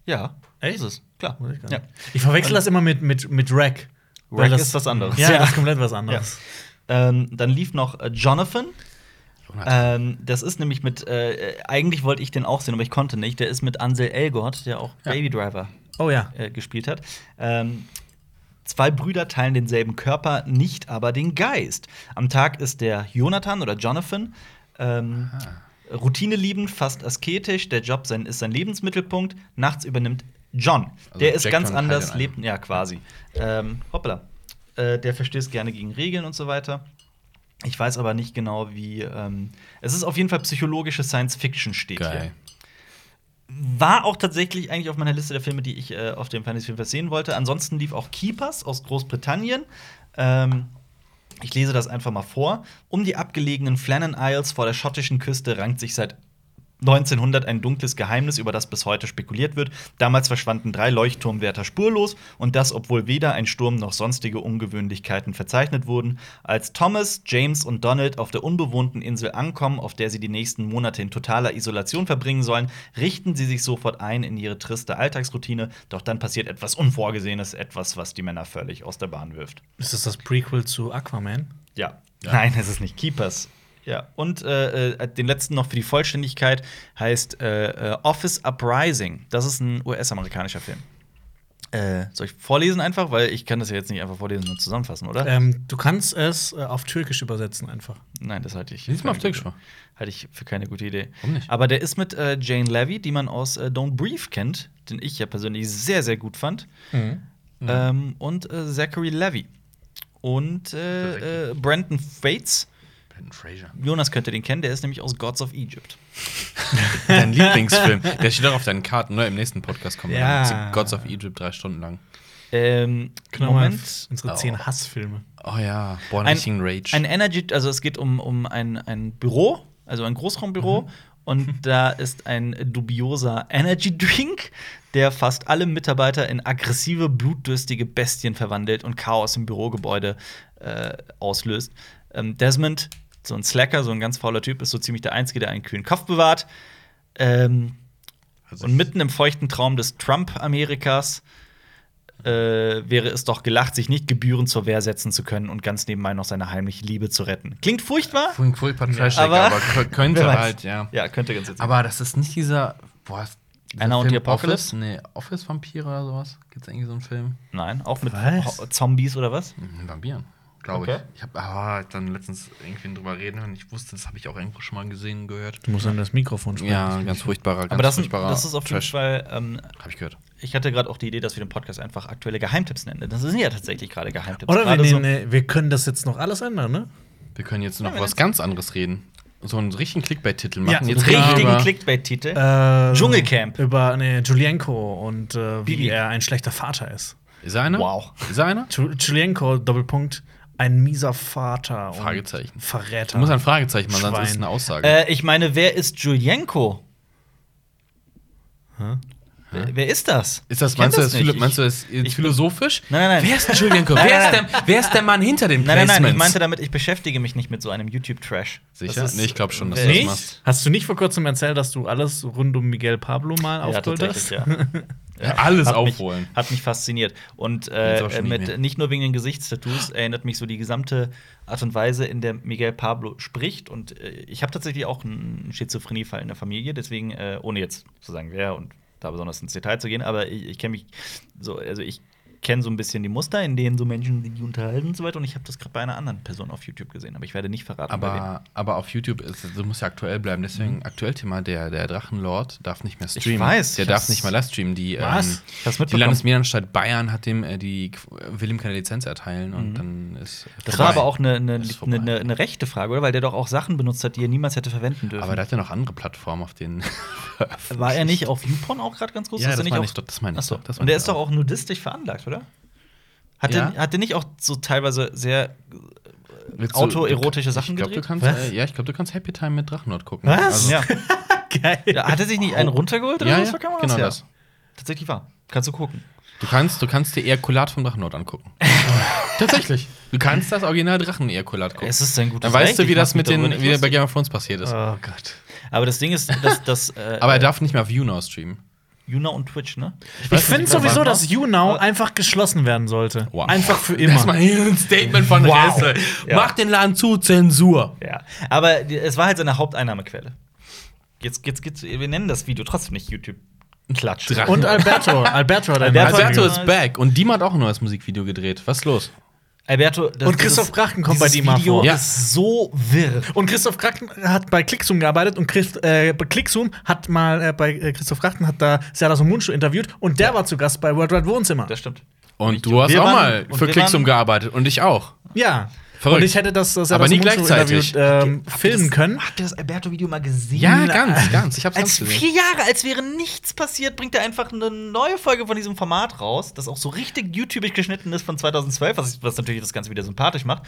Speaker 1: ja,
Speaker 2: Echt?
Speaker 1: ist es, klar.
Speaker 2: Weiß ich gar
Speaker 1: Ja.
Speaker 2: nicht. Ich verwechsel das immer mit, mit, mit Rack.
Speaker 1: Rack ist was anderes.
Speaker 2: Ja,
Speaker 1: Ja.
Speaker 2: das ist komplett was anderes.
Speaker 1: Ähm, dann lief noch äh, Jonathan.
Speaker 3: Jonas.
Speaker 1: Ähm, das ist nämlich mit, äh, eigentlich wollte ich den auch sehen, aber ich konnte nicht. Der ist mit Ansel Elgort, der auch Baby Driver
Speaker 2: Oh ja.
Speaker 1: äh, gespielt hat. Ähm, zwei Brüder teilen denselben Körper, nicht aber den Geist. Am Tag ist der Jonathan oder Jonathan. Ähm, Routine liebend, fast asketisch, der Job sein, ist sein Lebensmittelpunkt. Nachts übernimmt John.
Speaker 3: Also
Speaker 1: der ist
Speaker 3: Jack
Speaker 1: ganz
Speaker 3: John
Speaker 1: anders,
Speaker 3: Hyde in
Speaker 1: lebt, ja, quasi. Ähm, hoppala. Äh, der verstößt gerne gegen Regeln und so weiter. Ich weiß aber nicht genau, wie. Ähm, es ist auf jeden Fall psychologische Science Fiction, steht hier.
Speaker 3: Geil.
Speaker 1: War auch tatsächlich eigentlich auf meiner Liste der Filme, die ich äh, auf dem Fantasy Filmfest sehen wollte. Ansonsten lief auch Keepers aus Großbritannien. Ähm, ich lese das einfach mal vor. Um die abgelegenen Flannan Isles vor der schottischen Küste rankt sich seit 1900 ein dunkles Geheimnis, über das bis heute spekuliert wird. Damals verschwanden drei Leuchtturmwärter spurlos und das, obwohl weder ein Sturm noch sonstige Ungewöhnlichkeiten verzeichnet wurden. Als Thomas, James und Donald auf der unbewohnten Insel ankommen, auf der sie die nächsten Monate in totaler Isolation verbringen sollen, richten sie sich sofort ein in ihre triste Alltagsroutine. Doch dann passiert etwas Unvorgesehenes, etwas, was die Männer völlig aus der Bahn wirft.
Speaker 2: Ist das das Prequel zu Aquaman?
Speaker 1: Ja. Nein, es ist nicht Keepers. Ja, und äh, äh, den letzten noch für die Vollständigkeit heißt äh, äh, Office Uprising. Das ist ein US-amerikanischer Film. Äh, soll ich vorlesen einfach? Weil ich kann das ja jetzt nicht einfach vorlesen und zusammenfassen, oder?
Speaker 2: Ähm, du kannst es äh, auf Türkisch übersetzen einfach.
Speaker 1: Nein, das halte ich.
Speaker 3: Lies mal auf
Speaker 1: keine
Speaker 3: Türkisch
Speaker 1: gute-
Speaker 3: vor.
Speaker 1: Halte ich für keine gute Idee.
Speaker 3: Warum nicht?
Speaker 1: Aber der ist mit äh, Jane Levy, die man aus äh, Don't Breathe kennt, den ich ja persönlich sehr, sehr gut fand.
Speaker 3: Mhm.
Speaker 1: Ähm, und äh, Zachary Levy. Und äh, äh, Brandon Fates.
Speaker 3: Brandon Fraser.
Speaker 1: Jonas könnte den kennen, der ist nämlich aus Gods of Egypt.
Speaker 3: Dein Lieblingsfilm. Der steht auch auf deinen Karten, ne? Im nächsten Podcast kommen wir
Speaker 2: Ja.
Speaker 3: dann zu Gods of Egypt drei Stunden lang.
Speaker 1: Ähm,
Speaker 2: Moment.
Speaker 1: Moment.
Speaker 2: Unsere
Speaker 3: Oh.
Speaker 2: zehn Hassfilme.
Speaker 3: Oh ja, boah, einen
Speaker 1: Ein-
Speaker 3: richtigen Rage.
Speaker 1: Ein Energy, also es geht um, um ein, ein Büro, also ein Großraumbüro. Und da ist ein dubioser Energy Drink, der fast alle Mitarbeiter in aggressive, blutdürstige Bestien verwandelt und Chaos im Bürogebäude äh, auslöst. Ähm, Desmond, so ein Slacker, so ein ganz fauler Typ, ist so ziemlich der Einzige, der einen kühlen Kopf bewahrt. Ähm,
Speaker 3: Also
Speaker 1: und mitten im feuchten Traum des Trump-Amerikas äh, wäre es doch gelacht, sich nicht gebührend zur Wehr setzen zu können und ganz nebenbei noch seine heimliche Liebe zu retten. Klingt furchtbar?
Speaker 3: Furcht- Furchtbar trashig,
Speaker 1: Aber-
Speaker 3: aber, kö- könnte
Speaker 1: Wer weiß.
Speaker 3: halt, ja.
Speaker 1: Ja, könnte ganz jetzt.
Speaker 3: Aber das ist nicht dieser. Boah, ist dieser
Speaker 1: Anna und
Speaker 3: Film
Speaker 1: die Apocalypse?
Speaker 3: Office? Nee, Office-Vampire oder sowas? Gibt's eigentlich so einen Film?
Speaker 1: Nein, auch mit
Speaker 2: Was?
Speaker 1: Ho- Zombies oder was?
Speaker 3: Mhm, Vampiren, glaube
Speaker 1: Okay.
Speaker 3: ich. Ich habe aber dann letztens irgendwie drüber reden und ich wusste, das habe ich auch irgendwo schon mal gesehen, gehört.
Speaker 2: Du musst an das Mikrofon sprechen.
Speaker 3: Ja, ganz furchtbarer, ganz
Speaker 1: Aber das, sind-
Speaker 3: furchtbarer
Speaker 1: das ist auf jeden
Speaker 3: Trash.
Speaker 1: Fall. Ähm,
Speaker 3: Hab ich gehört.
Speaker 1: ich hatte gerade auch die Idee, dass wir den Podcast einfach aktuelle Geheimtipps nennen. Das sind ja tatsächlich gerade Geheimtipps.
Speaker 2: Oder wir,
Speaker 1: Gerade so-
Speaker 2: nehmen, äh, wir können das jetzt noch alles ändern, ne?
Speaker 3: Wir können jetzt noch
Speaker 1: Ja, wenn
Speaker 3: was
Speaker 1: jetzt-
Speaker 3: ganz anderes reden. So einen richtigen Clickbait-Titel
Speaker 2: Ja,
Speaker 3: machen.
Speaker 2: so
Speaker 3: jetzt
Speaker 2: einen
Speaker 3: reden wir
Speaker 1: richtigen
Speaker 3: über-
Speaker 1: Clickbait-Titel.
Speaker 2: Äh,
Speaker 1: Dschungelcamp.
Speaker 2: Über nee, Julienko und äh, wie
Speaker 1: Bibi.
Speaker 2: er ein schlechter Vater ist.
Speaker 3: Ist er einer?
Speaker 1: Wow.
Speaker 3: Ist er einer?
Speaker 2: Ju- Julienko, Doppelpunkt, ein mieser Vater. und
Speaker 3: Fragezeichen.
Speaker 2: Verräter.
Speaker 3: Du musst ein Fragezeichen machen, sonst
Speaker 2: Schwein.
Speaker 3: ist es eine Aussage.
Speaker 1: Äh, ich meine, wer ist Julienko? Wer, wer ist das?
Speaker 3: ist das,
Speaker 1: Ich kenn
Speaker 3: meinst, du das
Speaker 1: nicht.
Speaker 3: philo- meinst du das
Speaker 1: bin-
Speaker 3: jetzt philosophisch?
Speaker 1: Nein, nein, nein.
Speaker 3: Wer ist denn Julian Wer,
Speaker 1: Nein, nein,
Speaker 3: ist der, wer ist der Mann hinter den
Speaker 1: Nein, nein,
Speaker 3: Placements?
Speaker 1: nein, ich meinte damit, ich beschäftige mich nicht mit so einem YouTube-Trash.
Speaker 3: Sicher?
Speaker 1: Das ist-
Speaker 3: nee, ich glaube schon, dass
Speaker 1: Wer-
Speaker 3: du das
Speaker 1: Nicht?
Speaker 3: machst.
Speaker 2: Äh, Hast du nicht vor kurzem erzählt, dass du alles rund um Miguel Pablo mal
Speaker 1: Ja,
Speaker 2: aufgeholt
Speaker 1: tatsächlich,
Speaker 2: hast?
Speaker 1: ja.
Speaker 3: Alles
Speaker 1: Hat mich-
Speaker 3: aufholen.
Speaker 1: Hat mich fasziniert. Und
Speaker 3: Jetzt
Speaker 1: äh,
Speaker 3: aber schon nicht
Speaker 1: mit,
Speaker 3: mehr.
Speaker 1: nicht, nur wegen den Gesichtstattoos erinnert mich so die gesamte Art und Weise, in der Miguel Pablo spricht. Und äh, ich habe tatsächlich auch einen Schizophreniefall in der Familie, deswegen, äh, ohne jetzt zu sagen, wer und da besonders ins Detail zu gehen, aber ich, ich kenne mich so, also ich kenne so ein bisschen die Muster, in denen so Menschen sich unterhalten und so weiter. Und ich habe das gerade bei einer anderen Person auf YouTube gesehen, aber ich werde nicht verraten. bei wem.
Speaker 3: Aber, aber auf YouTube ist, du musst ja aktuell bleiben. Deswegen, aktuell Thema, der, der Drachenlord darf nicht mehr streamen.
Speaker 1: weiß, Mhm.
Speaker 3: Der
Speaker 1: ich
Speaker 3: darf
Speaker 1: hab's-
Speaker 3: nicht mehr live streamen.
Speaker 2: Was?
Speaker 3: Die, ähm,
Speaker 1: Ich hab's
Speaker 3: die
Speaker 1: mitbekommen.
Speaker 3: Landesmedienanstalt Bayern hat dem, äh, die, will ihm keine Lizenz erteilen und dann ist.
Speaker 1: Mhm. das
Speaker 3: vorbei.
Speaker 1: war aber auch eine, eine,
Speaker 3: Ist
Speaker 1: eine,
Speaker 3: vorbei.
Speaker 1: eine, eine rechte Frage, oder? Weil der doch auch Sachen benutzt hat, die er niemals hätte verwenden dürfen.
Speaker 3: Aber der hat ja noch andere Plattformen, auf denen.
Speaker 1: War er nicht auf YouPorn auch gerade ganz groß?
Speaker 3: Ja,
Speaker 1: Ist er
Speaker 3: das meine
Speaker 1: auf-
Speaker 3: ich doch- das meine ich
Speaker 1: Achso.
Speaker 3: doch, das
Speaker 1: Und der
Speaker 3: meine ich
Speaker 1: ist doch auch nudistisch veranlagt, oder? Hat,
Speaker 3: Ja.
Speaker 1: der, hat der nicht auch so teilweise sehr.
Speaker 3: Willst
Speaker 1: autoerotische Sachen
Speaker 3: ich glaub, du
Speaker 1: gedreht?
Speaker 3: kannst,
Speaker 2: Was?
Speaker 3: äh, Ja, ich glaube, du kannst Happy Time mit Drachenlord gucken.
Speaker 2: Was?
Speaker 3: Also, Oh.
Speaker 1: Ja.
Speaker 2: Geil.
Speaker 1: Ja, hat er sich nicht einen runtergeholt
Speaker 3: Ja,
Speaker 1: so
Speaker 3: ja,
Speaker 1: zur Kamera?
Speaker 3: genau
Speaker 1: Ja.
Speaker 3: das.
Speaker 1: Tatsächlich war. Kannst du gucken.
Speaker 3: Du kannst, du kannst dir Ejakulat vom Drachenlord angucken. Tatsächlich. Du kannst das Original Drachen-Ejakulat gucken.
Speaker 1: Es ist ein gutes
Speaker 3: Oh. Dann weißt du,
Speaker 1: Recht,
Speaker 3: wie
Speaker 1: ich
Speaker 3: das
Speaker 1: mach
Speaker 3: mit
Speaker 1: mich darüber
Speaker 3: den,
Speaker 1: nicht
Speaker 3: wie bei
Speaker 1: lustig.
Speaker 3: Game of Thrones passiert ist.
Speaker 2: Oh Gott.
Speaker 1: Aber das Ding ist, dass. dass äh,
Speaker 3: Aber er darf nicht mehr auf YouNow streamen.
Speaker 1: Juna und Twitch, ne?
Speaker 2: Ich
Speaker 3: weiß
Speaker 2: finde
Speaker 3: nicht, wer
Speaker 2: sowieso,
Speaker 3: war-
Speaker 2: dass YouNow einfach geschlossen werden sollte.
Speaker 3: Wow.
Speaker 2: Einfach für
Speaker 3: Das mal
Speaker 2: immer.
Speaker 3: hier ein Statement von
Speaker 2: Wow.
Speaker 3: Resse.
Speaker 1: Ja.
Speaker 3: Mach den Laden zu, Zensur.
Speaker 1: Ja. Aber die- es war halt seine Haupteinnahmequelle. Jetzt, jetzt, jetzt, wir nennen das Video trotzdem nicht YouTube-Klatsch.
Speaker 3: Drachen.
Speaker 2: Und Alberto. Alberto hat einen
Speaker 1: Alberto-
Speaker 2: neuen
Speaker 3: Alberto
Speaker 2: Film.
Speaker 3: ist back und Dima hat auch ein neues Musikvideo gedreht. Was ist los?
Speaker 1: Alberto, das,
Speaker 2: Und Christoph
Speaker 1: dieses-
Speaker 2: Krachten kommt bei
Speaker 1: dieses
Speaker 2: dir mal
Speaker 1: Video
Speaker 2: vor.
Speaker 3: Ja.
Speaker 1: ist so wirr.
Speaker 2: Und Christoph Krachten hat bei Clickzoom gearbeitet und Chris, äh, bei Clickzoom hat mal äh, bei äh, Christoph Krachten hat da Serda Somuncu interviewt und der war zu Gast bei World Wide Wohnzimmer.
Speaker 1: Das stimmt.
Speaker 3: Und du hast
Speaker 1: wir
Speaker 3: auch mal
Speaker 1: waren- und
Speaker 3: für
Speaker 1: wir
Speaker 3: Klicksum
Speaker 1: waren-
Speaker 3: gearbeitet und ich auch.
Speaker 2: ja.
Speaker 3: Verrückt.
Speaker 2: Und ich hätte das äh,
Speaker 3: Aber nie gleichzeitig.
Speaker 2: interviewt ähm, filmen können.
Speaker 1: Habt ihr das Alberto-Video mal gesehen?
Speaker 3: Ja, ganz, ganz. Ich hab's
Speaker 1: Als
Speaker 3: ganz gesehen.
Speaker 1: vier Jahre, als wäre nichts passiert, bringt er einfach eine neue Folge von diesem Format raus, das auch so richtig YouTubig geschnitten ist von 2012, was, was natürlich das Ganze wieder sympathisch macht.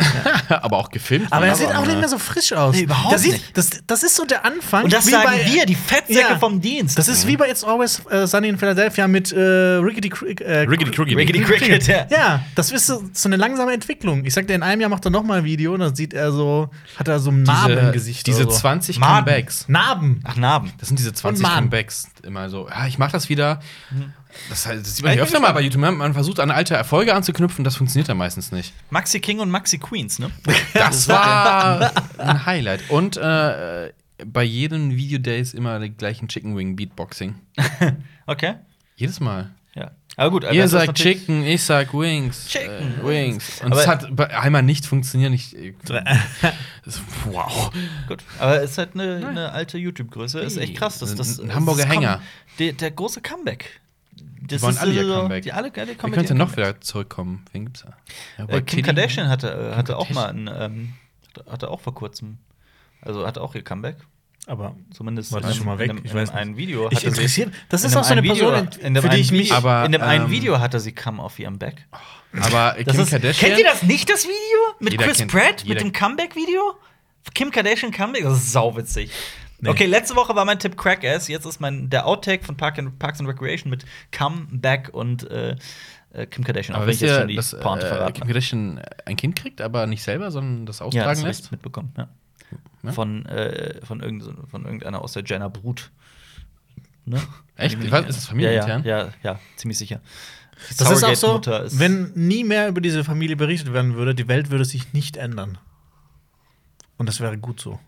Speaker 3: aber auch gefilmt.
Speaker 2: Aber er
Speaker 3: Aber,
Speaker 2: sieht auch
Speaker 3: ne?
Speaker 2: nicht mehr so frisch aus.
Speaker 1: Nee, überhaupt
Speaker 2: das, sieht,
Speaker 1: nicht.
Speaker 2: Das, das ist so der Anfang.
Speaker 1: Und das
Speaker 2: wie
Speaker 1: sagen
Speaker 2: bei-
Speaker 1: wir, die Fettsäcke
Speaker 2: Ja.
Speaker 1: vom Dienst.
Speaker 2: Das ist wie bei It's Always äh, Sunny in Philadelphia mit äh, Rickety Crick. Äh,
Speaker 3: Rickety Crickety.
Speaker 1: Rickety Cricket, ja.
Speaker 2: Ja, das ist so, so eine langsame Entwicklung. Ich sagte, in einem Jahr macht er nochmal ein Video und dann sieht er so, hat er so einen Narben im Gesicht.
Speaker 3: Diese
Speaker 2: oder so.
Speaker 3: 20
Speaker 1: Maden.
Speaker 3: Comebacks.
Speaker 2: Narben.
Speaker 1: Ach, Narben.
Speaker 3: Das sind diese 20
Speaker 2: Maden.
Speaker 3: Comebacks immer so. Ja, ich mach das wieder.
Speaker 1: Mhm.
Speaker 3: Das, heißt, das sieht man
Speaker 1: Ich
Speaker 3: ja
Speaker 1: bin
Speaker 3: öfter mal bei YouTube. ne? Man versucht an alte Erfolge anzuknüpfen, das funktioniert dann meistens nicht.
Speaker 1: Maxi King und Maxi Queens, ne?
Speaker 3: Das war ein Highlight. Und äh, bei jedem Video Days immer den gleichen Chicken Wing Beatboxing.
Speaker 1: Okay.
Speaker 3: Jedes Mal.
Speaker 1: Ja. Aber gut, Alberto
Speaker 3: Ihr
Speaker 1: ist
Speaker 3: sagt
Speaker 1: natürlich-
Speaker 3: Chicken, ich sag Wings.
Speaker 1: Chicken,
Speaker 3: äh, Wings. Und
Speaker 1: Aber-
Speaker 3: es hat bei- einmal nicht funktioniert. Ich, ich, das, wow.
Speaker 1: Gut. Aber es ist halt eine, eine alte YouTube-Größe. Ist echt krass. Dass, das,
Speaker 3: Ein Hamburger
Speaker 1: das ist
Speaker 3: Hänger.
Speaker 1: Come- Der, der große Comeback. Das
Speaker 3: wollen alle ihr
Speaker 1: so-
Speaker 3: Comeback.
Speaker 1: Die alle, alle
Speaker 3: Wie
Speaker 1: Comedy-
Speaker 3: könnte noch
Speaker 1: Comebacks.
Speaker 3: wieder zurückkommen? Wen gibt's da? Ja,
Speaker 1: Äh,
Speaker 3: Boy
Speaker 1: Kim
Speaker 3: Kitty.
Speaker 1: Kardashian hatte, äh, hatte auch mal
Speaker 3: Kardashian.
Speaker 1: ein, ähm, hatte- hatte auch vor kurzem, also hatte auch ihr Comeback.
Speaker 2: Aber
Speaker 1: Zumindest
Speaker 2: War das schon mal weg?
Speaker 1: in einem,
Speaker 2: Ich
Speaker 1: in
Speaker 2: weiß
Speaker 1: einem einen Video.
Speaker 2: Ich
Speaker 1: hatte sie-
Speaker 2: interessiert- das
Speaker 1: in
Speaker 2: ist
Speaker 1: einem
Speaker 2: auch so eine
Speaker 1: einen Video-
Speaker 2: Person,
Speaker 1: in dem
Speaker 2: für die
Speaker 1: einen
Speaker 2: ich mich-
Speaker 1: Video-
Speaker 3: Aber,
Speaker 1: in dem einen
Speaker 3: ähm,
Speaker 1: Video hatte sie Come auf ihrem Back.
Speaker 3: Aber äh,
Speaker 1: Das
Speaker 3: Kim
Speaker 1: ist-
Speaker 3: Kardashian.
Speaker 1: Kennt ihr das nicht, das Video? Mit
Speaker 3: Jeder
Speaker 1: Chris
Speaker 3: kennt-
Speaker 1: Pratt, mit
Speaker 3: jeder-
Speaker 1: dem Comeback-Video? Kim Kardashian Comeback? Das ist sauwitzig.
Speaker 2: Nee.
Speaker 1: Okay, letzte Woche war mein Tipp Crackass. Jetzt ist mein der Outtake von Park and, Parks and Recreation mit Comeback und äh, äh, Kim Kardashian,
Speaker 3: Aber wisst ihr, dass äh, Kim Kardashian ein Kind kriegt, aber nicht selber, sondern das
Speaker 1: ja, das
Speaker 3: austragen
Speaker 1: hab ich
Speaker 3: lässt?
Speaker 1: mitbekommen, ja.
Speaker 3: Ja?
Speaker 1: Von, äh, von, irgend, von irgendeiner aus der Jenner Brut. Ne?
Speaker 3: Echt?
Speaker 1: Irgendwie-
Speaker 3: Was? Ist das familienintern?
Speaker 1: Ja, ja, ja, ja ziemlich sicher. Die
Speaker 2: Das ist auch so,
Speaker 1: Surrogate-Mutter ist-
Speaker 2: wenn nie mehr über diese Familie berichtet werden würde, die Welt würde sich nicht ändern. Und das wäre gut so.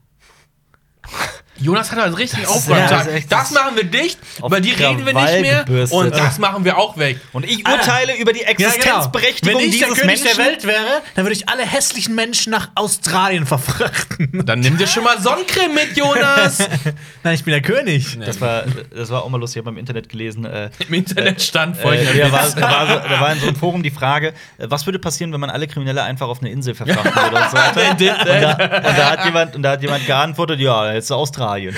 Speaker 3: Jonas hat halt richtig
Speaker 1: ja,
Speaker 3: aufgeräumt.
Speaker 1: das
Speaker 3: Das,
Speaker 1: ist echt-
Speaker 3: das machen wir dicht,
Speaker 1: Auf
Speaker 3: über die reden wir
Speaker 1: Krawall
Speaker 3: nicht mehr
Speaker 1: gebürstet.
Speaker 3: und das machen wir auch weg.
Speaker 1: Und ich
Speaker 2: Ah,
Speaker 1: urteile über die Existenzberechtigung
Speaker 2: genau. Wenn ich der
Speaker 1: dieses
Speaker 2: König
Speaker 1: Menschen.
Speaker 2: der Welt wäre, dann würde ich alle hässlichen Menschen nach Australien verfrachten.
Speaker 3: Dann nimm dir schon mal Sonnencreme mit, Jonas.
Speaker 2: Nein, ich bin der König.
Speaker 1: Das war, das war auch mal lustig, ich habe im Internet gelesen. Äh,
Speaker 3: Im Internet stand folgender
Speaker 1: äh, da, war,
Speaker 3: Witz.
Speaker 1: da, war so, da war in so einem Forum die Frage, äh, was würde passieren, wenn man alle Kriminelle einfach auf eine Insel verfrachten würde und so weiter.
Speaker 3: They did that.
Speaker 1: Und da, und, da hat jemand, und da hat jemand geantwortet, ja, jetzt Australien.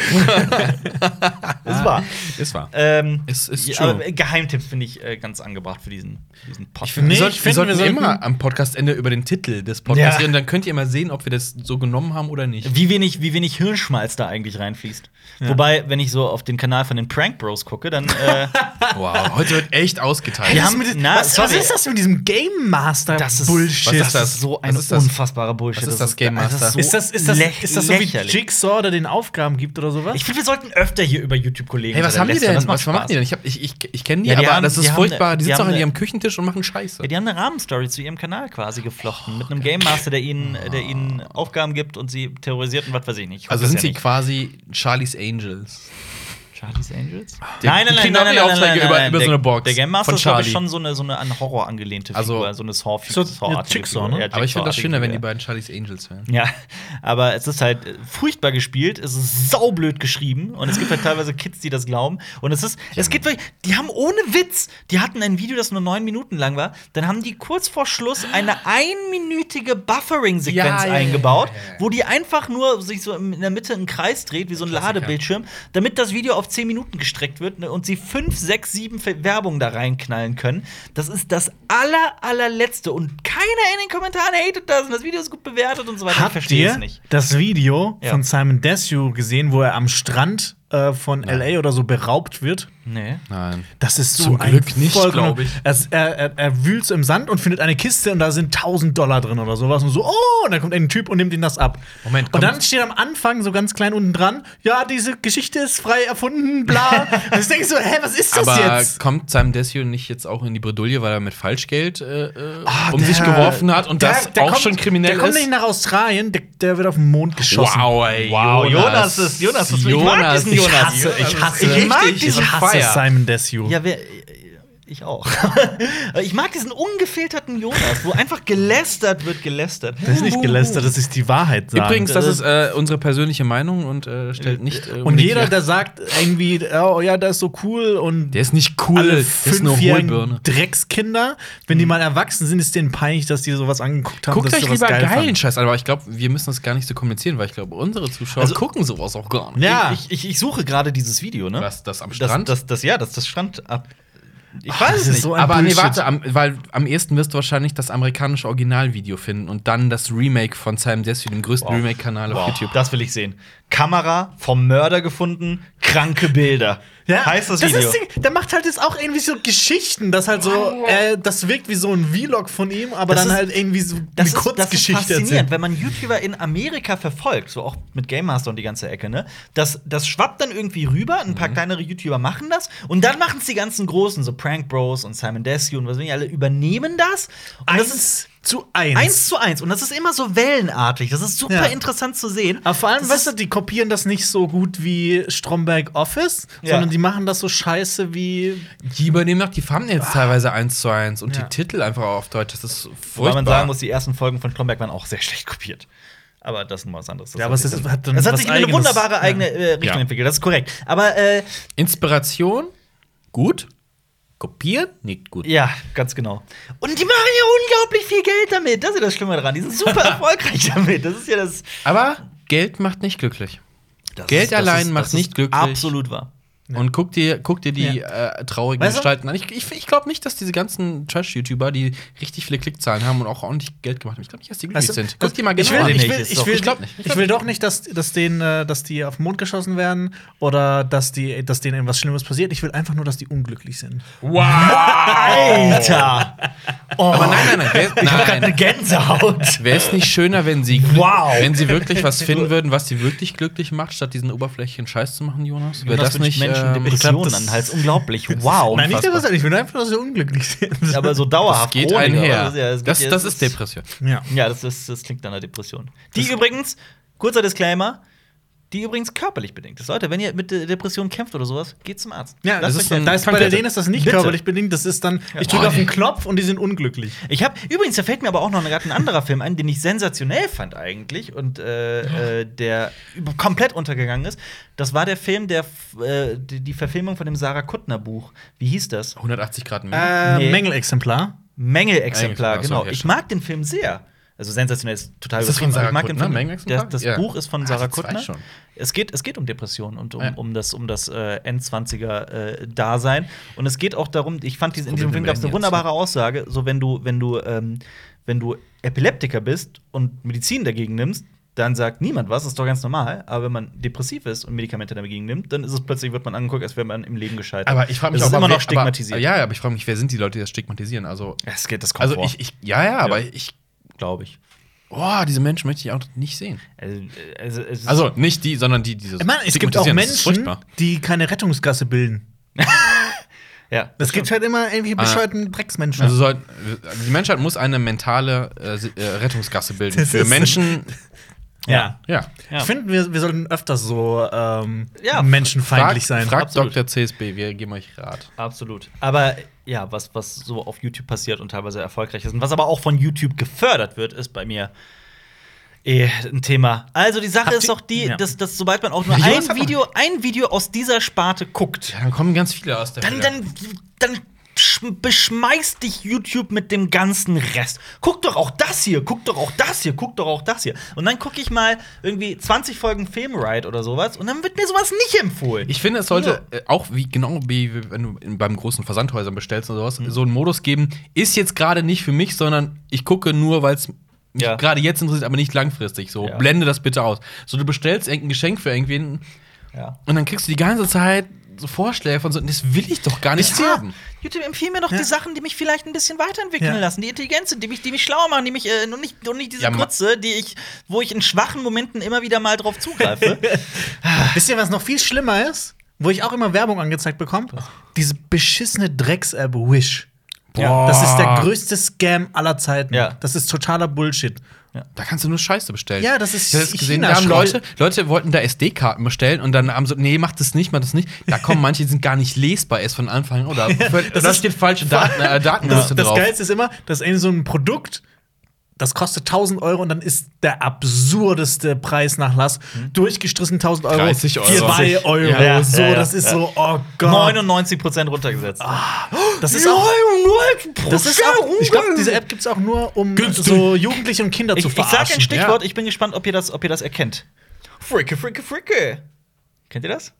Speaker 1: das war.
Speaker 3: Ist wahr.
Speaker 1: Ähm,
Speaker 3: Es ist
Speaker 1: ja,
Speaker 3: true.
Speaker 1: aber Geheimtipps finde ich äh, ganz angebracht für diesen, für diesen Podcast.
Speaker 2: Nee,
Speaker 3: wir
Speaker 2: ich
Speaker 3: sollten,
Speaker 2: finde,
Speaker 3: wir sollten
Speaker 2: wir sollten-
Speaker 3: immer am Podcastende über den Titel des Podcasts
Speaker 2: Ja.
Speaker 3: reden. Dann könnt ihr mal sehen, ob wir das so genommen haben oder nicht.
Speaker 1: wie wenig, wie wenig Hirnschmalz da eigentlich reinfließt. Wobei, wenn ich so auf den Kanal von den Prank Bros gucke, dann. Äh,
Speaker 3: Wow, heute wird echt ausgeteilt.
Speaker 1: Wir
Speaker 2: Was
Speaker 1: haben-
Speaker 2: mit,
Speaker 1: na,
Speaker 2: was, was
Speaker 1: sorry.
Speaker 2: ist das mit diesem Game Master
Speaker 1: Das ist-
Speaker 2: Bullshit?
Speaker 3: was ist das?
Speaker 1: so
Speaker 3: Was
Speaker 1: ein
Speaker 3: Also ist das?
Speaker 1: unfassbarer Oh, also Bullshit.
Speaker 3: Was ist das, Game Master?
Speaker 1: Also so
Speaker 2: ist das, ist das,
Speaker 1: läch-
Speaker 2: ist das so wie
Speaker 1: lächerlich.
Speaker 2: Jigsaw, der den Aufgaben gibt oder sowas?
Speaker 1: Ich finde, wir sollten öfter hier über YouTube-Kollegen
Speaker 3: Hey, was haben die
Speaker 1: lästern.
Speaker 3: denn?
Speaker 1: Das
Speaker 3: Was,
Speaker 1: macht
Speaker 3: machen
Speaker 1: Spaß.
Speaker 3: die denn? Ich, hab- ich, ich, ich kenne die,
Speaker 1: Ja, die
Speaker 3: aber
Speaker 1: haben-
Speaker 3: das
Speaker 1: die
Speaker 3: ist
Speaker 1: haben
Speaker 3: furchtbar.
Speaker 1: ne-
Speaker 3: Die
Speaker 1: die
Speaker 3: sitzen
Speaker 1: haben
Speaker 3: doch in
Speaker 1: ne-
Speaker 3: ihrem Küchentisch und machen Scheiße.
Speaker 1: Ja, die haben eine Rahmenstory zu ihrem Kanal quasi geflochten. mit
Speaker 2: Oh,
Speaker 1: einem Game Master, der ihnen, der ihnen Aufgaben gibt und sie terrorisiert und was weiß ich nicht. Ich guck
Speaker 3: also
Speaker 1: das
Speaker 3: sind
Speaker 1: ja
Speaker 3: sie
Speaker 1: nicht.
Speaker 3: quasi Charlie's Angels.
Speaker 1: Charlie's Angels?
Speaker 3: Die- die kriegen auch die Aufträge über- über so
Speaker 1: der-
Speaker 3: eine Box
Speaker 1: Der Game Master
Speaker 3: von
Speaker 1: ist, glaube ich,
Speaker 3: Charlie.
Speaker 1: schon so eine, so eine an Horror angelehnte
Speaker 3: Also-
Speaker 1: Figur, so eine saw
Speaker 2: So-
Speaker 1: Saw-artige
Speaker 2: ja, Jigsaw,
Speaker 1: Figur.
Speaker 2: ne?
Speaker 1: Ja,
Speaker 3: Aber ich finde das
Speaker 1: Jigsaw-artige
Speaker 3: schöner, wenn
Speaker 1: Figur,
Speaker 3: die
Speaker 1: ja.
Speaker 3: beiden Charlie's Angels wären.
Speaker 1: Ja, aber es ist halt äh, furchtbar gespielt, es ist saublöd geschrieben und es gibt halt teilweise Kids, die das glauben. Und es ist, es gibt wirklich, die haben ohne Witz, die hatten ein Video, das nur neun Minuten lang war, dann haben die kurz vor Schluss eine einminütige Buffering-Sequenz
Speaker 3: Ja, ja, ja,
Speaker 1: eingebaut,
Speaker 3: ja, ja, ja.
Speaker 1: wo die einfach nur sich so in der Mitte einen Kreis dreht, wie so ein
Speaker 3: Klassiker.
Speaker 1: Ladebildschirm, damit das Video auf zehn Minuten gestreckt wird ne, und sie fünf, sechs, sieben Ver- Werbung da reinknallen können. Das ist das aller, allerletzte und keiner in den Kommentaren hatet das und das Video ist gut bewertet und so weiter. Ich
Speaker 2: Habt
Speaker 1: verstehe
Speaker 2: ihr
Speaker 1: es nicht.
Speaker 2: das Video
Speaker 1: Ja.
Speaker 2: von Simon Desue gesehen, wo er am Strand äh, von LA oder so beraubt wird?
Speaker 1: Nee.
Speaker 3: Nein.
Speaker 2: Das ist so
Speaker 3: Zum
Speaker 2: ein
Speaker 3: Glück nicht,
Speaker 2: vollkommen-
Speaker 3: glaub ich.
Speaker 2: Er, er, er, er wühlt so im Sand und findet eine Kiste und da sind 1000 Dollar drin oder sowas und so. Oh, und dann kommt ein Typ und nimmt ihm das ab.
Speaker 3: Moment,
Speaker 2: und
Speaker 3: kommt-
Speaker 2: dann steht am Anfang so ganz klein unten dran, ja, diese Geschichte ist frei erfunden, bla. und ich denke so, hä, was ist das
Speaker 3: Aber
Speaker 2: jetzt?
Speaker 3: kommt Sam Desio nicht jetzt auch in die Bredouille, weil er mit Falschgeld äh, äh,
Speaker 2: Ah,
Speaker 3: um
Speaker 2: der-
Speaker 3: sich geworfen hat und das auch schon kriminell
Speaker 2: Der kommt
Speaker 3: ist?
Speaker 2: nicht nach Australien, der, der wird auf den Mond geschossen.
Speaker 3: Wow, ey,
Speaker 1: Wow, Jonas ist- Jonas ist- ich mag diesen
Speaker 3: ich
Speaker 1: Jonas.
Speaker 3: Hasse, ich hasse,
Speaker 1: Ich mag
Speaker 3: Richtig,
Speaker 1: diesen-
Speaker 3: ich
Speaker 2: Ich hasse
Speaker 3: feier.
Speaker 2: Simon Desue.
Speaker 1: Ja, wer. Ich auch. Aber ich mag diesen ungefilterten Jonas, wo einfach gelästert wird, gelästert.
Speaker 2: Das ist nicht gelästert, das ist die Wahrheit. Sagen.
Speaker 3: Übrigens, das ist äh, unsere persönliche Meinung und äh, stellt nicht. äh,
Speaker 2: und
Speaker 3: unbedingt-
Speaker 2: jeder, der sagt irgendwie, oh ja, der ist so cool und
Speaker 3: der ist nicht cool,
Speaker 2: alle
Speaker 3: der ist eine
Speaker 2: fünfjährigen
Speaker 3: Hohlbirne. Mhm.
Speaker 2: Dreckskinder, wenn die mal erwachsen sind, ist denen peinlich, dass die sowas angeguckt haben.
Speaker 3: Guckt
Speaker 2: dass
Speaker 3: euch
Speaker 2: sie sowas
Speaker 3: lieber geilen
Speaker 2: fanden.
Speaker 3: Scheiß an, aber ich glaube, wir müssen das gar nicht so kommunizieren, weil ich glaube, unsere Zuschauer
Speaker 1: Also-
Speaker 3: gucken sowas auch gar nicht.
Speaker 2: Ja.
Speaker 1: Ich, ich, ich suche gerade dieses Video, ne?
Speaker 3: Das, das am
Speaker 1: das,
Speaker 3: Strand.
Speaker 1: Das, das, ja, das, das Strand ab. Ich
Speaker 2: Ach,
Speaker 1: weiß
Speaker 2: das
Speaker 1: es
Speaker 2: ist
Speaker 1: nicht.
Speaker 2: so ein
Speaker 3: aber nee,
Speaker 2: Bullshit.
Speaker 3: warte, am, weil am ehesten wirst du wahrscheinlich das amerikanische Originalvideo finden und dann das Remake von Sam Desio, dem größten
Speaker 1: Wow.
Speaker 3: Remake-Kanal auf
Speaker 1: Wow,
Speaker 3: YouTube.
Speaker 1: Das will ich sehen. Kamera vom Mörder gefunden, kranke Bilder.
Speaker 2: Ja,
Speaker 1: Heißt das Video.
Speaker 2: ist die- der macht halt jetzt auch irgendwie so Geschichten, das halt so, äh, das wirkt wie so ein Vlog von ihm, aber
Speaker 1: Das
Speaker 2: dann
Speaker 1: ist-
Speaker 2: halt irgendwie so eine Kurzgeschichte
Speaker 1: faszinierend,
Speaker 2: erzählt.
Speaker 1: wenn man YouTuber in Amerika verfolgt, so auch mit Game Master und die ganze Ecke, ne? Das, das schwappt dann irgendwie rüber, ein
Speaker 2: Mhm.
Speaker 1: paar kleinere YouTuber machen das und dann machen es die ganzen Großen, so Prank Bros und Simon Desue und was weiß ich, alle übernehmen das. Und das ist
Speaker 2: Eins zu eins.
Speaker 1: eins zu eins und das ist immer so wellenartig. Das ist super
Speaker 2: Ja.
Speaker 1: interessant zu sehen.
Speaker 2: Aber vor allem,
Speaker 1: Das
Speaker 2: weißt du,
Speaker 1: ist-
Speaker 2: die kopieren das nicht so gut wie Stromberg Office,
Speaker 1: Ja.
Speaker 2: sondern die machen das so scheiße wie.
Speaker 3: Die übernehmen auch die Thumbnails teilweise eins zu eins und
Speaker 2: Ah. Ja.
Speaker 3: die Titel einfach auf Deutsch. Das ist furchtbar.
Speaker 1: Wobei man sagen muss, die ersten Folgen von Stromberg waren auch sehr schlecht kopiert. Aber das ist mal was anderes.
Speaker 2: Ja, aber
Speaker 1: hat
Speaker 2: es
Speaker 1: sich
Speaker 2: ist-
Speaker 1: dann-
Speaker 2: hat dann
Speaker 1: es hat
Speaker 2: was
Speaker 1: sich in eine
Speaker 2: Eigenes.
Speaker 1: wunderbare eigene äh, Richtung
Speaker 3: Ja.
Speaker 1: entwickelt, das ist korrekt. Aber äh,
Speaker 3: Inspiration, gut. Kopieren, nicht gut.
Speaker 1: Ja, ganz genau. Und die machen ja unglaublich viel Geld damit. Das ist ja das Schlimme daran. Die sind super erfolgreich damit. Das ist ja das.
Speaker 3: Aber Geld macht nicht glücklich.
Speaker 1: das
Speaker 3: Geld
Speaker 1: das
Speaker 3: allein
Speaker 1: das
Speaker 3: macht nicht glücklich.
Speaker 1: Absolut wahr.
Speaker 3: Und guck dir, guck dir die äh, traurigen
Speaker 1: Weißt du?
Speaker 3: Gestalten an. Ich, ich, ich glaube nicht, dass diese ganzen Trash-YouTuber, die richtig viele Klickzahlen haben und auch ordentlich Geld gemacht haben, ich glaube nicht, dass die glücklich
Speaker 1: Weißt du,
Speaker 3: sind. Guck dir mal
Speaker 2: Ich
Speaker 3: genau
Speaker 2: will,
Speaker 3: an.
Speaker 1: nicht.
Speaker 2: ich, will,
Speaker 1: ist
Speaker 2: ich,
Speaker 1: doch-
Speaker 2: will,
Speaker 1: ich
Speaker 3: glaub nicht.
Speaker 2: ich will doch nicht, dass, dass, denen, äh, dass die auf den Mond geschossen werden oder dass, die, dass denen irgendwas Schlimmes passiert. Ich will einfach nur, dass die unglücklich sind.
Speaker 1: Alter! Oh,
Speaker 3: Aber nein, nein, nein. Wer,
Speaker 1: ich hab grad eine
Speaker 3: nein.
Speaker 1: Gänsehaut.
Speaker 3: Wäre es nicht schöner, wenn sie, glück-
Speaker 1: Wow.
Speaker 3: wenn sie wirklich was finden würden, was sie wirklich glücklich macht, statt diesen oberflächlichen Scheiß zu machen, Jonas? Wäre
Speaker 1: Jonas
Speaker 3: das
Speaker 1: wünscht
Speaker 3: nicht
Speaker 1: Menschen
Speaker 3: ähm,
Speaker 2: ich glaub,
Speaker 1: Depressionen
Speaker 2: das-
Speaker 1: an den Hals. Unglaublich. Wow.
Speaker 2: Nein, nicht
Speaker 1: unfassbar.
Speaker 2: das, ich will einfach, nur, dass sie unglücklich sind.
Speaker 1: aber so
Speaker 3: das
Speaker 1: dauerhaft.
Speaker 3: geht
Speaker 1: chronisch,
Speaker 3: einher.
Speaker 1: aber ja, es geht-
Speaker 3: Das,
Speaker 1: ja,
Speaker 3: das
Speaker 1: es
Speaker 3: ist Depression.
Speaker 2: ja.
Speaker 1: Ja, das, ist, das klingt nach einer Depression. Die übrigens, kurzer Disclaimer, die übrigens körperlich bedingt ist. Leute, wenn ihr mit De- Depression kämpft oder sowas, geht zum Arzt.
Speaker 2: Ja,
Speaker 1: Lasst
Speaker 2: das
Speaker 1: euch
Speaker 3: ist
Speaker 1: helfen.
Speaker 3: ein-
Speaker 2: da ist bei
Speaker 1: Bitte.
Speaker 2: denen ist das nicht
Speaker 1: Bitte.
Speaker 2: körperlich bedingt, das ist dann, ich drücke
Speaker 3: Boah,
Speaker 2: auf den
Speaker 3: nee.
Speaker 2: Knopf und die sind unglücklich.
Speaker 1: Ich habe übrigens, da fällt mir aber auch noch gerade ein anderer Film ein, den ich sensationell fand eigentlich und äh, äh, der über- komplett untergegangen ist. Das war der Film, der f- äh, die, die Verfilmung von dem Sarah Kuttner Buch. Wie hieß das?
Speaker 3: 180 Grad mehr.
Speaker 2: Äh,
Speaker 1: Nee.
Speaker 2: Mängelexemplar.
Speaker 1: Mängelexemplar,
Speaker 3: Mängelexemplar,
Speaker 1: genau.
Speaker 3: sorry,
Speaker 1: ich
Speaker 3: schon.
Speaker 1: mag den Film sehr. Also sensationell ist total
Speaker 3: Ist das von
Speaker 1: übertrieben, aber
Speaker 3: Sarah
Speaker 1: ich mag
Speaker 3: Kuttner,
Speaker 1: den Film.
Speaker 3: Mängelexemplar?
Speaker 1: Das, das
Speaker 3: Ja.
Speaker 1: Buch ist von
Speaker 3: Ah,
Speaker 1: Sarah
Speaker 3: die zwei
Speaker 1: Kuttner.
Speaker 3: schon.
Speaker 1: Es geht, es geht um Depressionen und um,
Speaker 3: Ja.
Speaker 1: um das, um das äh, End-20er-Dasein. und es geht auch darum, ich fand, dies, in diesem Film
Speaker 3: Problem
Speaker 1: gab es eine
Speaker 3: der Millennials, ne?
Speaker 1: wunderbare Aussage, so wenn du, wenn du, ähm, wenn du Epileptiker bist und Medizin dagegen nimmst, dann sagt niemand was, ist doch ganz normal. Aber wenn man depressiv ist und Medikamente dagegen nimmt, dann ist es plötzlich, wird man angeguckt, als wäre man im Leben gescheitert.
Speaker 3: Aber ich frage mich
Speaker 1: das
Speaker 3: auch
Speaker 1: ist immer
Speaker 3: wer-
Speaker 1: noch stigmatisiert.
Speaker 3: Aber, ja, aber ich frage mich, wer sind die Leute, die das stigmatisieren? Also,
Speaker 1: Es geht, das kommt
Speaker 3: also
Speaker 1: vor,
Speaker 3: ich, ich, ja, ja, aber
Speaker 1: Ja.
Speaker 3: ich,
Speaker 1: glaube ich.
Speaker 3: oh, diese Menschen möchte ich auch nicht sehen.
Speaker 1: Also, also, es ist-
Speaker 3: Also nicht die, sondern die, die so
Speaker 2: Mann, es gibt auch
Speaker 3: stigmatisieren. Das ist
Speaker 2: Menschen,
Speaker 3: furchtbar.
Speaker 2: die keine Rettungsgasse bilden.
Speaker 1: ja.
Speaker 2: Es gibt halt immer irgendwelche
Speaker 3: Ah.
Speaker 2: bescheuerten Drecksmenschen.
Speaker 3: Also soll, die Menschheit muss eine mentale äh, Si- äh, Rettungsgasse bilden
Speaker 2: Das
Speaker 3: für
Speaker 2: ist-
Speaker 3: Menschen.
Speaker 1: Ja.
Speaker 3: Ja.
Speaker 1: Ja.
Speaker 2: Ich finde, wir, wir sollten öfters so ähm,
Speaker 1: Ja,
Speaker 2: menschenfeindlich
Speaker 3: fragt,
Speaker 2: sein.
Speaker 3: Fragt
Speaker 1: Absolut.
Speaker 3: Dr. CSB, wir geben euch Rat.
Speaker 1: Absolut. Aber ja, was, was so auf YouTube passiert und teilweise erfolgreich ist und was aber auch von YouTube gefördert wird, ist bei mir eh ein Thema. Also die Sache
Speaker 2: Habt
Speaker 1: ist
Speaker 2: ihr-
Speaker 1: doch die,
Speaker 2: Ja.
Speaker 1: dass, dass sobald man auch nur
Speaker 3: Jonas
Speaker 1: ein
Speaker 3: hat noch-
Speaker 1: Video, ein Video aus dieser Sparte guckt,
Speaker 3: Ja, dann kommen ganz viele aus der
Speaker 1: dann, dann, dann sch- beschmeißt dich YouTube mit dem ganzen Rest. Guck doch auch das hier, guck doch auch das hier, guck doch auch das hier. Und dann gucke ich mal irgendwie 20 Folgen Filmride oder sowas und dann wird mir sowas nicht empfohlen.
Speaker 3: Ich finde, es sollte äh, auch wie genau wie wenn du in- beim großen Versandhäusern bestellst oder sowas, so einen Modus geben, ist jetzt gerade nicht für mich, sondern ich gucke nur, weil es mich
Speaker 1: Ja.
Speaker 3: gerade jetzt interessiert, aber nicht langfristig. So,
Speaker 1: Ja.
Speaker 3: blende das bitte aus. So, du bestellst irgendein Geschenk für irgendwen
Speaker 1: ja.
Speaker 3: und dann kriegst du die ganze Zeit so Vorschläge von so, das will ich doch gar nicht
Speaker 1: Ja, Ah,
Speaker 3: haben.
Speaker 1: YouTube empfiehlt mir doch die Sachen, die mich vielleicht ein bisschen weiterentwickeln
Speaker 2: Ja.
Speaker 1: lassen, die intelligent sind, die mich, die mich schlauer machen, die mich äh, und, nicht, und nicht diese
Speaker 3: Ja, ma-
Speaker 1: Grütze, die ich, wo ich in schwachen Momenten immer wieder mal drauf zugreife.
Speaker 2: Wisst ihr, was noch viel schlimmer ist? Wo ich auch immer Werbung angezeigt bekomme? Diese beschissene Drecks-App Wish.
Speaker 3: Boah.
Speaker 2: Das ist der größte Scam aller Zeiten.
Speaker 1: Ja.
Speaker 2: Das ist totaler Bullshit.
Speaker 3: Da kannst du nur Scheiße bestellen.
Speaker 2: Ja, das ist
Speaker 3: ich hab das gesehen. Da haben
Speaker 2: China-Schrott.
Speaker 3: Leute, Leute wollten da SD-Karten bestellen und dann haben so, nee, mach das nicht, mach das nicht. Da kommen manche, die sind gar nicht lesbar erst von Anfang an. Oder
Speaker 2: das
Speaker 3: da
Speaker 2: ist-
Speaker 3: steht falsche Daten, äh,
Speaker 2: Das,
Speaker 3: Datenliste
Speaker 2: das
Speaker 3: drauf.
Speaker 2: Geilste ist immer, dass irgendwie so ein Produkt, das kostet 1000 Euro und dann ist der absurdeste Preisnachlass durchgestrichen 1000 Euro.
Speaker 3: 30 Euro.
Speaker 2: 2 Euro.
Speaker 1: Mhm. Ja, ja,
Speaker 2: so,
Speaker 1: ja,
Speaker 2: das ist
Speaker 1: ja.
Speaker 2: so, oh Gott.
Speaker 1: 99% runtergesetzt.
Speaker 3: Ah.
Speaker 2: das ist auch. Das ist auch ich glaube, diese
Speaker 1: App.
Speaker 2: App gibt es auch nur, um so Jugendliche und Kinder
Speaker 1: Ich,
Speaker 2: zu
Speaker 1: ich sag ein
Speaker 2: verarschen.
Speaker 1: Stichwort, ich bin gespannt, ob ihr das, ob ihr das erkennt. Fricke, fricke, fricke. Kennt ihr das?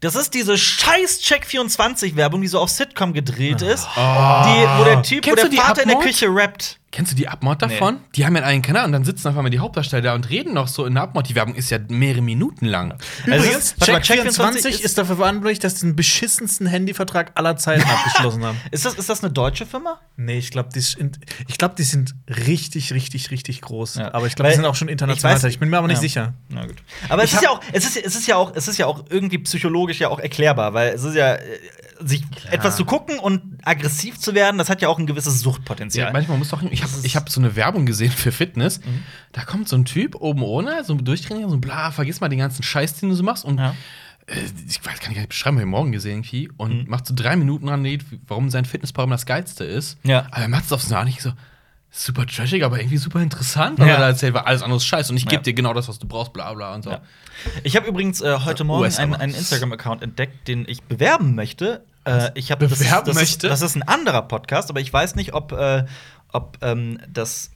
Speaker 1: Das ist diese scheiß Check24-Werbung, die so auf Sitcom gedreht ist. Die, wo der Typ, wo
Speaker 3: Ah. Kennst
Speaker 1: der
Speaker 3: du die
Speaker 1: Vater in der
Speaker 3: Abmord?
Speaker 1: Küche rappt.
Speaker 3: Kennst du die Abmord davon? Die haben ja einen Kanal und dann sitzen auf einmal die Hauptdarsteller da und reden noch so in der Abmord. Die Werbung ist ja mehrere Minuten lang.
Speaker 2: Übrigens,
Speaker 1: Also, warte mal,
Speaker 2: Check24
Speaker 1: Check24
Speaker 2: ist, dafür verantwortlich, dass sie den beschissensten Handyvertrag aller Zeiten abgeschlossen haben.
Speaker 1: Ist das, ist das eine deutsche Firma?
Speaker 2: Nee, ich glaube, die, sind- ich glaub, die sind richtig, richtig, richtig groß.
Speaker 1: Ja.
Speaker 2: Aber ich glaube,
Speaker 1: Weil-
Speaker 2: die sind auch schon international.
Speaker 1: ich
Speaker 2: Ich,
Speaker 1: weiß-
Speaker 2: bin mir aber nicht
Speaker 1: ja.
Speaker 2: sicher.
Speaker 1: Na gut. Aber es
Speaker 3: Ich
Speaker 1: ist
Speaker 3: hab-
Speaker 1: ja auch, es ist, es ist ja auch, es ist ja auch irgendwie psychologisch ja auch erklärbar, weil es ist ja, äh, sich etwas zu gucken und aggressiv zu werden, das hat ja auch ein gewisses
Speaker 3: Ja,
Speaker 1: Suchtpotenzial.
Speaker 3: manchmal muss doch. Ich habe ich hab so eine Werbung gesehen für Fitness.
Speaker 2: Mhm.
Speaker 3: Da kommt so ein Typ oben ohne, so ein Durchtrainier, so ein bla, vergiss mal den ganzen Scheiß, den du so machst. Und
Speaker 1: Ja.
Speaker 3: äh, ich weiß, kann ich gar nicht beschreiben, hab ich morgen gesehen irgendwie. Und
Speaker 1: Mhm.
Speaker 3: macht so drei Minuten an, warum sein Fitnessprogramm das geilste ist.
Speaker 1: Ja.
Speaker 3: Aber er macht es aufs Nahe nicht so. Super trashig, aber irgendwie super interessant, weil
Speaker 1: Ja.
Speaker 3: er da erzählt, weil alles andere ist Scheiß und ich gebe
Speaker 1: Ja.
Speaker 3: dir genau das, was du brauchst, bla bla und so.
Speaker 1: Ja. Ich habe übrigens äh, heute Morgen
Speaker 3: US
Speaker 1: einen,
Speaker 3: aber.
Speaker 1: einen Instagram-Account entdeckt, den ich bewerben möchte. Äh, ich hab, das ist,
Speaker 3: Bewerben
Speaker 1: das
Speaker 3: möchte?
Speaker 1: Ist, das ist ein anderer Podcast, aber ich weiß nicht, ob, äh, ob ähm, das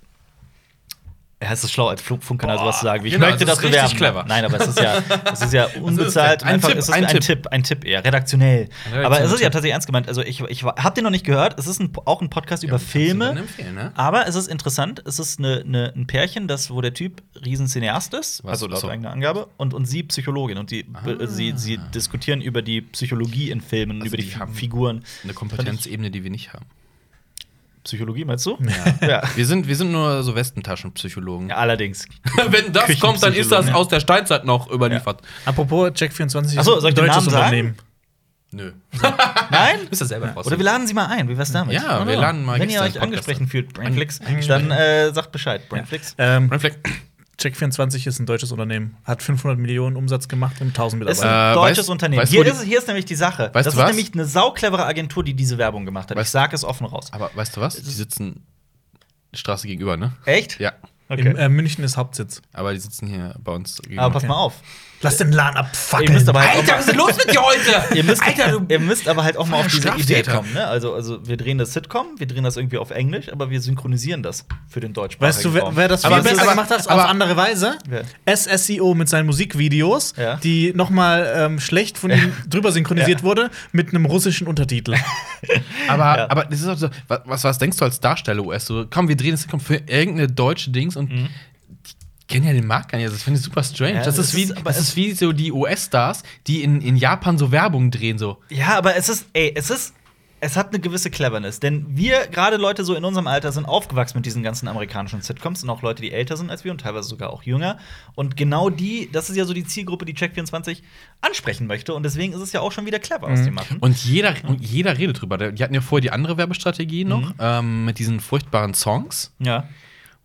Speaker 1: Ja, es ist schlau, als Flugfunkkanal
Speaker 3: Boah,
Speaker 1: sowas zu sagen. wie, Ich
Speaker 3: genau,
Speaker 1: möchte
Speaker 3: das
Speaker 1: das,
Speaker 3: ist richtig
Speaker 1: bewerben.
Speaker 3: clever.
Speaker 1: Nein, aber es ist ja, es ist ja unbezahlt.
Speaker 3: denn? Ein
Speaker 1: einfach,
Speaker 3: Tipp,
Speaker 1: es ist
Speaker 3: ein
Speaker 1: ein,
Speaker 3: Tipp.
Speaker 1: Tipp. ein Tipp eher, redaktionell.
Speaker 3: Redaktionell.
Speaker 1: Aber es ist ja tatsächlich ernst gemeint. Also, ich, ich hab den noch nicht gehört. Es ist ein, auch ein Podcast über
Speaker 3: Kannst du
Speaker 1: Filme.
Speaker 3: denn empfehlen, ne?
Speaker 1: Aber es ist interessant, es ist ne, ne, ein Pärchen, das, wo der Typ Riesenzineast ist,
Speaker 3: Was? Ah.
Speaker 1: also laut
Speaker 3: Achso.
Speaker 1: eigener Angabe, und, und sie Psychologin. Und die, be- sie, sie diskutieren über die Psychologie in Filmen,
Speaker 3: Also
Speaker 1: über die,
Speaker 3: die haben-
Speaker 1: Figuren.
Speaker 3: Eine Kompetenzebene, die wir nicht haben.
Speaker 1: Psychologie, meinst du?
Speaker 3: Ja.
Speaker 1: ja.
Speaker 3: Wir sind, wir sind nur so Westentaschenpsychologen.
Speaker 1: ja allerdings.
Speaker 3: Wenn das kommt, dann ist das
Speaker 1: Küchenpsychologen.
Speaker 3: aus der Steinzeit noch überliefert.
Speaker 2: Apropos Check24
Speaker 1: Ach so, soll ich den Namen sagen?
Speaker 3: Nö.
Speaker 1: Nein?
Speaker 3: Bist du selber draus.
Speaker 1: Oder wir laden sie mal ein. Wie wär's damit?
Speaker 3: Ja, wir laden mal
Speaker 1: Wenn
Speaker 3: Gäste
Speaker 1: ihr
Speaker 3: in
Speaker 1: euch
Speaker 3: den Podcast
Speaker 1: angesprochen fühlt, Brainflix,
Speaker 2: Angesprochen.
Speaker 1: dann äh, sagt Bescheid. Brainflix.
Speaker 2: Ähm,
Speaker 3: Reflect.
Speaker 2: Check24 ist ein deutsches Unternehmen. Hat 500 Millionen Umsatz gemacht und 1000
Speaker 1: Ist ein
Speaker 2: Mitarbeiter.
Speaker 3: Äh,
Speaker 1: deutsches
Speaker 3: weißt-
Speaker 1: Unternehmen.
Speaker 3: weißt du,
Speaker 1: hier,
Speaker 3: wo die-
Speaker 1: ist, hier ist nämlich die Sache.
Speaker 3: Weißt
Speaker 1: das
Speaker 3: du
Speaker 1: ist
Speaker 3: was?
Speaker 1: nämlich eine sauclevere Agentur, die diese Werbung gemacht hat. ich
Speaker 3: Weißt-
Speaker 1: sag es offen raus.
Speaker 3: Aber weißt du was? Die sitzen die Straße gegenüber, ne?
Speaker 1: Echt?
Speaker 3: Ja.
Speaker 1: Okay.
Speaker 2: In, äh, München ist Hauptsitz.
Speaker 3: Aber die sitzen hier bei uns gegenüber.
Speaker 1: aber pass
Speaker 2: okay.
Speaker 1: mal auf.
Speaker 2: Lass den Laden abfackeln.
Speaker 1: Ihr müsst aber halt
Speaker 3: Alter, was ist denn los mit dir heute?
Speaker 1: Ihr müsst,
Speaker 3: Alter, du.
Speaker 1: ihr müsst aber halt auch mal auf diese
Speaker 3: Straftäter.
Speaker 1: Idee kommen. Ne? Also, also, wir drehen das Sitcom, wir drehen das irgendwie auf Englisch, aber wir synchronisieren das für den deutschsprachigen
Speaker 2: Weißt du, wer,
Speaker 1: Raum.
Speaker 2: wer das viel
Speaker 3: Aber-
Speaker 2: besser
Speaker 3: aber-
Speaker 2: gemacht hat, auf
Speaker 3: aber-
Speaker 2: andere Weise?
Speaker 1: Wer?
Speaker 2: SSIO mit seinen Musikvideos,
Speaker 1: Ja.
Speaker 2: die nochmal ähm, schlecht von ihm drüber synchronisiert
Speaker 1: Ja.
Speaker 2: wurde, mit einem russischen Untertitel.
Speaker 3: Aber,
Speaker 1: Ja.
Speaker 3: aber das ist auch so, was, was, was denkst du als Darsteller US? So, komm, wir drehen das komm, für irgendeine deutsche Dings und die kennen ja den Markt gar nicht. Das finde ich super strange.
Speaker 1: Mhm. Ja,
Speaker 3: das,
Speaker 1: das
Speaker 3: ist wie,
Speaker 1: ist aber-
Speaker 3: das ist wie so die US-Stars, die in, in Japan so Werbung drehen. So.
Speaker 1: Ja, aber es ist, ey, es ist, es hat eine gewisse Cleverness, denn wir, gerade Leute so in unserem Alter, sind aufgewachsen mit diesen ganzen amerikanischen Sitcoms und auch Leute, die älter sind als wir und teilweise sogar auch jünger. Und genau die, das ist ja so die Zielgruppe, die Check24 ansprechen möchte und deswegen ist es ja auch schon wieder clever,
Speaker 2: Mhm.
Speaker 1: was die machen.
Speaker 3: Und jeder, und jeder redet drüber. Die hatten ja vorher die andere Werbestrategie
Speaker 1: Mhm.
Speaker 3: noch ähm, mit diesen furchtbaren Songs,
Speaker 1: ja.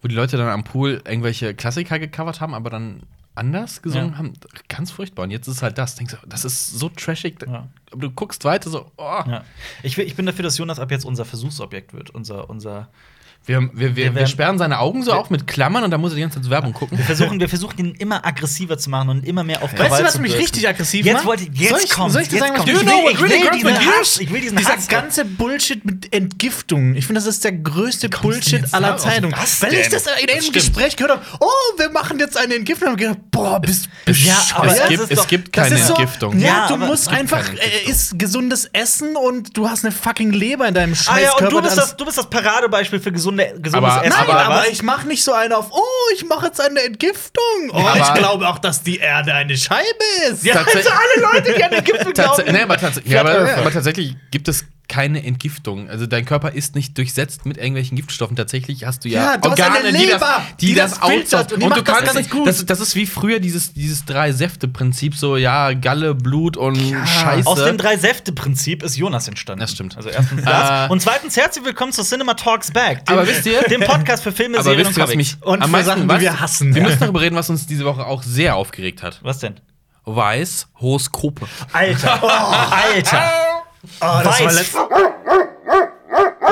Speaker 3: wo die Leute dann am Pool irgendwelche Klassiker gecovert haben, aber dann anders gesungen
Speaker 1: Ja.
Speaker 3: haben. Ganz furchtbar. Und jetzt ist es halt das. Denkst du, das ist so trashig. da-
Speaker 1: Ja.
Speaker 3: Aber du guckst weiter so, oh.
Speaker 1: Ja. Ich, will- ich bin dafür, dass Jonas ab jetzt unser Versuchsobjekt wird. Unser, unser
Speaker 3: Wir, wir,
Speaker 1: Wir
Speaker 3: wir, wir
Speaker 1: werden-
Speaker 3: sperren seine Augen so auf mit Klammern und dann muss er die ganze Zeit Werbung gucken.
Speaker 1: wir, versuchen, wir versuchen, ihn immer aggressiver zu machen und immer mehr auf Krawall
Speaker 2: weißt du, was
Speaker 1: zu
Speaker 2: mich
Speaker 1: bürsten.
Speaker 2: richtig aggressiv
Speaker 1: jetzt
Speaker 2: macht?
Speaker 1: wollte ich,
Speaker 2: Soll
Speaker 1: jetzt
Speaker 2: ich-
Speaker 1: kommt,
Speaker 2: soll ich dir
Speaker 1: jetzt
Speaker 2: sagen, was
Speaker 1: kommt.
Speaker 2: mich
Speaker 1: Ich will,
Speaker 3: really
Speaker 1: ich will
Speaker 3: hurts when
Speaker 1: diesen
Speaker 3: you-
Speaker 1: Hass, ich will diesen
Speaker 2: Dieser
Speaker 1: Hass.
Speaker 2: ganze Bullshit mit Entgiftung. Ich finde, das ist der größte
Speaker 3: kommst du denn
Speaker 2: Bullshit
Speaker 3: jetzt
Speaker 2: aller
Speaker 3: darauf?
Speaker 2: Zeitungen.
Speaker 1: Was
Speaker 2: Weil ich
Speaker 1: denn?
Speaker 2: das in einem
Speaker 3: stimmt.
Speaker 2: Gespräch gehört habe, oh, wir machen jetzt eine Entgiftung. Und ich gedacht, boah, bist
Speaker 1: Ja,
Speaker 2: bescheuert.
Speaker 1: aber
Speaker 3: es
Speaker 1: das
Speaker 3: gibt,
Speaker 1: ist
Speaker 3: es
Speaker 1: doch-
Speaker 3: gibt
Speaker 2: Das
Speaker 3: keine
Speaker 2: ist so,
Speaker 3: Entgiftung.
Speaker 2: Ja,
Speaker 1: Ja,
Speaker 2: du
Speaker 1: aber
Speaker 2: musst
Speaker 1: es gibt
Speaker 2: einfach
Speaker 3: keine
Speaker 2: äh,
Speaker 3: Entgiftung.
Speaker 2: isst gesundes Essen und du hast eine fucking Leber in deinem
Speaker 1: Ah ja,
Speaker 2: Scheißkörper.
Speaker 1: und du bist,
Speaker 2: dann-
Speaker 1: das, du bist das Paradebeispiel für gesunde, gesundes
Speaker 3: Aber-
Speaker 1: Essen.
Speaker 2: Nein, aber,
Speaker 1: oder was?
Speaker 2: ich mach nicht so eine auf, oh, ich mache jetzt eine Entgiftung. Oh,
Speaker 3: Ja,
Speaker 2: ich
Speaker 3: aber-
Speaker 2: glaube auch, dass die Erde eine Scheibe ist.
Speaker 1: ja,
Speaker 3: Tatsächlich-
Speaker 1: also alle Leute, die an den Gipfel
Speaker 3: Tats
Speaker 1: glauben.
Speaker 3: nee, aber, tats ja,
Speaker 1: Flat
Speaker 3: aber,
Speaker 1: Earther.
Speaker 3: aber tatsächlich gibt es keine Entgiftung. Also dein Körper ist nicht durchsetzt mit irgendwelchen Giftstoffen. Tatsächlich hast du ja,
Speaker 2: Ja, du hast
Speaker 3: Organe,
Speaker 2: eine
Speaker 3: die
Speaker 2: Leber,
Speaker 3: das, die
Speaker 2: die
Speaker 3: das,
Speaker 2: das filtert
Speaker 3: aussaugen.
Speaker 2: und die
Speaker 3: Und du
Speaker 2: macht das
Speaker 3: kannst
Speaker 2: ganz
Speaker 3: nicht.
Speaker 2: gut.
Speaker 3: Das, das ist wie früher dieses, dieses Drei-Säfte-Prinzip. So, ja, Galle, Blut und Scheiße.
Speaker 1: Aus dem Drei-Säfte-Prinzip ist Jonas entstanden.
Speaker 3: Das stimmt.
Speaker 1: Also erstens das. Und zweitens, herzlich willkommen zu Cinema Talks Back. Dem,
Speaker 3: Aber wisst ihr-
Speaker 1: Dem Podcast für Filme,
Speaker 3: aber
Speaker 1: Serien
Speaker 3: wisst
Speaker 1: und
Speaker 3: ihr, was
Speaker 1: Comics.
Speaker 3: mich
Speaker 2: Und für Sachen, die
Speaker 3: was-
Speaker 2: wir hassen.
Speaker 3: Wir
Speaker 2: Ja.
Speaker 3: müssen darüber reden, was uns diese Woche auch sehr aufgeregt hat.
Speaker 1: was denn?
Speaker 3: Weiß, Horoskope.
Speaker 1: Alter. Oh, Alter.
Speaker 2: Oh, das war
Speaker 1: Weiß.
Speaker 2: letzt-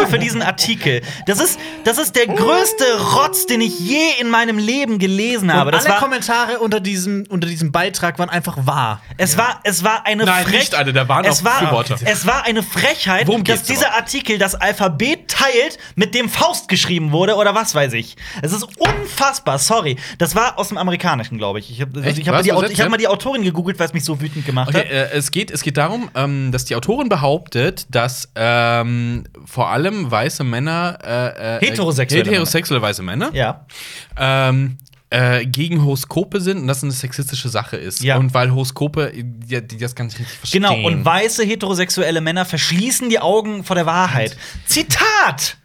Speaker 1: Für diesen Artikel. Das ist, das ist der größte Rotz, den ich je in meinem Leben gelesen habe.
Speaker 2: und
Speaker 1: Das
Speaker 2: alle
Speaker 1: war,
Speaker 2: Kommentare unter diesem, unter diesem Beitrag waren einfach wahr.
Speaker 1: Es war, es war eine
Speaker 3: Nein,
Speaker 1: Frech-
Speaker 3: nicht alle, da waren
Speaker 1: es
Speaker 3: auch
Speaker 1: war,
Speaker 3: Befürworter.
Speaker 1: es war eine Frechheit,
Speaker 3: Worum
Speaker 1: dass
Speaker 3: geht's
Speaker 1: dieser
Speaker 3: aber?
Speaker 1: Artikel das Alphabet teilt, mit dem Faust geschrieben wurde oder was weiß ich. Es ist unfassbar, sorry. Das war aus dem Amerikanischen, glaube ich. Ich habe
Speaker 3: Echt?
Speaker 1: ich hab mal,
Speaker 3: Was?
Speaker 1: die
Speaker 3: Wo
Speaker 1: Aut-
Speaker 3: sitzt
Speaker 1: ich hab
Speaker 3: der?
Speaker 1: mal die Autorin gegoogelt, weil es mich so wütend gemacht
Speaker 3: Okay,
Speaker 1: hat.
Speaker 3: äh, es, geht, es geht darum, ähm, dass die Autorin behauptet, dass ähm, vor allem weiße Männer. Äh, äh,
Speaker 1: Heterosexuelle
Speaker 3: heterosexuelle weiße Männer.
Speaker 1: Ja.
Speaker 3: Ähm, äh, gegen Horoskope sind und das eine sexistische Sache ist.
Speaker 1: Ja.
Speaker 3: Und weil Horoskope, die, die das gar nicht richtig verstehen.
Speaker 1: Genau, und weiße heterosexuelle Männer verschließen die Augen vor der Wahrheit. Zitat!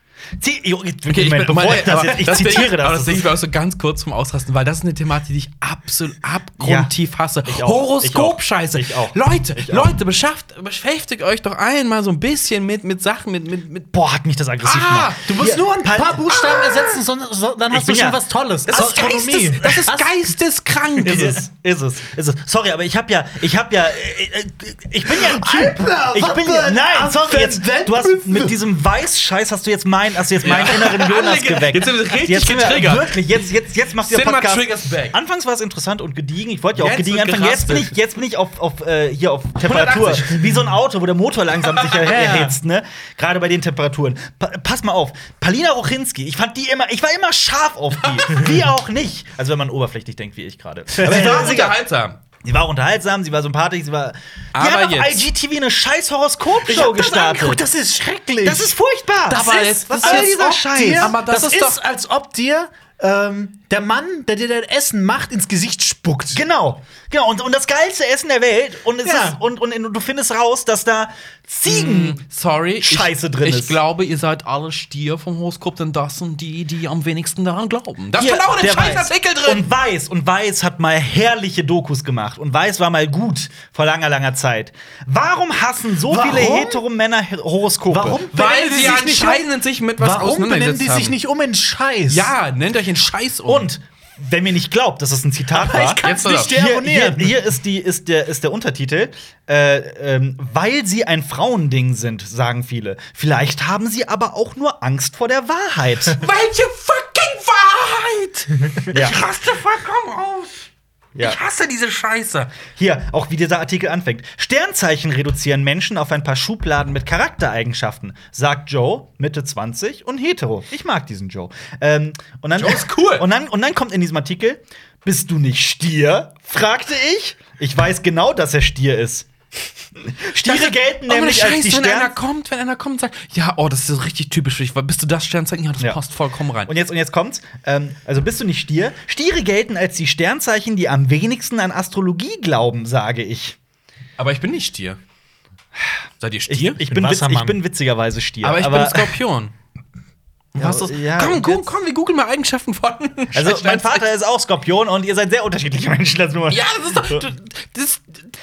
Speaker 1: Zi okay,
Speaker 3: ich
Speaker 1: Moment,
Speaker 3: bin-
Speaker 1: bevor ich das
Speaker 3: aber
Speaker 1: jetzt, ich
Speaker 3: Ding-
Speaker 1: zitiere
Speaker 3: Aber
Speaker 1: das.
Speaker 3: das
Speaker 1: das
Speaker 3: Ding
Speaker 1: ist,
Speaker 3: war auch so ganz kurz zum Ausrasten, weil das ist eine Thematik, die ich absolut abgrundtief hasse.
Speaker 1: Ich auch.
Speaker 3: Horoskop-Scheiße.
Speaker 1: Ich auch.
Speaker 3: Leute,
Speaker 1: Ich auch.
Speaker 3: Leute, beschafft, beschäftigt euch doch einmal so ein bisschen mit, mit Sachen, mit, mit, mit
Speaker 1: boah, hat mich das aggressiv
Speaker 3: Ah,
Speaker 1: gemacht.
Speaker 2: Du musst
Speaker 1: Hier,
Speaker 2: nur ein paar Buchstaben ersetzen, sondern- so, dann
Speaker 1: Ich
Speaker 2: hast du
Speaker 1: bin
Speaker 2: schon
Speaker 1: ja-
Speaker 2: was Tolles.
Speaker 3: Das ist,
Speaker 2: Astronomie.
Speaker 3: geistes, das ist
Speaker 2: Ast-
Speaker 3: geisteskrank.
Speaker 1: Ist es, ist es, ist es. Sorry, aber ich habe ja, ich habe ja, äh, äh, ich bin ja ein Typ.
Speaker 2: Alter,
Speaker 1: Ich bin
Speaker 2: was für
Speaker 1: ja,
Speaker 2: ein
Speaker 1: nein, sorry, jetzt, du hast mit diesem Weiß-Scheiß hast du jetzt meinen, hast du jetzt meinen inneren Jonas
Speaker 3: ge-
Speaker 1: geweckt.
Speaker 3: jetzt sind wir richtig
Speaker 1: Jetzt sind wir-
Speaker 3: getriggert.
Speaker 1: Wirklich, jetzt, jetzt, jetzt macht ihr
Speaker 3: Cinema
Speaker 1: Podcast.
Speaker 3: triggers back.
Speaker 1: Anfangs war es interessant und gediegen gediegen. Ich wollte ja auch
Speaker 3: Jetzt
Speaker 1: gediegen
Speaker 3: wird
Speaker 1: anfangen. Jetzt bin ich,
Speaker 3: gerastet.
Speaker 1: jetzt bin ich auf, auf, äh, hier auf Temperatur.
Speaker 2: 180.
Speaker 1: Wie so ein Auto, wo der Motor langsam sich erhitzt, ne? Gerade bei den Temperaturen. Pa pass mal auf. Palina Ochinski, ich fand die immer, ich war immer scharf auf die. Wie auch nicht. Also wenn man oberflächlich denkt, wie ich gerade. Aber
Speaker 3: Sie war
Speaker 1: ist egal.
Speaker 3: unterhaltsam.
Speaker 1: Sie war unterhaltsam, sie war sympathisch, sie war.
Speaker 3: Aber
Speaker 1: die hat auf
Speaker 3: jetzt.
Speaker 1: IGTV eine scheiß Horoskopshow gestartet.
Speaker 2: das ist schrecklich.
Speaker 1: Das ist furchtbar.
Speaker 3: Das
Speaker 1: Aber
Speaker 3: ist-
Speaker 1: jetzt-
Speaker 3: das
Speaker 1: was soll
Speaker 3: ist
Speaker 1: dieser
Speaker 3: auch
Speaker 1: Scheiß?
Speaker 3: dir- aber das ist doch-
Speaker 2: als ob dir ähm, der Mann, der dir dein Essen macht, ins Gesicht spuckt.
Speaker 1: Genau, genau. Und, und das geilste Essen der Welt. Und, es
Speaker 2: Ja.
Speaker 1: ist, und, und, und du findest raus, dass da Ziegen.
Speaker 3: Sorry.
Speaker 1: Scheiße
Speaker 3: ich,
Speaker 1: drin
Speaker 3: Ich
Speaker 1: ist.
Speaker 3: glaube, ihr seid alle Stier vom Horoskop, denn das sind die, die am wenigsten daran glauben. Da
Speaker 1: Hier,
Speaker 3: stand auch ein
Speaker 1: der
Speaker 3: scheiß
Speaker 1: Weiß.
Speaker 3: Artikel drin.
Speaker 1: Und Weiß, und Weiß hat mal herrliche Dokus gemacht. Und Weiß war mal gut vor langer, langer Zeit. Warum hassen so
Speaker 2: Warum?
Speaker 1: viele hetero Männer Her- Horoskope?
Speaker 2: Warum? benennen
Speaker 3: weil sie
Speaker 2: sie sich nicht
Speaker 3: anscheinend sich mit was
Speaker 2: Warum benennen
Speaker 3: auseinandergesetzt
Speaker 2: die
Speaker 3: haben.
Speaker 2: sich nicht um in Scheiß?
Speaker 3: ja, nennt euch einen Scheiß um.
Speaker 1: Und wenn mir nicht glaubt, dass das ein Zitat war.
Speaker 3: kann's nicht
Speaker 1: Hier, hier,
Speaker 2: abonnieren.
Speaker 1: hier ist, die, ist, der, ist der Untertitel. Äh, ähm, weil sie ein Frauending sind, sagen viele. Vielleicht haben sie aber auch nur Angst vor der Wahrheit.
Speaker 3: Welche fucking Wahrheit!
Speaker 1: Ja.
Speaker 3: Ich raste vollkommen aus.
Speaker 1: Ja.
Speaker 3: Ich hasse diese Scheiße.
Speaker 1: Hier, auch wie dieser Artikel anfängt. Sternzeichen reduzieren Menschen auf ein paar Schubladen mit Charaktereigenschaften, sagt Joe, Mitte 20 und hetero. Ich mag diesen Joe. Ähm, und dann,
Speaker 3: Joe ist cool.
Speaker 1: Und dann, und dann kommt in diesem Artikel: Bist du nicht Stier? fragte ich. Ich weiß genau, dass er Stier ist. Stiere gelten
Speaker 3: Oh, meine
Speaker 1: nämlich als die
Speaker 3: Scheiße, wenn einer
Speaker 1: Stern.
Speaker 3: kommt, wenn einer kommt und sagt, ja, oh, das ist so richtig typisch für dich. weil Bist du das Sternzeichen? Ja, das
Speaker 1: Ja.
Speaker 3: passt vollkommen rein.
Speaker 1: Und jetzt, und jetzt kommt's. Ähm, also bist du nicht Stier? Stiere gelten als die Sternzeichen, die am wenigsten an Astrologie glauben, sage ich.
Speaker 3: aber ich bin nicht Stier. Seid ihr
Speaker 1: Ich,
Speaker 3: Stier?
Speaker 1: ich,
Speaker 2: bin
Speaker 1: bin, witz, ich
Speaker 2: Wassermann.
Speaker 1: bin witzigerweise Stier.
Speaker 3: aber ich bin Skorpion. Was ist?
Speaker 1: ja,
Speaker 3: komm,
Speaker 1: und
Speaker 3: komm,
Speaker 1: jetzt-
Speaker 3: komm, wir googeln mal Eigenschaften von.
Speaker 1: Also, mein Vater ist auch Skorpion und ihr seid sehr unterschiedliche Menschen, das nur.
Speaker 3: Ja, das ist doch. du- Das,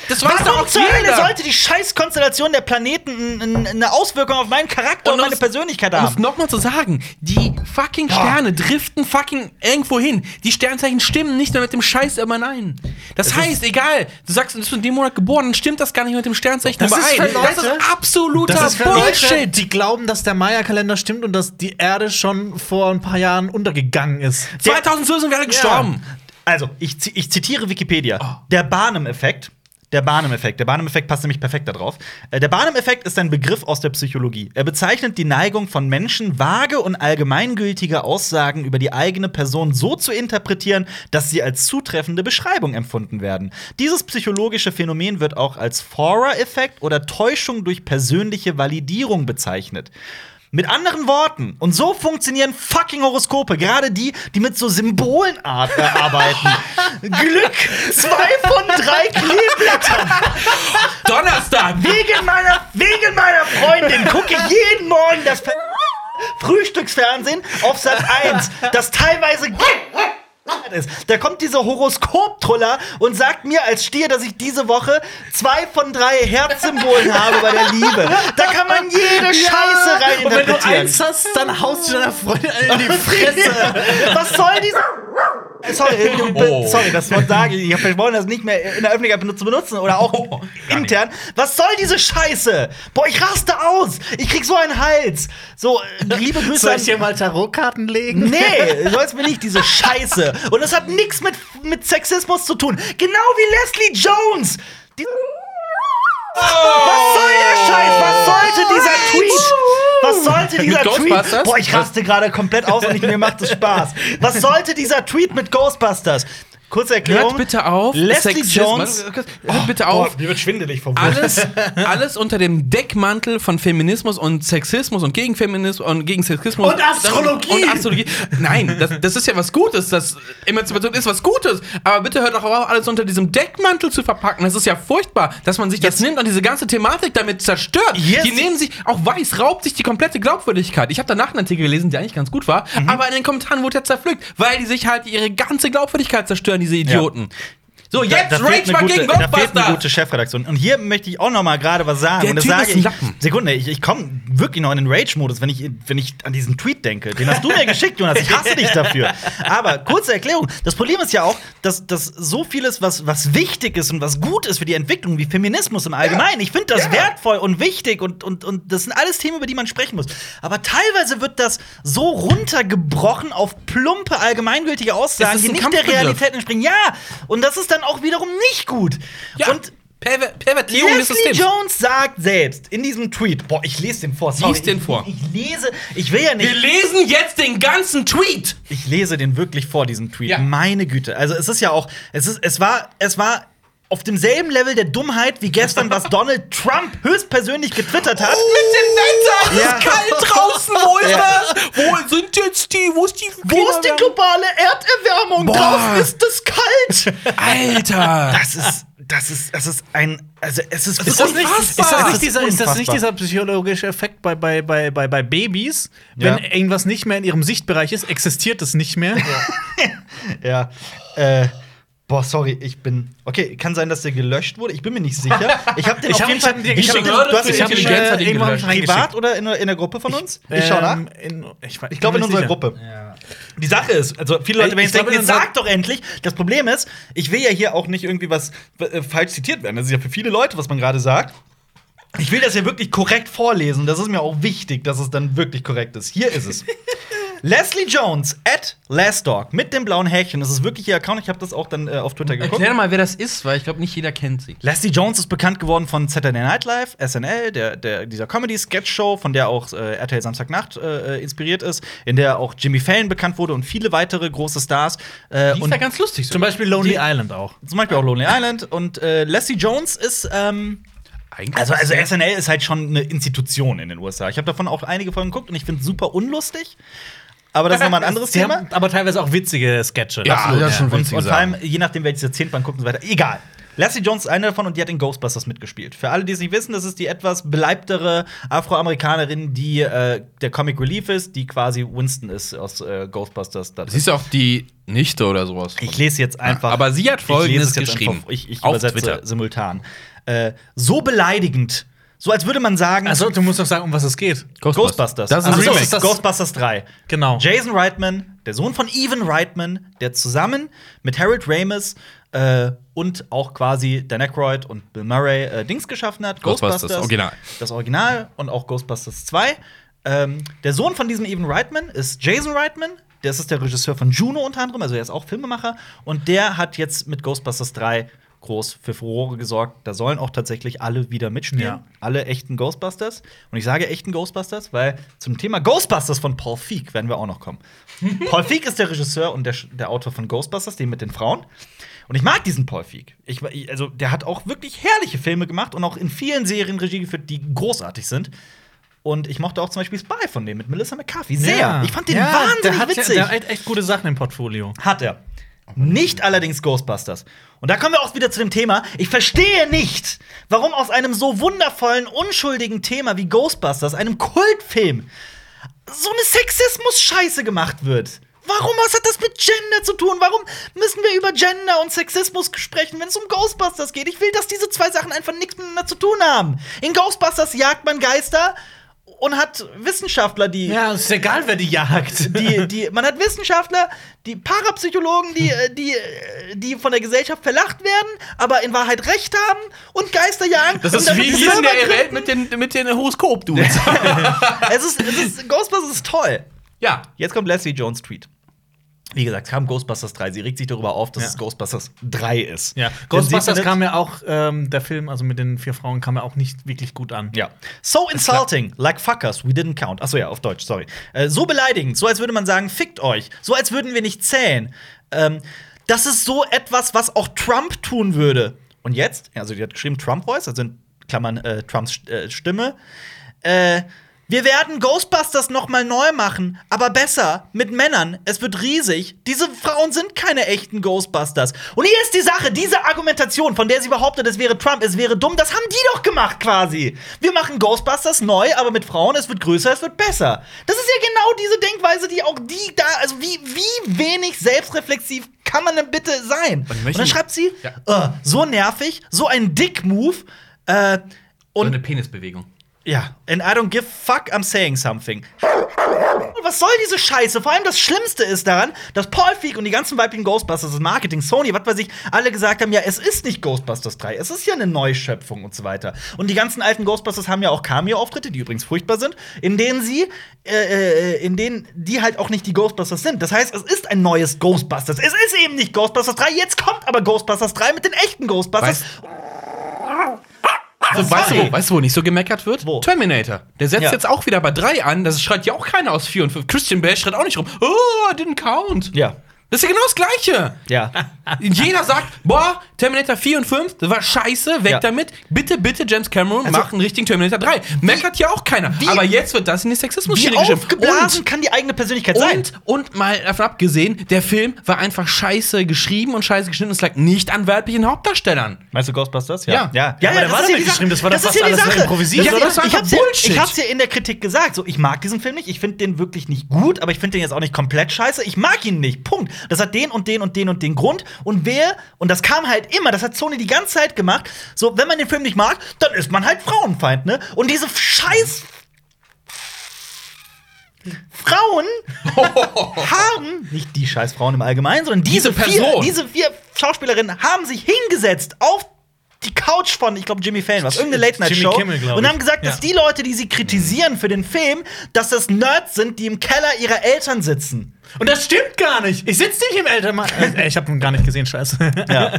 Speaker 3: das weiß doch
Speaker 1: Warum
Speaker 3: auch
Speaker 1: zur Hölle
Speaker 3: jeder.
Speaker 1: sollte die Scheißkonstellation der Planeten n- n- eine Auswirkung auf meinen Charakter und,
Speaker 3: um
Speaker 1: meine
Speaker 3: es-
Speaker 1: Persönlichkeit
Speaker 3: Um es
Speaker 1: haben?
Speaker 3: nochmal zu sagen, die fucking Sterne driften fucking irgendwo hin. Die Sternzeichen stimmen nicht mehr mit dem Scheiß überein. Das heißt, egal, du sagst, du bist in dem Monat geboren, dann stimmt das gar nicht mit dem Sternzeichen
Speaker 2: Das ist
Speaker 3: überein.
Speaker 2: für Leute-
Speaker 3: das ist absoluter
Speaker 2: Das ist für
Speaker 3: Bullshit.
Speaker 2: Leute, die glauben, dass der Maya-Kalender stimmt und dass die Erde schon vor ein paar Jahren untergegangen ist.
Speaker 3: 2012 sind wir alle gestorben.
Speaker 1: Also, ich, zi- ich zitiere Wikipedia. Der Barnum-Effekt. Der Barnum-Effekt. Der Barnum-Effekt passt nämlich perfekt darauf. Äh, Der Barnum-Effekt ist ein Begriff aus der Psychologie. Er bezeichnet die Neigung von Menschen, vage und allgemeingültige Aussagen über die eigene Person so zu interpretieren, dass sie als zutreffende Beschreibung empfunden werden. Dieses psychologische Phänomen wird auch als Forer-Effekt oder Täuschung durch persönliche Validierung bezeichnet. Mit anderen Worten, und so funktionieren fucking Horoskope, gerade die, die mit so Symbolenart äh, arbeiten. Glück, zwei von drei Kleeblättern.
Speaker 3: Donnerstag.
Speaker 1: Wegen meiner, wegen meiner Freundin gucke ich jeden Morgen das Ver Frühstücksfernsehen auf Sat 1, das teilweise ge- ist. Da kommt dieser Horoskop-Troller und sagt mir als Stier, dass ich diese Woche zwei von drei Herzsymbolen habe bei der Liebe. Da kann man jede Scheiße reininterpretieren.
Speaker 2: Und wenn du eins hast, dann haust du deiner Freundin einen in die Fresse.
Speaker 1: Was soll dieser. Sorry, äh, be-
Speaker 3: Oh.
Speaker 1: sorry, das Wort sage ich. Ich habe versprochen, das nicht mehr in der Öffentlichkeit benut- zu benutzen oder auch intern. Was soll diese Scheiße? Boah, ich raste aus. Ich krieg so einen Hals. So, äh, liebe Grüße
Speaker 2: Soll
Speaker 1: an-
Speaker 2: ich dir mal Tarotkarten legen?
Speaker 1: Nee, soll's mir nicht, diese Scheiße. Und das hat nichts mit, mit Sexismus zu tun. Genau wie Leslie Jones. Die was soll der Scheiß? Was sollte dieser Tweet? Was sollte dieser
Speaker 3: Mit
Speaker 1: Tweet?
Speaker 3: Ghostbusters?
Speaker 1: Boah, ich raste gerade komplett aus und ich, mir macht es Spaß. Was sollte dieser Tweet mit Ghostbusters? Kurze Erklärung.
Speaker 3: Hört bitte auf.
Speaker 1: Leslie
Speaker 3: Sexismus.
Speaker 1: Jones. Oh
Speaker 3: Hört bitte auf.
Speaker 1: mir wird schwindelig vom Wut.
Speaker 3: Alles, alles unter dem Deckmantel von Feminismus und Sexismus und gegen Feminismus und gegen Sexismus
Speaker 2: Und Astrologie!
Speaker 3: und Astrologie. Nein, das, das ist ja was Gutes. Das Emanzipation ist was Gutes. Aber bitte hört doch auf, alles unter diesem Deckmantel zu verpacken. Das ist ja furchtbar, dass man sich das nimmt und diese ganze Thematik damit zerstört.
Speaker 1: Yes.
Speaker 3: Die nehmen sich auch weiß raubt sich die komplette Glaubwürdigkeit. Ich habe danach einen Artikel gelesen, der eigentlich ganz gut war,
Speaker 1: Mhm.
Speaker 3: aber in den Kommentaren wurde er zerpflückt, weil die sich halt ihre ganze Glaubwürdigkeit zerstören, diese Idioten. So,
Speaker 1: Da-
Speaker 3: jetzt
Speaker 1: da fehlt
Speaker 3: Rage
Speaker 1: eine
Speaker 3: mal
Speaker 1: gute-
Speaker 3: gegen
Speaker 1: Da fehlt eine
Speaker 3: Ghostbusters!
Speaker 1: gute Chefredaktion. Und hier möchte ich auch noch mal gerade was sagen.
Speaker 3: Der
Speaker 1: und das
Speaker 3: Typ
Speaker 1: sage
Speaker 3: ist ein
Speaker 1: ich,
Speaker 3: Lappen.
Speaker 1: Sekunde, ich, ich komme wirklich noch in den Rage-Modus, wenn ich, wenn ich an diesen Tweet denke. Den hast du mir geschickt, Jonas. Ich hasse dich dafür. Aber kurze Erklärung. Das Problem ist ja auch, dass, dass so vieles, was, was wichtig ist und was gut ist für die Entwicklung, wie Feminismus im Allgemeinen, ich finde das wertvoll und wichtig und, und, und das sind alles Themen, über die man sprechen muss. Aber teilweise wird das so runtergebrochen auf plumpe, allgemeingültige Aussagen,
Speaker 3: ist
Speaker 1: die
Speaker 3: ein
Speaker 1: nicht der
Speaker 3: Kampfbegriff.
Speaker 1: Realität entspringen. Ja, und das ist dann auch wiederum nicht gut.
Speaker 3: Ja,
Speaker 1: Und
Speaker 3: Perver Pervertierung des
Speaker 1: Leslie
Speaker 3: Systems.
Speaker 1: Jones sagt selbst in diesem Tweet, boah, ich lese den vor. sorry,
Speaker 3: Lies den
Speaker 1: ich,
Speaker 3: vor.
Speaker 1: Ich, ich lese, ich will ja nicht.
Speaker 3: Wir lesen jetzt den ganzen Tweet.
Speaker 1: Ich lese den wirklich vor diesem Tweet.
Speaker 3: Ja.
Speaker 1: Meine Güte. Also es ist ja auch, es ist, es war, es war auf demselben Level der Dummheit wie gestern, was Donald Trump höchstpersönlich getwittert hat.
Speaker 3: Mit dem Wetter es
Speaker 1: Ja.
Speaker 3: ist kalt draußen, wo ist
Speaker 1: Ja.
Speaker 3: das? Wo sind jetzt die? Wo ist die?
Speaker 1: Wo ist die globale Erderwärmung?
Speaker 3: Boah.
Speaker 1: Draußen ist es kalt.
Speaker 3: Alter!
Speaker 1: Das ist, das ist, das ist ein, also es ist,
Speaker 3: ist
Speaker 2: Ist das,
Speaker 3: Unfassbar.
Speaker 2: nicht dieser, ist das nicht dieser psychologische Effekt bei, bei, bei, bei, bei Babys? Wenn
Speaker 1: Ja.
Speaker 2: irgendwas nicht mehr in ihrem Sichtbereich ist, existiert es nicht mehr.
Speaker 1: Ja. Äh, boah, sorry, ich bin. Okay, kann sein, dass der gelöscht wurde. Ich bin mir nicht sicher. Ich habe den
Speaker 2: Ich
Speaker 1: auf
Speaker 2: hab-
Speaker 1: jeden
Speaker 2: ich hab
Speaker 1: Fall.
Speaker 2: ihn dir
Speaker 1: ich hab
Speaker 2: geschickt.
Speaker 1: den, du hast
Speaker 3: Künstliche
Speaker 1: ihn geschickt.
Speaker 2: hab ihn,
Speaker 3: Intelligenz hat ihn
Speaker 2: irgendwann
Speaker 3: gelöscht.
Speaker 2: reingeschickt.
Speaker 1: privat oder in, in der Gruppe von uns? Ich, schau nach.
Speaker 2: Ähm, in, ich, weiß-
Speaker 1: Ich glaube in
Speaker 2: bin mir
Speaker 1: unserer
Speaker 2: nicht sicher.
Speaker 1: Gruppe. Die Sache ist, also viele Leute
Speaker 2: Ich-
Speaker 1: werden
Speaker 2: ich
Speaker 1: jetzt
Speaker 2: glaub,
Speaker 1: denken,
Speaker 2: in
Speaker 1: jetzt
Speaker 2: unserer-
Speaker 1: sag doch endlich. Das Problem ist, ich will ja hier auch nicht irgendwie was äh, falsch zitiert werden. Das ist ja für viele Leute, was man gerade sagt. Ich will das ja wirklich korrekt vorlesen. Das ist mir auch wichtig, dass es dann wirklich korrekt ist. Hier ist es. Leslie Jones at Lasdog mit dem blauen Häkchen. Das ist wirklich ihr Account. Ich habe das auch dann äh, auf Twitter geguckt.
Speaker 3: Erklär mal, wer das ist, weil ich glaube, nicht jeder kennt sie.
Speaker 1: Leslie Jones ist bekannt geworden von Saturday Night Live, SNL, der, der, dieser Comedy-Sketch-Show, von der auch äh, RTL Samstagnacht äh, äh, inspiriert ist, in der auch Jimmy Fallon bekannt wurde und viele weitere große Stars. Äh,
Speaker 3: Die ist
Speaker 1: und
Speaker 3: ja ganz Ah. lustig.
Speaker 2: Zum
Speaker 3: sogar.
Speaker 2: Beispiel Lonely Island auch.
Speaker 1: zum Beispiel auch Lonely Island. Und äh, Leslie Jones ist. Ähm,
Speaker 3: Eigentlich
Speaker 1: also, also
Speaker 3: ist-
Speaker 1: SNL ist halt schon eine Institution in den USA. Ich habe davon auch einige Folgen geguckt und ich finde es super unlustig. Aber das ist nochmal ein anderes
Speaker 2: Sie
Speaker 1: Thema.
Speaker 2: haben aber teilweise auch witzige Sketche.
Speaker 3: Ja,
Speaker 2: Absolut,
Speaker 3: das ist schon
Speaker 1: Und,
Speaker 3: witzige
Speaker 1: und vor
Speaker 3: Sachen.
Speaker 1: allem, je nachdem, welches Jahrzehnt man guckt und so weiter. Egal. Leslie Jones ist eine davon und die hat in Ghostbusters mitgespielt. Für alle, die es nicht wissen, das ist die etwas beleibtere Afroamerikanerin, die äh, der Comic Relief ist, die quasi Winston ist aus äh, Ghostbusters. Das
Speaker 3: Sie ist ja auch die Nichte oder sowas.
Speaker 1: ich lese jetzt einfach.
Speaker 3: Ja, aber sie hat
Speaker 1: ich
Speaker 3: Folgendes
Speaker 1: lese es jetzt
Speaker 3: geschrieben.
Speaker 1: Einfach, ich ich
Speaker 3: Auf
Speaker 1: übersetze
Speaker 3: Twitter.
Speaker 1: simultan. Äh, so beleidigend. So als würde man sagen,
Speaker 2: Also, du musst doch sagen, um was es geht.
Speaker 1: Ghostbusters.
Speaker 3: Das ist ein
Speaker 1: Ach so,
Speaker 3: Remake.
Speaker 1: es ist Ghostbusters 3.
Speaker 2: Genau.
Speaker 1: Jason Reitman, der Sohn von Evan Reitman, der zusammen mit Harold Ramis äh, und auch quasi Dan Aykroyd und Bill Murray äh, Dings geschaffen hat.
Speaker 3: Ghostbusters, Original.
Speaker 1: Das Original und auch Ghostbusters 2. Ähm, der Sohn von diesem Evan Reitman ist Jason Reitman. Das ist der Regisseur von Juno unter anderem, also er ist auch Filmemacher. Und der hat jetzt mit Ghostbusters 3 groß für Furore gesorgt. Da sollen auch tatsächlich alle wieder mitspielen.
Speaker 2: Ja.
Speaker 1: Alle echten Ghostbusters. Und ich sage echten Ghostbusters, weil zum Thema Ghostbusters von Paul Feig werden wir auch noch kommen. Paul Feig ist der Regisseur und der, Sch- der Autor von Ghostbusters, dem mit den Frauen. Und ich mag diesen Paul Feig. Ich, ich- also, der hat auch wirklich herrliche Filme gemacht und auch in vielen Serien Regie geführt, die großartig sind. Und ich mochte auch zum Beispiel Spy von dem mit Melissa McCarthy sehr.
Speaker 2: Ja.
Speaker 1: Ich fand den
Speaker 2: Ja, der
Speaker 1: wahnsinnig
Speaker 2: hat, ja-
Speaker 1: witzig.
Speaker 2: Der hat echt gute Sachen im Portfolio.
Speaker 1: Hat er. Nicht allerdings Ghostbusters. Und da kommen wir auch wieder zu dem Thema. Ich verstehe nicht, warum aus einem so wundervollen, unschuldigen Thema wie Ghostbusters, einem Kultfilm, so eine Sexismus-Scheiße gemacht wird. Warum, was hat das mit Gender zu tun? Warum müssen wir über Gender und Sexismus sprechen, wenn es um Ghostbusters geht? Ich will, dass diese zwei Sachen einfach nichts miteinander zu tun haben. In Ghostbusters jagt man Geister und hat Wissenschaftler, die
Speaker 2: Ja, es ist egal, wer die jagt.
Speaker 1: die, die, man hat Wissenschaftler, die Parapsychologen, die, äh, die, äh, die von der Gesellschaft verlacht werden, aber in Wahrheit Recht haben und Geister jagen.
Speaker 3: Das
Speaker 1: und
Speaker 3: ist
Speaker 1: damit
Speaker 3: wie
Speaker 1: sich
Speaker 3: hier in
Speaker 1: selber
Speaker 3: der Welt
Speaker 1: gründen.
Speaker 3: mit den, mit den Horoskop-Dudes.
Speaker 1: Es ist, es ist, Ghostbusters ist toll.
Speaker 3: ja.
Speaker 1: Jetzt kommt Leslie Jones Tweet. Wie gesagt, kam Ghostbusters 3. Sie regt sich darüber auf, dass
Speaker 2: Ja.
Speaker 1: es Ghostbusters 3 ist.
Speaker 2: Ja,
Speaker 1: Denn sie
Speaker 2: Ghostbusters
Speaker 1: findet-
Speaker 2: kam ja auch, ähm, der Film, also mit den vier Frauen, kam ja auch nicht wirklich gut an.
Speaker 1: Ja. So insulting, like fuckers, we didn't count. Achso, ja, auf Deutsch, sorry. Äh, so beleidigend, so als würde man sagen, fickt euch. So als würden wir nicht zählen. Ähm, das ist so etwas, was auch Trump tun würde. Und jetzt, also die hat geschrieben Trump Voice, also in Klammern äh, Trumps äh, Stimme. Äh, wir werden Ghostbusters noch mal neu machen, aber besser mit Männern. Es wird riesig. Diese Frauen sind keine echten Ghostbusters. Und hier ist die Sache, diese Argumentation, von der sie behauptet, es wäre Trump, es wäre dumm, das haben die doch gemacht quasi. Wir machen Ghostbusters neu, aber mit Frauen, es wird größer, es wird besser. Das ist ja genau diese Denkweise, die auch die da, also wie wie wenig selbstreflexiv kann man denn bitte sein?
Speaker 3: Und
Speaker 1: Und,
Speaker 3: möchten-
Speaker 1: dann schreibt sie,
Speaker 3: Ja.
Speaker 1: äh, so nervig, so ein Dick Move äh,
Speaker 3: So
Speaker 1: und
Speaker 3: eine Penisbewegung.
Speaker 1: Ja, and I don't give fuck, I'm saying something. Und was soll diese Scheiße? Vor allem das Schlimmste ist daran, dass Paul Feig und die ganzen weiblichen Ghostbusters, das Marketing, Sony, was weiß ich, alle gesagt haben, ja, es ist nicht Ghostbusters 3, es ist ja eine Neuschöpfung und so weiter. Und die ganzen alten Ghostbusters haben ja auch Cameo-Auftritte, die übrigens furchtbar sind, in denen sie, äh, äh, in denen die halt auch nicht die Ghostbusters sind. Das heißt, es ist ein neues Ghostbusters. Es ist eben nicht Ghostbusters 3, jetzt kommt aber Ghostbusters 3 mit den echten Ghostbusters.
Speaker 3: Weißt- Also, weißt, du,
Speaker 1: sorry.
Speaker 3: wo, weißt du, wo nicht so gemeckert wird?
Speaker 1: Wo?
Speaker 3: Terminator. Der setzt
Speaker 1: Ja.
Speaker 3: jetzt auch wieder bei 3 an. Das schreit ja auch keiner aus 4 und 5. Christian Bale schreit auch nicht rum. Oh, I didn't count.
Speaker 1: ja,
Speaker 3: Das ist ja genau das Gleiche.
Speaker 1: ja.
Speaker 3: Jeder sagt, boah, Terminator 4 und 5, das war scheiße, weg
Speaker 1: Ja.
Speaker 3: damit. Bitte, bitte, James Cameron,
Speaker 1: Also-
Speaker 3: macht einen richtigen Terminator 3. Meckert ja auch keiner.
Speaker 1: wie-
Speaker 3: Aber jetzt wird das in die Sexismus-Schiene
Speaker 1: Wie
Speaker 3: geschimpft.
Speaker 1: aufgeblasen kann die eigene Persönlichkeit sein?
Speaker 3: Und, und mal davon abgesehen, der Film war einfach scheiße geschrieben und scheiße geschnitten und es lag nicht an weiblichen Hauptdarstellern.
Speaker 1: Meinst du Ghostbusters?
Speaker 3: Ja.
Speaker 1: ja.
Speaker 2: aber da war
Speaker 1: ist
Speaker 2: doch
Speaker 1: die
Speaker 2: nicht
Speaker 1: Sache.
Speaker 2: geschrieben, das war doch
Speaker 1: ist ja
Speaker 2: fast
Speaker 1: die
Speaker 2: alles nur
Speaker 1: Sache.
Speaker 2: improvisiert,
Speaker 1: Das-
Speaker 3: oder?
Speaker 1: ich, hab's ja,
Speaker 3: Bullshit.
Speaker 1: ich hab's ja in der Kritik gesagt. So, ich mag diesen Film nicht, ich finde den wirklich nicht gut, aber ich finde den jetzt auch nicht komplett scheiße. Ich mag ihn nicht. Punkt. Das hat den und den und den und den Grund. Und wer, und das kam halt immer, das hat Sony die ganze Zeit gemacht. So, wenn man den Film nicht mag, dann ist man halt Frauenfeind, ne? Und diese scheiß Frauen haben, nicht die Scheißfrauen im Allgemeinen, sondern diese,
Speaker 3: Diese
Speaker 1: vier,
Speaker 3: Person.
Speaker 1: diese vier Schauspielerinnen haben sich hingesetzt auf die Couch von, ich glaube, Jimmy Fallon, was irgendeine Late Night
Speaker 2: Jimmy
Speaker 1: Show,
Speaker 2: Kimmel, glaub
Speaker 1: und
Speaker 2: ich.
Speaker 1: haben gesagt, dass
Speaker 2: Ja.
Speaker 1: die Leute, die sie kritisieren für den Film, dass das Nerds sind, die im Keller ihrer Eltern sitzen.
Speaker 2: Und das stimmt gar nicht. Ich sitze nicht im Elternmann. Äh, ich habe ihn gar nicht gesehen, scheiße.
Speaker 1: Ja,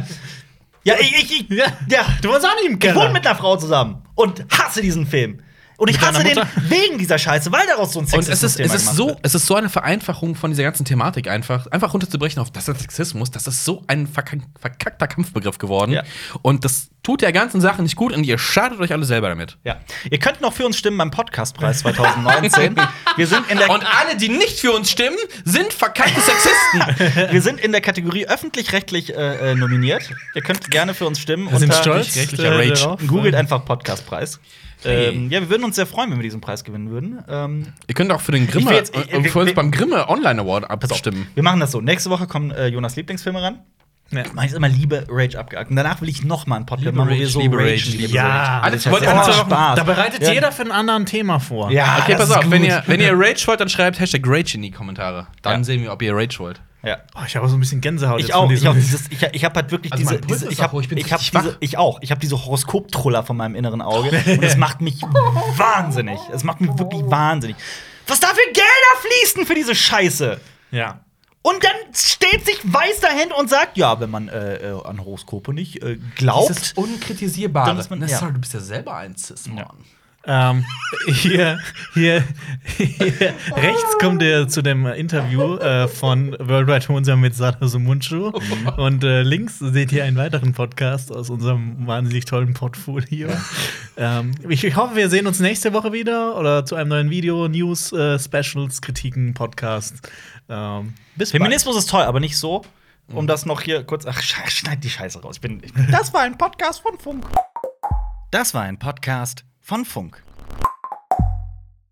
Speaker 1: ja ich, ich, ich,
Speaker 2: Ja.
Speaker 1: ja.
Speaker 2: Du warst auch nicht im
Speaker 1: Ich wohne
Speaker 2: Keller.
Speaker 1: mit einer Frau zusammen und hasse diesen Film. Und ich
Speaker 2: Mit deiner
Speaker 1: hasse den
Speaker 2: Mutter?
Speaker 1: wegen dieser Scheiße, weil daraus so ein
Speaker 3: Und es ist,
Speaker 1: Sexismus
Speaker 3: es ist so, es ist so eine Vereinfachung von dieser ganzen Thematik einfach, einfach runterzubrechen auf das ist Sexismus, das ist so ein verkack, verkackter Kampfbegriff geworden.
Speaker 1: Ja.
Speaker 3: Und das tut der ganzen Sache nicht gut und ihr schadet euch alle selber damit.
Speaker 1: Ja. Ihr könnt noch für uns stimmen beim Podcastpreis 2019. wir, sind in
Speaker 3: Und
Speaker 1: der,
Speaker 3: alle, die nicht für uns stimmen, sind verkackte Sexisten.
Speaker 1: wir sind in der Kategorie öffentlich-rechtlich äh, äh, nominiert. Ihr könnt gerne für uns stimmen.
Speaker 2: Wir sind
Speaker 1: unter- äh,
Speaker 2: stolz.
Speaker 3: rechtlicher Rage.
Speaker 2: darauf.
Speaker 1: Googelt einfach Podcastpreis.
Speaker 3: Hey.
Speaker 1: Ähm, ja, wir würden uns sehr freuen, wenn wir diesen Preis gewinnen würden. Ähm,
Speaker 3: ihr könnt auch für den Grimme,
Speaker 1: will jetzt- ich-
Speaker 3: und für uns
Speaker 1: wir-
Speaker 3: beim Grimme Online Award
Speaker 1: pass auf,
Speaker 3: abstimmen.
Speaker 1: wir machen das so. Nächste Woche kommen äh, Jonas Lieblingsfilme ran.
Speaker 2: Ja.
Speaker 1: Mach ich immer Liebe Rage abgehakt. Und danach will ich noch mal einen Podcast
Speaker 3: Liebe
Speaker 1: machen, wo
Speaker 3: Rage,
Speaker 1: wir so
Speaker 3: Liebe
Speaker 1: Rage,
Speaker 3: Rage,
Speaker 1: lieben.
Speaker 3: Liebe
Speaker 2: Ja,
Speaker 3: Alles-
Speaker 2: das ist
Speaker 3: wollte-
Speaker 2: ja
Speaker 3: alle
Speaker 2: so-
Speaker 3: zwei
Speaker 1: Wochen-
Speaker 2: Da bereitet
Speaker 1: Ja.
Speaker 2: jeder für ein anderes Thema vor.
Speaker 1: Ja,
Speaker 3: okay,
Speaker 1: das
Speaker 3: pass
Speaker 1: ist
Speaker 3: auf, wenn
Speaker 1: gut.
Speaker 3: ihr, wenn ihr Rage wollt, dann schreibt Hashtag Rage in die Kommentare. Dann
Speaker 1: Ja.
Speaker 3: sehen wir, ob ihr Rage wollt.
Speaker 1: Ja.
Speaker 2: Oh, ich habe so ein bisschen Gänsehaut.
Speaker 1: Ich
Speaker 2: jetzt
Speaker 1: auch,
Speaker 2: von
Speaker 1: ich
Speaker 2: diesem-
Speaker 1: auch dieses, ich, ich habe halt wirklich
Speaker 3: Also
Speaker 1: diese,
Speaker 3: mein Puls
Speaker 1: diese
Speaker 3: ist
Speaker 1: ich, hab,
Speaker 3: auch hoch, ich bin
Speaker 1: ich, hab
Speaker 3: richtig wach.
Speaker 1: diese ich auch, ich habe diese Horoskoptruller von meinem inneren Auge und das macht mich wahnsinnig. Es macht mich wirklich wahnsinnig. Was da für Gelder fließen für diese Scheiße?
Speaker 2: Ja.
Speaker 1: Und dann steht sich weiß dahin und sagt, ja, wenn man äh, äh, an Horoskope nicht äh, glaubt,
Speaker 3: Unkritisierbare.
Speaker 1: Dann ist man-
Speaker 3: Na,
Speaker 1: ja.
Speaker 3: sorry, du bist ja selber ein Cis-Mann.
Speaker 2: Ähm, hier, hier, hier rechts kommt ihr zu dem äh, Interview äh, von Worldwide Hunza mit Sato Sumunchu. Und äh, links seht ihr einen weiteren Podcast aus unserem wahnsinnig tollen Portfolio. Ähm, ich, ich hoffe, wir sehen uns nächste Woche wieder oder zu einem neuen Video, News, äh, Specials, Kritiken, Podcast. Ähm, bis
Speaker 1: Feminismus ist toll, aber nicht so.
Speaker 3: Mhm.
Speaker 1: Um das noch hier kurz. Ach, sch- schneid die Scheiße raus. Ich bin, ich bin, das war ein Podcast von Funk. Das war ein Podcast von Funk.